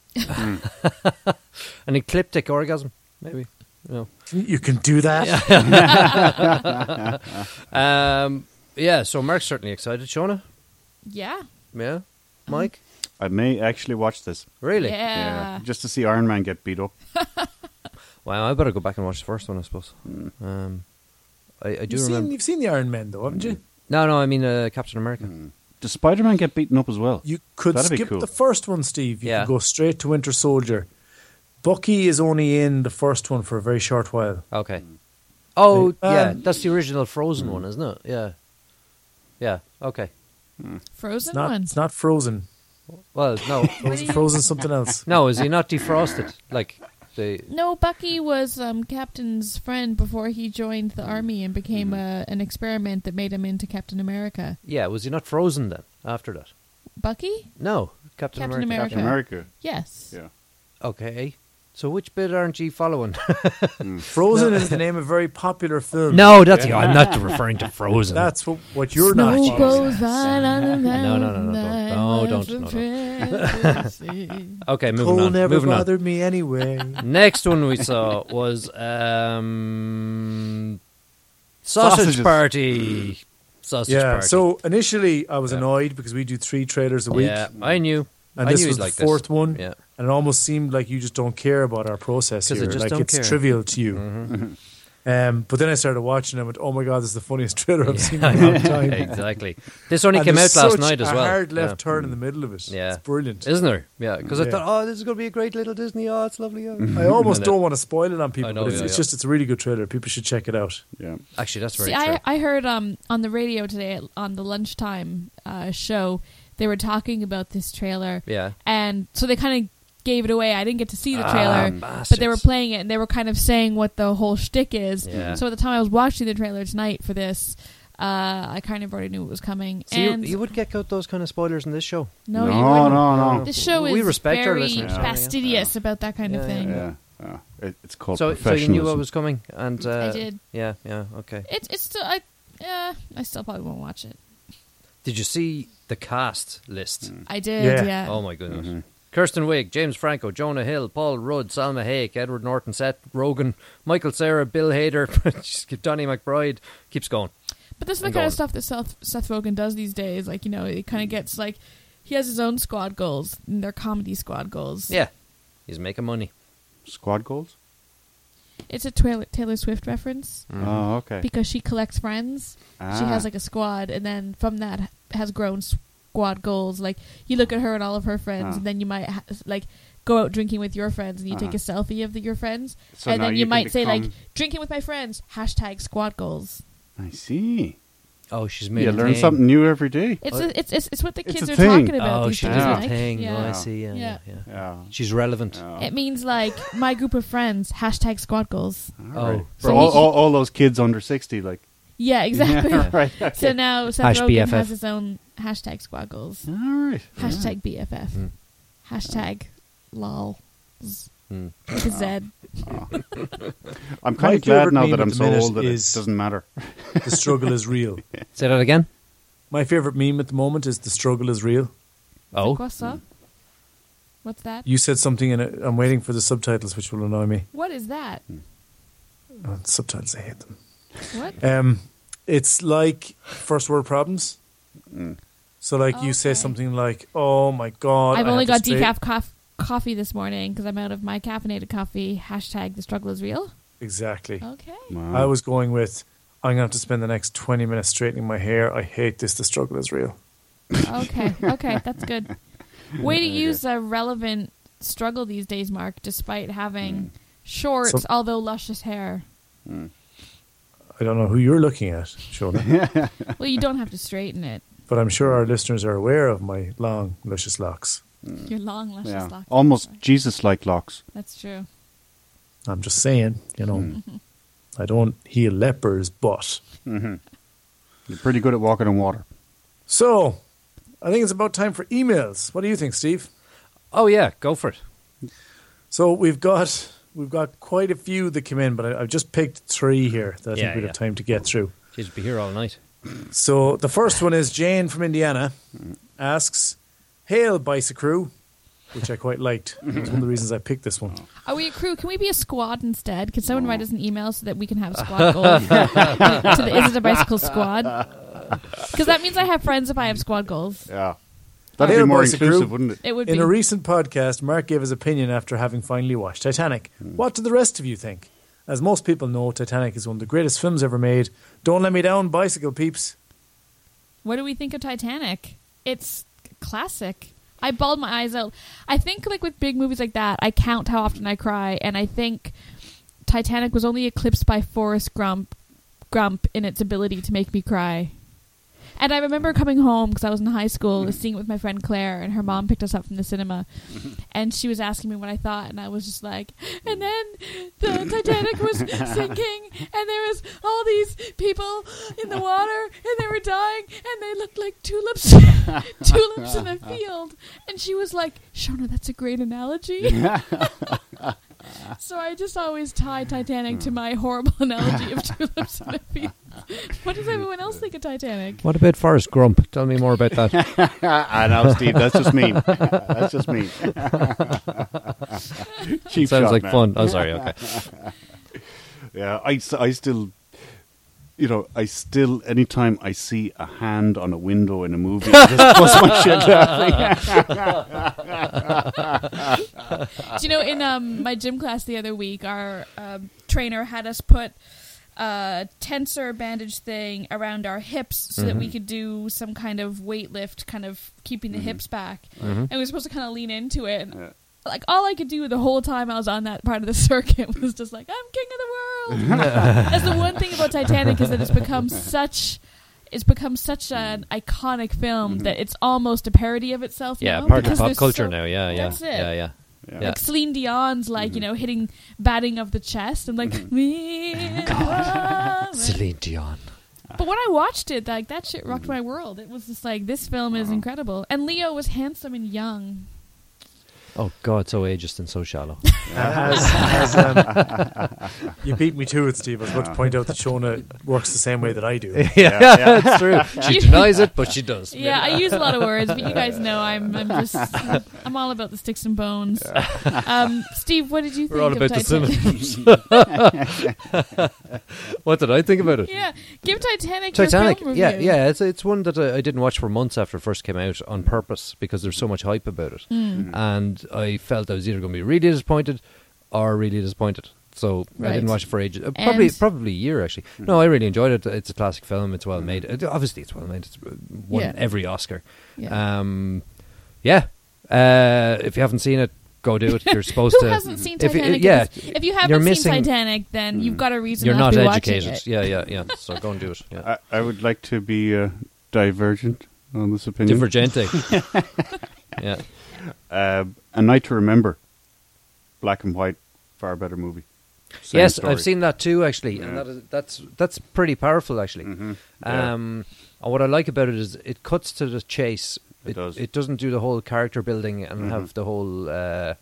Speaker 3: an ecliptic orgasm, maybe. No.
Speaker 2: You can do that.
Speaker 3: Um, yeah. So Mark's certainly excited. Shona,
Speaker 4: Yeah.
Speaker 3: yeah. Mike,
Speaker 5: I may actually watch this.
Speaker 3: really?
Speaker 4: Yeah.
Speaker 5: Just to see Iron Man get beat up.
Speaker 3: Wow. I better go back and watch the first one, I suppose. Um, I, I do
Speaker 2: You've seen,
Speaker 3: remember.
Speaker 2: you've seen the Iron Man though, haven't you?
Speaker 3: No, no. I mean uh, Captain America.
Speaker 5: Does Spider Man get beaten up as well?
Speaker 2: You could
Speaker 5: That'd be
Speaker 2: skip
Speaker 5: cool.
Speaker 2: the first one, Steve. You
Speaker 3: Yeah.
Speaker 2: can go straight to Winter Soldier. Bucky is only in the first one for a very short while.
Speaker 3: Okay. Oh, yeah.
Speaker 2: Um,
Speaker 3: That's the original Frozen one, isn't it? Yeah. Yeah. Okay.
Speaker 4: Frozen
Speaker 2: It's not,
Speaker 4: one.
Speaker 2: it's not frozen.
Speaker 3: Well, no. <laughs>
Speaker 4: What do you-
Speaker 2: Frozen something else.
Speaker 3: no. Is he not defrosted? Like the
Speaker 4: No, Bucky was um, Captain's friend before he joined the army and became
Speaker 3: Mm-hmm.
Speaker 4: uh an experiment that made him into Captain America.
Speaker 3: yeah? Was he not frozen then? After that?
Speaker 4: Bucky?
Speaker 3: No. Captain,
Speaker 4: Captain
Speaker 3: America.
Speaker 5: Captain America.
Speaker 4: Yes.
Speaker 5: Yeah.
Speaker 3: Okay. So which bit aren't you following?
Speaker 2: Frozen is the name of a very popular film.
Speaker 3: <laughs>
Speaker 2: <laughs>
Speaker 3: no, that's I'm not referring to Frozen.
Speaker 2: That's what, what you're not.
Speaker 4: Snow goes on
Speaker 3: <laughs>
Speaker 4: and
Speaker 3: No, no, no, no, don't. No, don't, no, <laughs> okay, moving
Speaker 2: Coal
Speaker 3: on.
Speaker 2: never
Speaker 3: moving on.
Speaker 2: bothered me
Speaker 4: <laughs>
Speaker 2: anyway.
Speaker 3: Next one we saw was
Speaker 2: <laughs>
Speaker 3: um, sausage
Speaker 5: Sausages.
Speaker 3: party. Sausage
Speaker 2: yeah.
Speaker 3: party.
Speaker 2: So initially, I was annoyed because we do three trailers a week,
Speaker 3: yeah, I knew.
Speaker 2: and
Speaker 3: I
Speaker 2: this
Speaker 3: knew
Speaker 2: was
Speaker 3: he'd like
Speaker 2: the fourth
Speaker 3: this.
Speaker 2: one.
Speaker 3: Yeah.
Speaker 2: And it almost seemed like you just don't care about our process
Speaker 3: 'Cause I
Speaker 2: here.
Speaker 3: just
Speaker 2: like
Speaker 3: don't
Speaker 2: it's
Speaker 3: care. Mm-hmm.
Speaker 2: trivial to you. Um, but then I started watching and went, "Oh my god, this is the funniest trailer <laughs> I've
Speaker 3: <laughs>
Speaker 2: seen in a long time."
Speaker 3: exactly. This only
Speaker 2: And
Speaker 3: came out
Speaker 2: there's
Speaker 3: last
Speaker 2: such
Speaker 3: night as
Speaker 2: a
Speaker 3: well.
Speaker 2: Hard left
Speaker 3: Yeah. Mm-hmm.
Speaker 2: turn in the middle of it.
Speaker 3: Yeah.
Speaker 2: It's brilliant.
Speaker 3: Isn't there? Yeah, because I
Speaker 2: Yeah.
Speaker 3: thought, oh, this is going to be a great little Disney. Oh, it's lovely. Oh.
Speaker 2: <laughs> I almost
Speaker 3: <laughs> And
Speaker 2: don't want to spoil it on people,
Speaker 3: I know,
Speaker 2: but it's,
Speaker 3: yeah,
Speaker 2: it's
Speaker 3: yeah.
Speaker 2: just it's a really good trailer. People should check it out.
Speaker 5: Yeah.
Speaker 3: then- Actually, that's very
Speaker 4: See,
Speaker 3: true.
Speaker 4: I, I heard um, on the radio today at- on the lunchtime uh, show, they were talking about this trailer.
Speaker 3: Yeah.
Speaker 4: And so they kind of gave it away. I didn't get to see the
Speaker 3: Ah,
Speaker 4: trailer, but they were
Speaker 3: bastards.
Speaker 4: playing it and they were kind of saying what the whole shtick is.
Speaker 3: Yeah.
Speaker 4: So at the time I was watching the trailer tonight for this, uh, I kind of already knew it was coming.
Speaker 3: So you,
Speaker 4: and
Speaker 3: you would get out those kind of spoilers in this show.
Speaker 4: no, you
Speaker 5: no,
Speaker 4: wouldn't.
Speaker 5: no, no.
Speaker 4: This show is
Speaker 3: We respect our
Speaker 4: very
Speaker 3: listeners, yeah.
Speaker 4: fastidious about that kind of
Speaker 3: Yeah, yeah,
Speaker 4: thing.
Speaker 5: Yeah. Uh, it, it's called
Speaker 3: So, so you
Speaker 5: professionalism.
Speaker 3: knew what was coming, and uh,
Speaker 4: I did.
Speaker 3: Yeah, yeah, okay.
Speaker 4: It's it's still I uh, I still probably won't watch it.
Speaker 3: Did you see the cast list?
Speaker 5: Hmm.
Speaker 4: I did,
Speaker 2: Yeah.
Speaker 4: yeah.
Speaker 3: Oh my goodness!
Speaker 5: Mm-hmm.
Speaker 3: Kirsten Wiig, James Franco, Jonah Hill, Paul Rudd, Salma Hayek, Edward Norton, Seth Rogen, Michael Sarah, Bill Hader, <laughs> just keep- Donnie McBride keeps going.
Speaker 4: But this is the
Speaker 3: And
Speaker 4: kind
Speaker 3: go on.
Speaker 4: of stuff that Seth, Seth Rogen does these days. Like, you know, it
Speaker 5: Mm.
Speaker 4: kind of gets like he has his own squad goals, and they're comedy squad goals.
Speaker 3: Yeah, he's making money.
Speaker 5: Squad goals?
Speaker 4: It's a Taylor, Taylor Swift reference
Speaker 3: Mm-hmm.
Speaker 5: Oh, okay.
Speaker 4: because she collects friends. She
Speaker 5: Ah.
Speaker 4: has like a squad, and then from that has grown squad goals. Like, you look at her and all of her friends,
Speaker 5: Ah.
Speaker 4: and then you might ha- like go out drinking with your friends, and you take a selfie of the, your friends,
Speaker 5: Uh-huh. So
Speaker 4: and
Speaker 5: now
Speaker 4: then
Speaker 5: you
Speaker 4: you
Speaker 5: can
Speaker 4: might say like
Speaker 5: become-
Speaker 4: drinking with my friends hashtag squad goals.
Speaker 5: I see.
Speaker 7: Oh, she's made.
Speaker 5: You
Speaker 7: a
Speaker 5: learn
Speaker 7: thing.
Speaker 5: something new every day.
Speaker 4: It's, a, it's it's it's what the
Speaker 5: It's
Speaker 4: kids
Speaker 5: a
Speaker 4: are
Speaker 5: thing.
Speaker 4: talking about.
Speaker 7: Oh,
Speaker 4: these
Speaker 7: she
Speaker 4: days,
Speaker 7: does
Speaker 5: Yeah.
Speaker 7: a
Speaker 4: like.
Speaker 7: thing.
Speaker 4: Yeah.
Speaker 7: Oh, I see. Yeah, yeah.
Speaker 4: Yeah.
Speaker 7: yeah.
Speaker 5: Yeah.
Speaker 7: She's relevant.
Speaker 4: It means like my group of friends hashtag squad goals.
Speaker 7: Oh,
Speaker 5: Right.
Speaker 7: so
Speaker 5: for all,
Speaker 7: he-
Speaker 5: all, all those kids under sixty, like <laughs>
Speaker 4: Yeah, exactly.
Speaker 5: Yeah, <laughs> right.
Speaker 4: So now Seth
Speaker 7: Hash
Speaker 4: Rogen
Speaker 7: BFF.
Speaker 4: has his own hashtag squad goals.
Speaker 5: All right.
Speaker 4: Hashtag BFF.
Speaker 2: Hmm.
Speaker 4: Hashtag lol. Z.
Speaker 2: Hmm.
Speaker 7: Mm.
Speaker 4: With a Z.
Speaker 5: I'm kind
Speaker 2: My
Speaker 5: of glad
Speaker 2: favourite
Speaker 5: now
Speaker 2: meme
Speaker 5: that
Speaker 2: at
Speaker 5: I'm
Speaker 2: the
Speaker 5: so
Speaker 2: minute
Speaker 5: old that
Speaker 2: is-
Speaker 5: it doesn't matter.
Speaker 2: The struggle is real.
Speaker 5: oh.
Speaker 7: Say that again.
Speaker 2: My favorite meme at the moment is the struggle is real.
Speaker 7: Oh,
Speaker 4: What's up? What's that?
Speaker 2: Hmm. You said something, and it- I'm waiting for the subtitles, which will annoy me.
Speaker 4: What is that?
Speaker 2: Hmm. Oh, subtitles, I hate them.
Speaker 4: What?
Speaker 2: Um, it's like first world problems. So, like, you say
Speaker 4: Okay.
Speaker 2: something like, "Oh my god,
Speaker 4: I've
Speaker 2: I
Speaker 4: only
Speaker 2: have
Speaker 4: got
Speaker 2: to stay-
Speaker 4: decaf cof- coffee this morning because I'm out of my caffeinated coffee. Hashtag the struggle is real.
Speaker 2: Exactly.
Speaker 4: Okay.
Speaker 2: I was going with, "I'm gonna have to spend the next 20 minutes straightening my hair. I hate this. The struggle is real."
Speaker 4: Okay. Okay. That's
Speaker 5: <laughs>
Speaker 4: good. Way to use a relevant struggle these days, Mark, despite having
Speaker 5: Mm.
Speaker 4: shorts,
Speaker 2: Some-
Speaker 4: although luscious hair.
Speaker 2: I don't know who you're looking at, Shona,
Speaker 4: Well, you don't have to straighten
Speaker 5: <laughs>
Speaker 4: it.
Speaker 2: but I'm sure our listeners are aware of my long, luscious locks.
Speaker 4: Your long, luscious
Speaker 5: Mm. Yeah.
Speaker 4: locks.
Speaker 5: Almost
Speaker 4: Sorry.
Speaker 5: Jesus-like locks.
Speaker 4: That's true.
Speaker 2: I'm just saying, you know,
Speaker 7: Hmm.
Speaker 2: Mm-hmm. I don't heal lepers, but.
Speaker 5: You're pretty good at walking on water.
Speaker 2: So, I think it's about time for emails. What do you think, Steve?
Speaker 7: oh yeah. Go for it.
Speaker 2: So we've got we've got quite a few that came in, but I, I've just picked three here that I
Speaker 7: Yeah,
Speaker 2: think we'd
Speaker 7: yeah.
Speaker 2: have time to get through.
Speaker 7: She's be here all night.
Speaker 2: So the first one is Jane from Indiana
Speaker 7: Mm.
Speaker 2: asks, "Hail, Bicicrew," which I quite liked. It was one
Speaker 7: <laughs>
Speaker 2: of the reasons I picked this one.
Speaker 4: Are we a crew? Can we be a squad instead? Can someone write us an email so that we can have squad
Speaker 5: <laughs>
Speaker 4: goals <laughs> to the Is It a Bicycle squad? Because that means I have friends if I have squad goals.
Speaker 5: Yeah. That'd
Speaker 2: Hail,
Speaker 5: be more
Speaker 2: boys and
Speaker 5: inclusive,
Speaker 2: crew.
Speaker 5: wouldn't it?
Speaker 4: It would
Speaker 2: In
Speaker 4: be.
Speaker 2: a recent podcast, Mark gave his opinion after having finally watched Titanic. What do the rest of you think? As most people know, Titanic is one of the greatest films ever made. Don't let me down, bicycle peeps.
Speaker 4: what do we think of Titanic? It's classic. I bawled my eyes out. I think like with big movies like that, I count how often I cry, and I think Titanic was only eclipsed by Forrest Grump, Grump in its ability to make me cry. And I remember coming home because I was in high school, and seeing it with my friend Claire, and her mom picked us up from the cinema, and she was asking me what I thought, and I was just like, and then the Titanic was sinking, and there was all these people in the water, and they were dying, and they looked like tulips, tulips in a field, and she was like, Shona, that's a great analogy. So I just always tie Titanic to my horrible analogy of tulips in a field. What does everyone else think of
Speaker 3: <laughs>
Speaker 4: Titanic?
Speaker 7: What about Forrest Grump? Tell me more about that.
Speaker 5: I know, Steve. That's just mean. <laughs> that's just mean. Cheap
Speaker 7: Sounds
Speaker 5: shot,
Speaker 7: like
Speaker 5: man.
Speaker 7: fun. Oh, sorry.
Speaker 4: <laughs>
Speaker 7: Okay.
Speaker 5: Yeah, I, s- I still, you know, I still, anytime I see a hand on a window in a movie, I just bust my shit laughing.
Speaker 4: Do you know in um, my gym class the other week, our um, trainer had us put a tensor bandage thing around our hips so that
Speaker 7: Mm-hmm.
Speaker 4: we could do some kind of weight lift, kind of keeping the hips back.
Speaker 7: Mm-hmm.
Speaker 4: And we were supposed to kind of lean into it. And, Like all I could do the whole time I was on that part of the <laughs> circuit was just like I'm king of the
Speaker 7: <laughs>
Speaker 4: world. That's the one thing about Titanic is that it's become such. It's become such an iconic film that it's almost a parody of itself.
Speaker 7: Yeah,
Speaker 4: now
Speaker 7: part of
Speaker 4: because
Speaker 7: pop
Speaker 4: there's
Speaker 7: culture
Speaker 4: so-
Speaker 7: now. Yeah, yeah,
Speaker 4: That's it.
Speaker 7: yeah, yeah.
Speaker 5: Yeah.
Speaker 7: Yeah.
Speaker 4: Like Celine Dion's like,
Speaker 3: Mm-hmm.
Speaker 4: you know, hitting batting of the chest and like
Speaker 3: Oh,
Speaker 4: we are-
Speaker 7: Celine Dion.
Speaker 4: But when I watched it, like that shit
Speaker 3: Mm-hmm.
Speaker 4: rocked my world. It was just like this film
Speaker 3: Uh-huh.
Speaker 4: is incredible. And Leo was handsome and young.
Speaker 7: Oh God, so ageist and so shallow. <laughs>
Speaker 2: As- as, um, you beat me to it, Steve. I was about to point out that Shona works the same way that I do.
Speaker 7: yeah, that's true.
Speaker 4: <laughs>
Speaker 7: She denies it, but she does.
Speaker 4: Yeah, I use a lot of words, but you guys know
Speaker 3: <laughs>
Speaker 4: I'm I'm just I'm all about the sticks and bones. Um, Steve, what did you think
Speaker 7: We're all
Speaker 4: of
Speaker 7: about the
Speaker 4: Titanic?
Speaker 7: synonyms. what did I think about it?
Speaker 4: <laughs> yeah, give Titanic,
Speaker 7: Titanic.
Speaker 4: your film
Speaker 7: Yeah,
Speaker 4: review.
Speaker 7: yeah. It's it's one that I, I didn't watch for months after it first came out on purpose because there's so much hype about it,
Speaker 4: Hmm.
Speaker 7: and I felt I was either going to be really disappointed or really disappointed. So I didn't
Speaker 4: Right.
Speaker 7: watch it for ages. Uh, Probably
Speaker 4: And-
Speaker 7: probably a year actually. No, I really enjoyed it. It's a classic film. It's well made. It- obviously, it's well made. It's uh, won
Speaker 4: Yeah.
Speaker 7: every Oscar.
Speaker 4: Yeah.
Speaker 7: Um, yeah. Uh, if you haven't seen it,
Speaker 3: go do it.
Speaker 4: <laughs>
Speaker 3: You're supposed
Speaker 4: Who
Speaker 3: to.
Speaker 4: hasn't seen
Speaker 3: If you-
Speaker 4: Titanic?
Speaker 3: yeah,
Speaker 4: If- if you haven't
Speaker 3: you're
Speaker 4: seen
Speaker 3: missing- Mm.
Speaker 4: Titanic, then you've got a reason.
Speaker 3: You're not
Speaker 4: not, to be watching
Speaker 3: educated.
Speaker 4: It.
Speaker 3: Yeah, yeah, yeah. So go and do it.
Speaker 4: <laughs>
Speaker 3: Yeah.
Speaker 5: I, I would like to be uh, divergent on this opinion.
Speaker 3: Divergente.
Speaker 5: <laughs>
Speaker 3: yeah.
Speaker 5: Uh, A Night to Remember, black and white, far better movie. Same
Speaker 3: yes,
Speaker 5: story.
Speaker 3: I've seen that too, actually, and
Speaker 5: Yeah. Mm-hmm.
Speaker 3: that is, that's that's pretty powerful, actually.
Speaker 5: Yeah.
Speaker 3: Um, and what I like about it is it cuts to the chase.
Speaker 5: It does. Mm-hmm.
Speaker 3: It doesn't do the whole character building and have the whole, uh,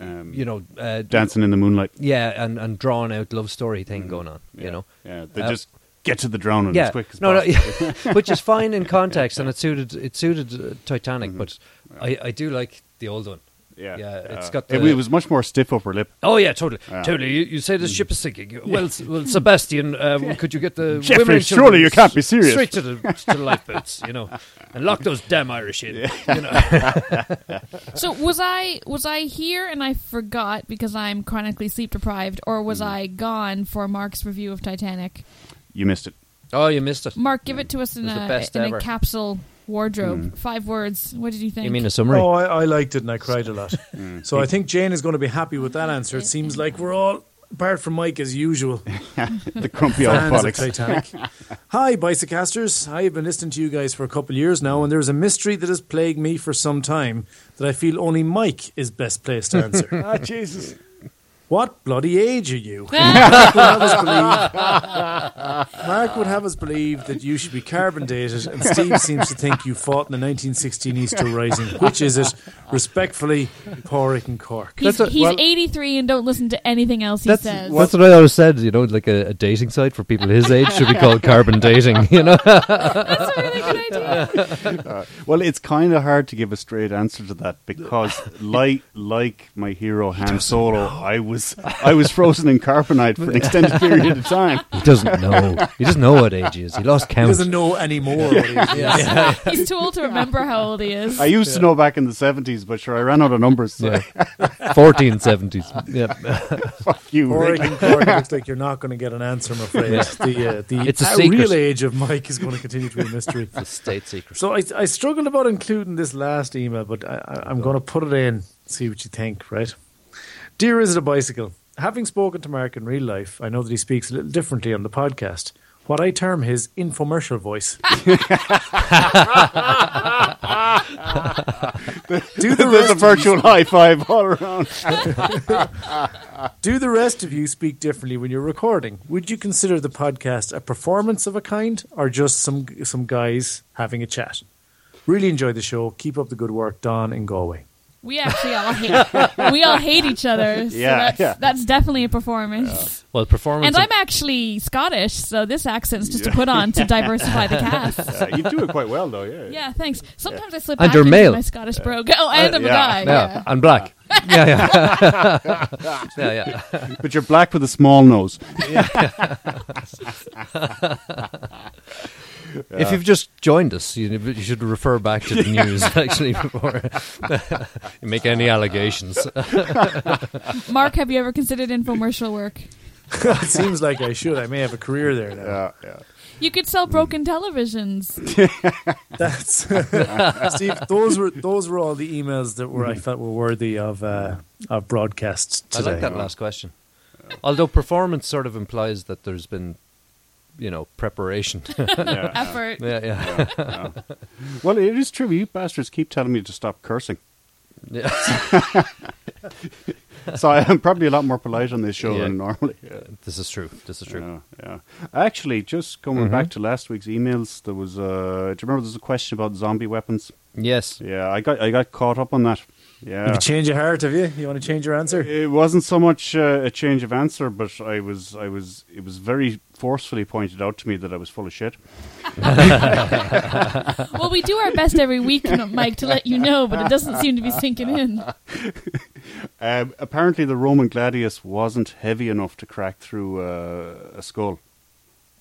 Speaker 5: Um,
Speaker 3: you know, uh,
Speaker 5: Dancing in the Moonlight.
Speaker 3: yeah, and, and drawn out love story thing going on.
Speaker 5: mm-hmm. Yeah,
Speaker 3: You know,
Speaker 5: yeah, they
Speaker 3: Uh,
Speaker 5: just get to the drowning
Speaker 3: yeah,
Speaker 5: as quick as
Speaker 3: no,
Speaker 5: possible.
Speaker 3: no, yeah. <laughs> which is fine
Speaker 5: <laughs>
Speaker 3: in context, and it suited it suited uh, Titanic,
Speaker 5: Mm-hmm.
Speaker 3: but I, I do like the old one.
Speaker 5: yeah,
Speaker 3: yeah, it's
Speaker 5: Uh,
Speaker 3: got
Speaker 5: it,
Speaker 3: the-
Speaker 5: it was much more stiff upper lip.
Speaker 3: Oh yeah, totally,
Speaker 5: Yeah.
Speaker 3: totally. You, you say the ship is sinking. Well, s- well, Sebastian, uh, could you get the
Speaker 5: Jeffrey,
Speaker 3: women? and
Speaker 5: surely
Speaker 3: children
Speaker 5: you can't be
Speaker 3: s-
Speaker 5: serious.
Speaker 3: Straight to the to the lifeboats, you know, and lock those damn Irish in. You know,
Speaker 4: So was I was I here and I forgot because I'm chronically sleep deprived, or was
Speaker 3: Mm-hmm.
Speaker 4: I gone for Mark's review of Titanic?
Speaker 5: You missed it.
Speaker 3: oh, you missed it.
Speaker 4: Mark, give it to us in
Speaker 3: It was the
Speaker 4: a
Speaker 3: best
Speaker 4: in
Speaker 3: ever.
Speaker 4: a capsule wardrobe. Five words. What did you think?
Speaker 3: Mm. You mean a summary?
Speaker 2: Oh, I, I liked it and I cried a lot. so I think Jane is going to be happy with that answer. It seems like we're all, apart from Mike as usual,
Speaker 5: The crumpy old
Speaker 2: fans of
Speaker 5: bollocks.
Speaker 2: Titanic. Hi, Bicycasters. I have been listening to you guys for a couple of years now, and there's a mystery that has plagued me for some time that I feel only Mike is best placed to answer.
Speaker 5: <laughs> Ah, Jesus.
Speaker 2: What bloody age are you? Mark would have us believe that you should be carbon dated, and Steve seems to think you fought in the 1916 Easter Rising. Which is it? Respectfully, Porrick and Cork.
Speaker 4: He's,
Speaker 3: That's a-
Speaker 4: he's
Speaker 3: well-
Speaker 4: 83 and don't listen to anything else he says.
Speaker 3: what I always said. You know, like a, a dating site for people his age should be called carbon dating. You know,
Speaker 4: That's a really good
Speaker 3: <laughs>
Speaker 4: idea.
Speaker 5: Well, it's kind of hard to give a straight answer to that because, like, like my hero Han Solo, I was I was frozen in carbonite for an extended period of time.
Speaker 3: he doesn't know. He doesn't know what age he is. He lost
Speaker 2: He
Speaker 3: count.
Speaker 2: doesn't know anymore. What he is.
Speaker 4: He's too old to remember how old he is.
Speaker 5: I used to know back in the seventies, but sure, I ran out of numbers. So
Speaker 3: Yeah.
Speaker 5: <laughs>
Speaker 3: 1470s. Yeah.
Speaker 5: fuck
Speaker 3: <laughs>
Speaker 5: you,
Speaker 2: Porrick
Speaker 5: Rick.
Speaker 2: and Cork. Looks like you're not going to get an answer. I'm afraid. The uh, the
Speaker 3: <laughs> It's a
Speaker 2: uh,
Speaker 3: secret.
Speaker 2: real age of Mike is going to continue to be a mystery.
Speaker 3: State secret.
Speaker 2: So I, I struggled about including this last email, but I, I, I'm going to put it in, see what you think, right? Dear Is It a Bicycle? Having spoken to Mark in real life, I know that he speaks a little differently on the podcast. What I term his infomercial
Speaker 3: <laughs>
Speaker 2: voice. do, the
Speaker 5: There's a
Speaker 2: rest,
Speaker 5: virtual high five all around.
Speaker 2: do the rest of you speak differently when you're recording? Would you consider the podcast a performance of a kind or just some, some guys having a chat? Really enjoy the show. Keep up the good work, Don in Galway. <laughs>
Speaker 4: We actually all hate. we all hate each
Speaker 3: <laughs>
Speaker 4: other. So
Speaker 5: Yeah,
Speaker 4: that's,
Speaker 5: yeah.
Speaker 4: that's definitely a performance.
Speaker 3: Well, performance.
Speaker 4: And I'm actually Scottish, so this accent's just to put on
Speaker 3: <laughs>
Speaker 4: to diversify the cast.
Speaker 5: <laughs> Yeah, you do it quite well, though. Yeah.
Speaker 4: Yeah, thanks. Sometimes I slip
Speaker 3: And
Speaker 4: back
Speaker 3: you're
Speaker 4: into
Speaker 3: male.
Speaker 4: my Scottish brogue. <laughs> Oh, and I'm a
Speaker 5: yeah.
Speaker 4: guy.
Speaker 3: yeah,
Speaker 4: Yeah.
Speaker 3: and black.
Speaker 4: <laughs>
Speaker 3: Yeah, yeah, yeah, <laughs> yeah.
Speaker 5: But you're black with a small nose.
Speaker 3: If you've just joined us, you, you should refer back <laughs> to the news actually before <laughs> you make any <laughs> allegations.
Speaker 4: Mark, have you ever considered infomercial work?
Speaker 2: It seems like I should. I may have a career there now.
Speaker 5: <laughs> Yeah, yeah.
Speaker 4: You could sell broken televisions.
Speaker 2: That's <laughs> Steve. Those were those were all the emails that were I felt were worthy of uh, of broadcast
Speaker 3: Mm-hmm. I
Speaker 2: today.
Speaker 3: like that last question. Uh, Although performance sort of implies that there's been, you know, <laughs> preparation.
Speaker 5: yeah.
Speaker 4: Effort.
Speaker 3: yeah, yeah.
Speaker 5: Well, it is true. You bastards keep telling me to stop cursing. <laughs> So I'm probably a lot more polite on this show
Speaker 3: Yeah.
Speaker 5: than normally. Yeah.
Speaker 3: This is true. This is true.
Speaker 5: Yeah, yeah. Actually, just going back to last week's emails, there was. Uh, do you remember there was a question about zombie weapons?
Speaker 3: Yes.
Speaker 5: Yeah, I got I got caught up on that.
Speaker 2: Did
Speaker 5: Yeah.
Speaker 2: you change your heart? Have you? You want to change your answer?
Speaker 5: It wasn't so much uh, a change of answer, but I was, I was, it was very forcefully pointed out to me that I was full of shit.
Speaker 4: Well, we do our best every week, M- Mike, to let you know, but it doesn't seem to be sinking in.
Speaker 5: Um, apparently, the Roman gladius wasn't heavy enough to crack through uh, a skull.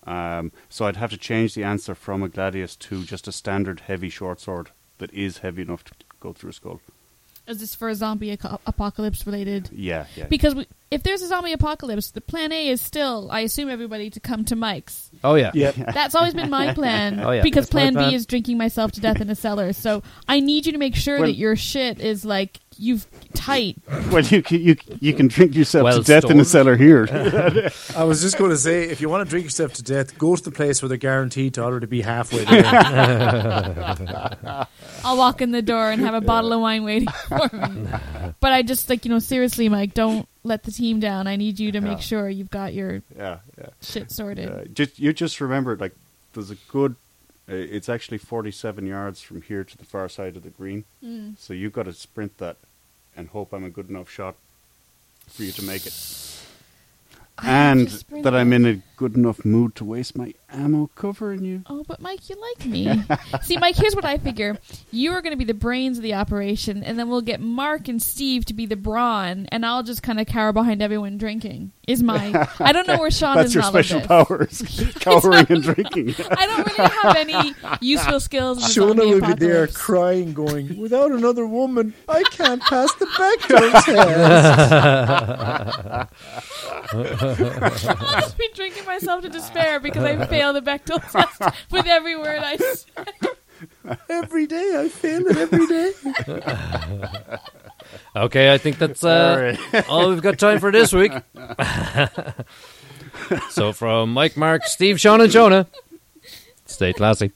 Speaker 5: Um, so I'd have to change the answer from a gladius to just a standard heavy short sword that is heavy enough to go through a skull.
Speaker 4: Is this for a zombie aco- apocalypse related?
Speaker 5: Yeah, yeah.
Speaker 4: Because we if there's a zombie apocalypse, the plan A is still, I assume, everybody to come to Mike's.
Speaker 7: Oh yeah.
Speaker 2: Yeah.
Speaker 4: That's always been my plan.
Speaker 7: Oh, yeah.
Speaker 4: Because
Speaker 7: That's my
Speaker 4: plan,
Speaker 7: plan.
Speaker 4: B is drinking myself to death in a cellar. So I need you to make sure
Speaker 5: Well-
Speaker 4: that your shit is like you've tight.
Speaker 5: Well, you can, you you can drink yourself
Speaker 7: Well
Speaker 5: to death in the
Speaker 7: stored. <laughs>
Speaker 5: cellar here.
Speaker 2: I was just going to say, if you want to drink yourself to death, go to the place where they're guaranteed to already be halfway
Speaker 3: <laughs>
Speaker 2: there.
Speaker 4: I'll walk in the door and have
Speaker 5: <laughs>
Speaker 4: a bottle of wine waiting <laughs> for me. But I just like you know seriously, Mike, don't let the team down. I need you to make sure you've got your
Speaker 5: yeah, yeah.
Speaker 4: shit sorted.
Speaker 5: Uh, just you just remember, like there's a good. Uh, it's actually 47 yards from here to the far side of the green,
Speaker 4: Mm.
Speaker 5: so you've got to sprint that, and hope I'm a good enough shot for you to make it,
Speaker 4: I have to
Speaker 5: and
Speaker 4: sprint
Speaker 5: that
Speaker 4: it.
Speaker 5: I'm in a good enough mood to waste my ammo covering you.
Speaker 4: Oh, but Mike, you like
Speaker 5: <laughs>
Speaker 4: me. See, Mike, here's what I figure. You are going to be the brains of the operation, and then we'll get Mark and Steve to be the brawn, and I'll just kind of cower behind everyone drinking. Is
Speaker 5: <laughs>
Speaker 4: my. I don't know where Sean
Speaker 5: That's
Speaker 4: is
Speaker 5: your
Speaker 4: in all of
Speaker 5: special
Speaker 4: this.
Speaker 5: powers:
Speaker 4: <laughs>
Speaker 5: cowering and drinking.
Speaker 4: I don't really have any
Speaker 5: <laughs>
Speaker 4: useful skills. In the
Speaker 2: Shona
Speaker 4: zombie
Speaker 2: will be there
Speaker 4: apocalypse.
Speaker 2: crying,
Speaker 4: <laughs>
Speaker 2: going, Without another woman, I can't pass the back door
Speaker 4: <laughs>
Speaker 2: test.
Speaker 4: I'll just be drinking myself to despair because I fail the Bechtel test with every word I say.
Speaker 2: Every day I fail it every day.
Speaker 7: Okay, I think that's uh,
Speaker 3: <laughs>
Speaker 7: all we've got time for this week. so from Mike, Mark, Steve, Sean, and Jonah, stay classy.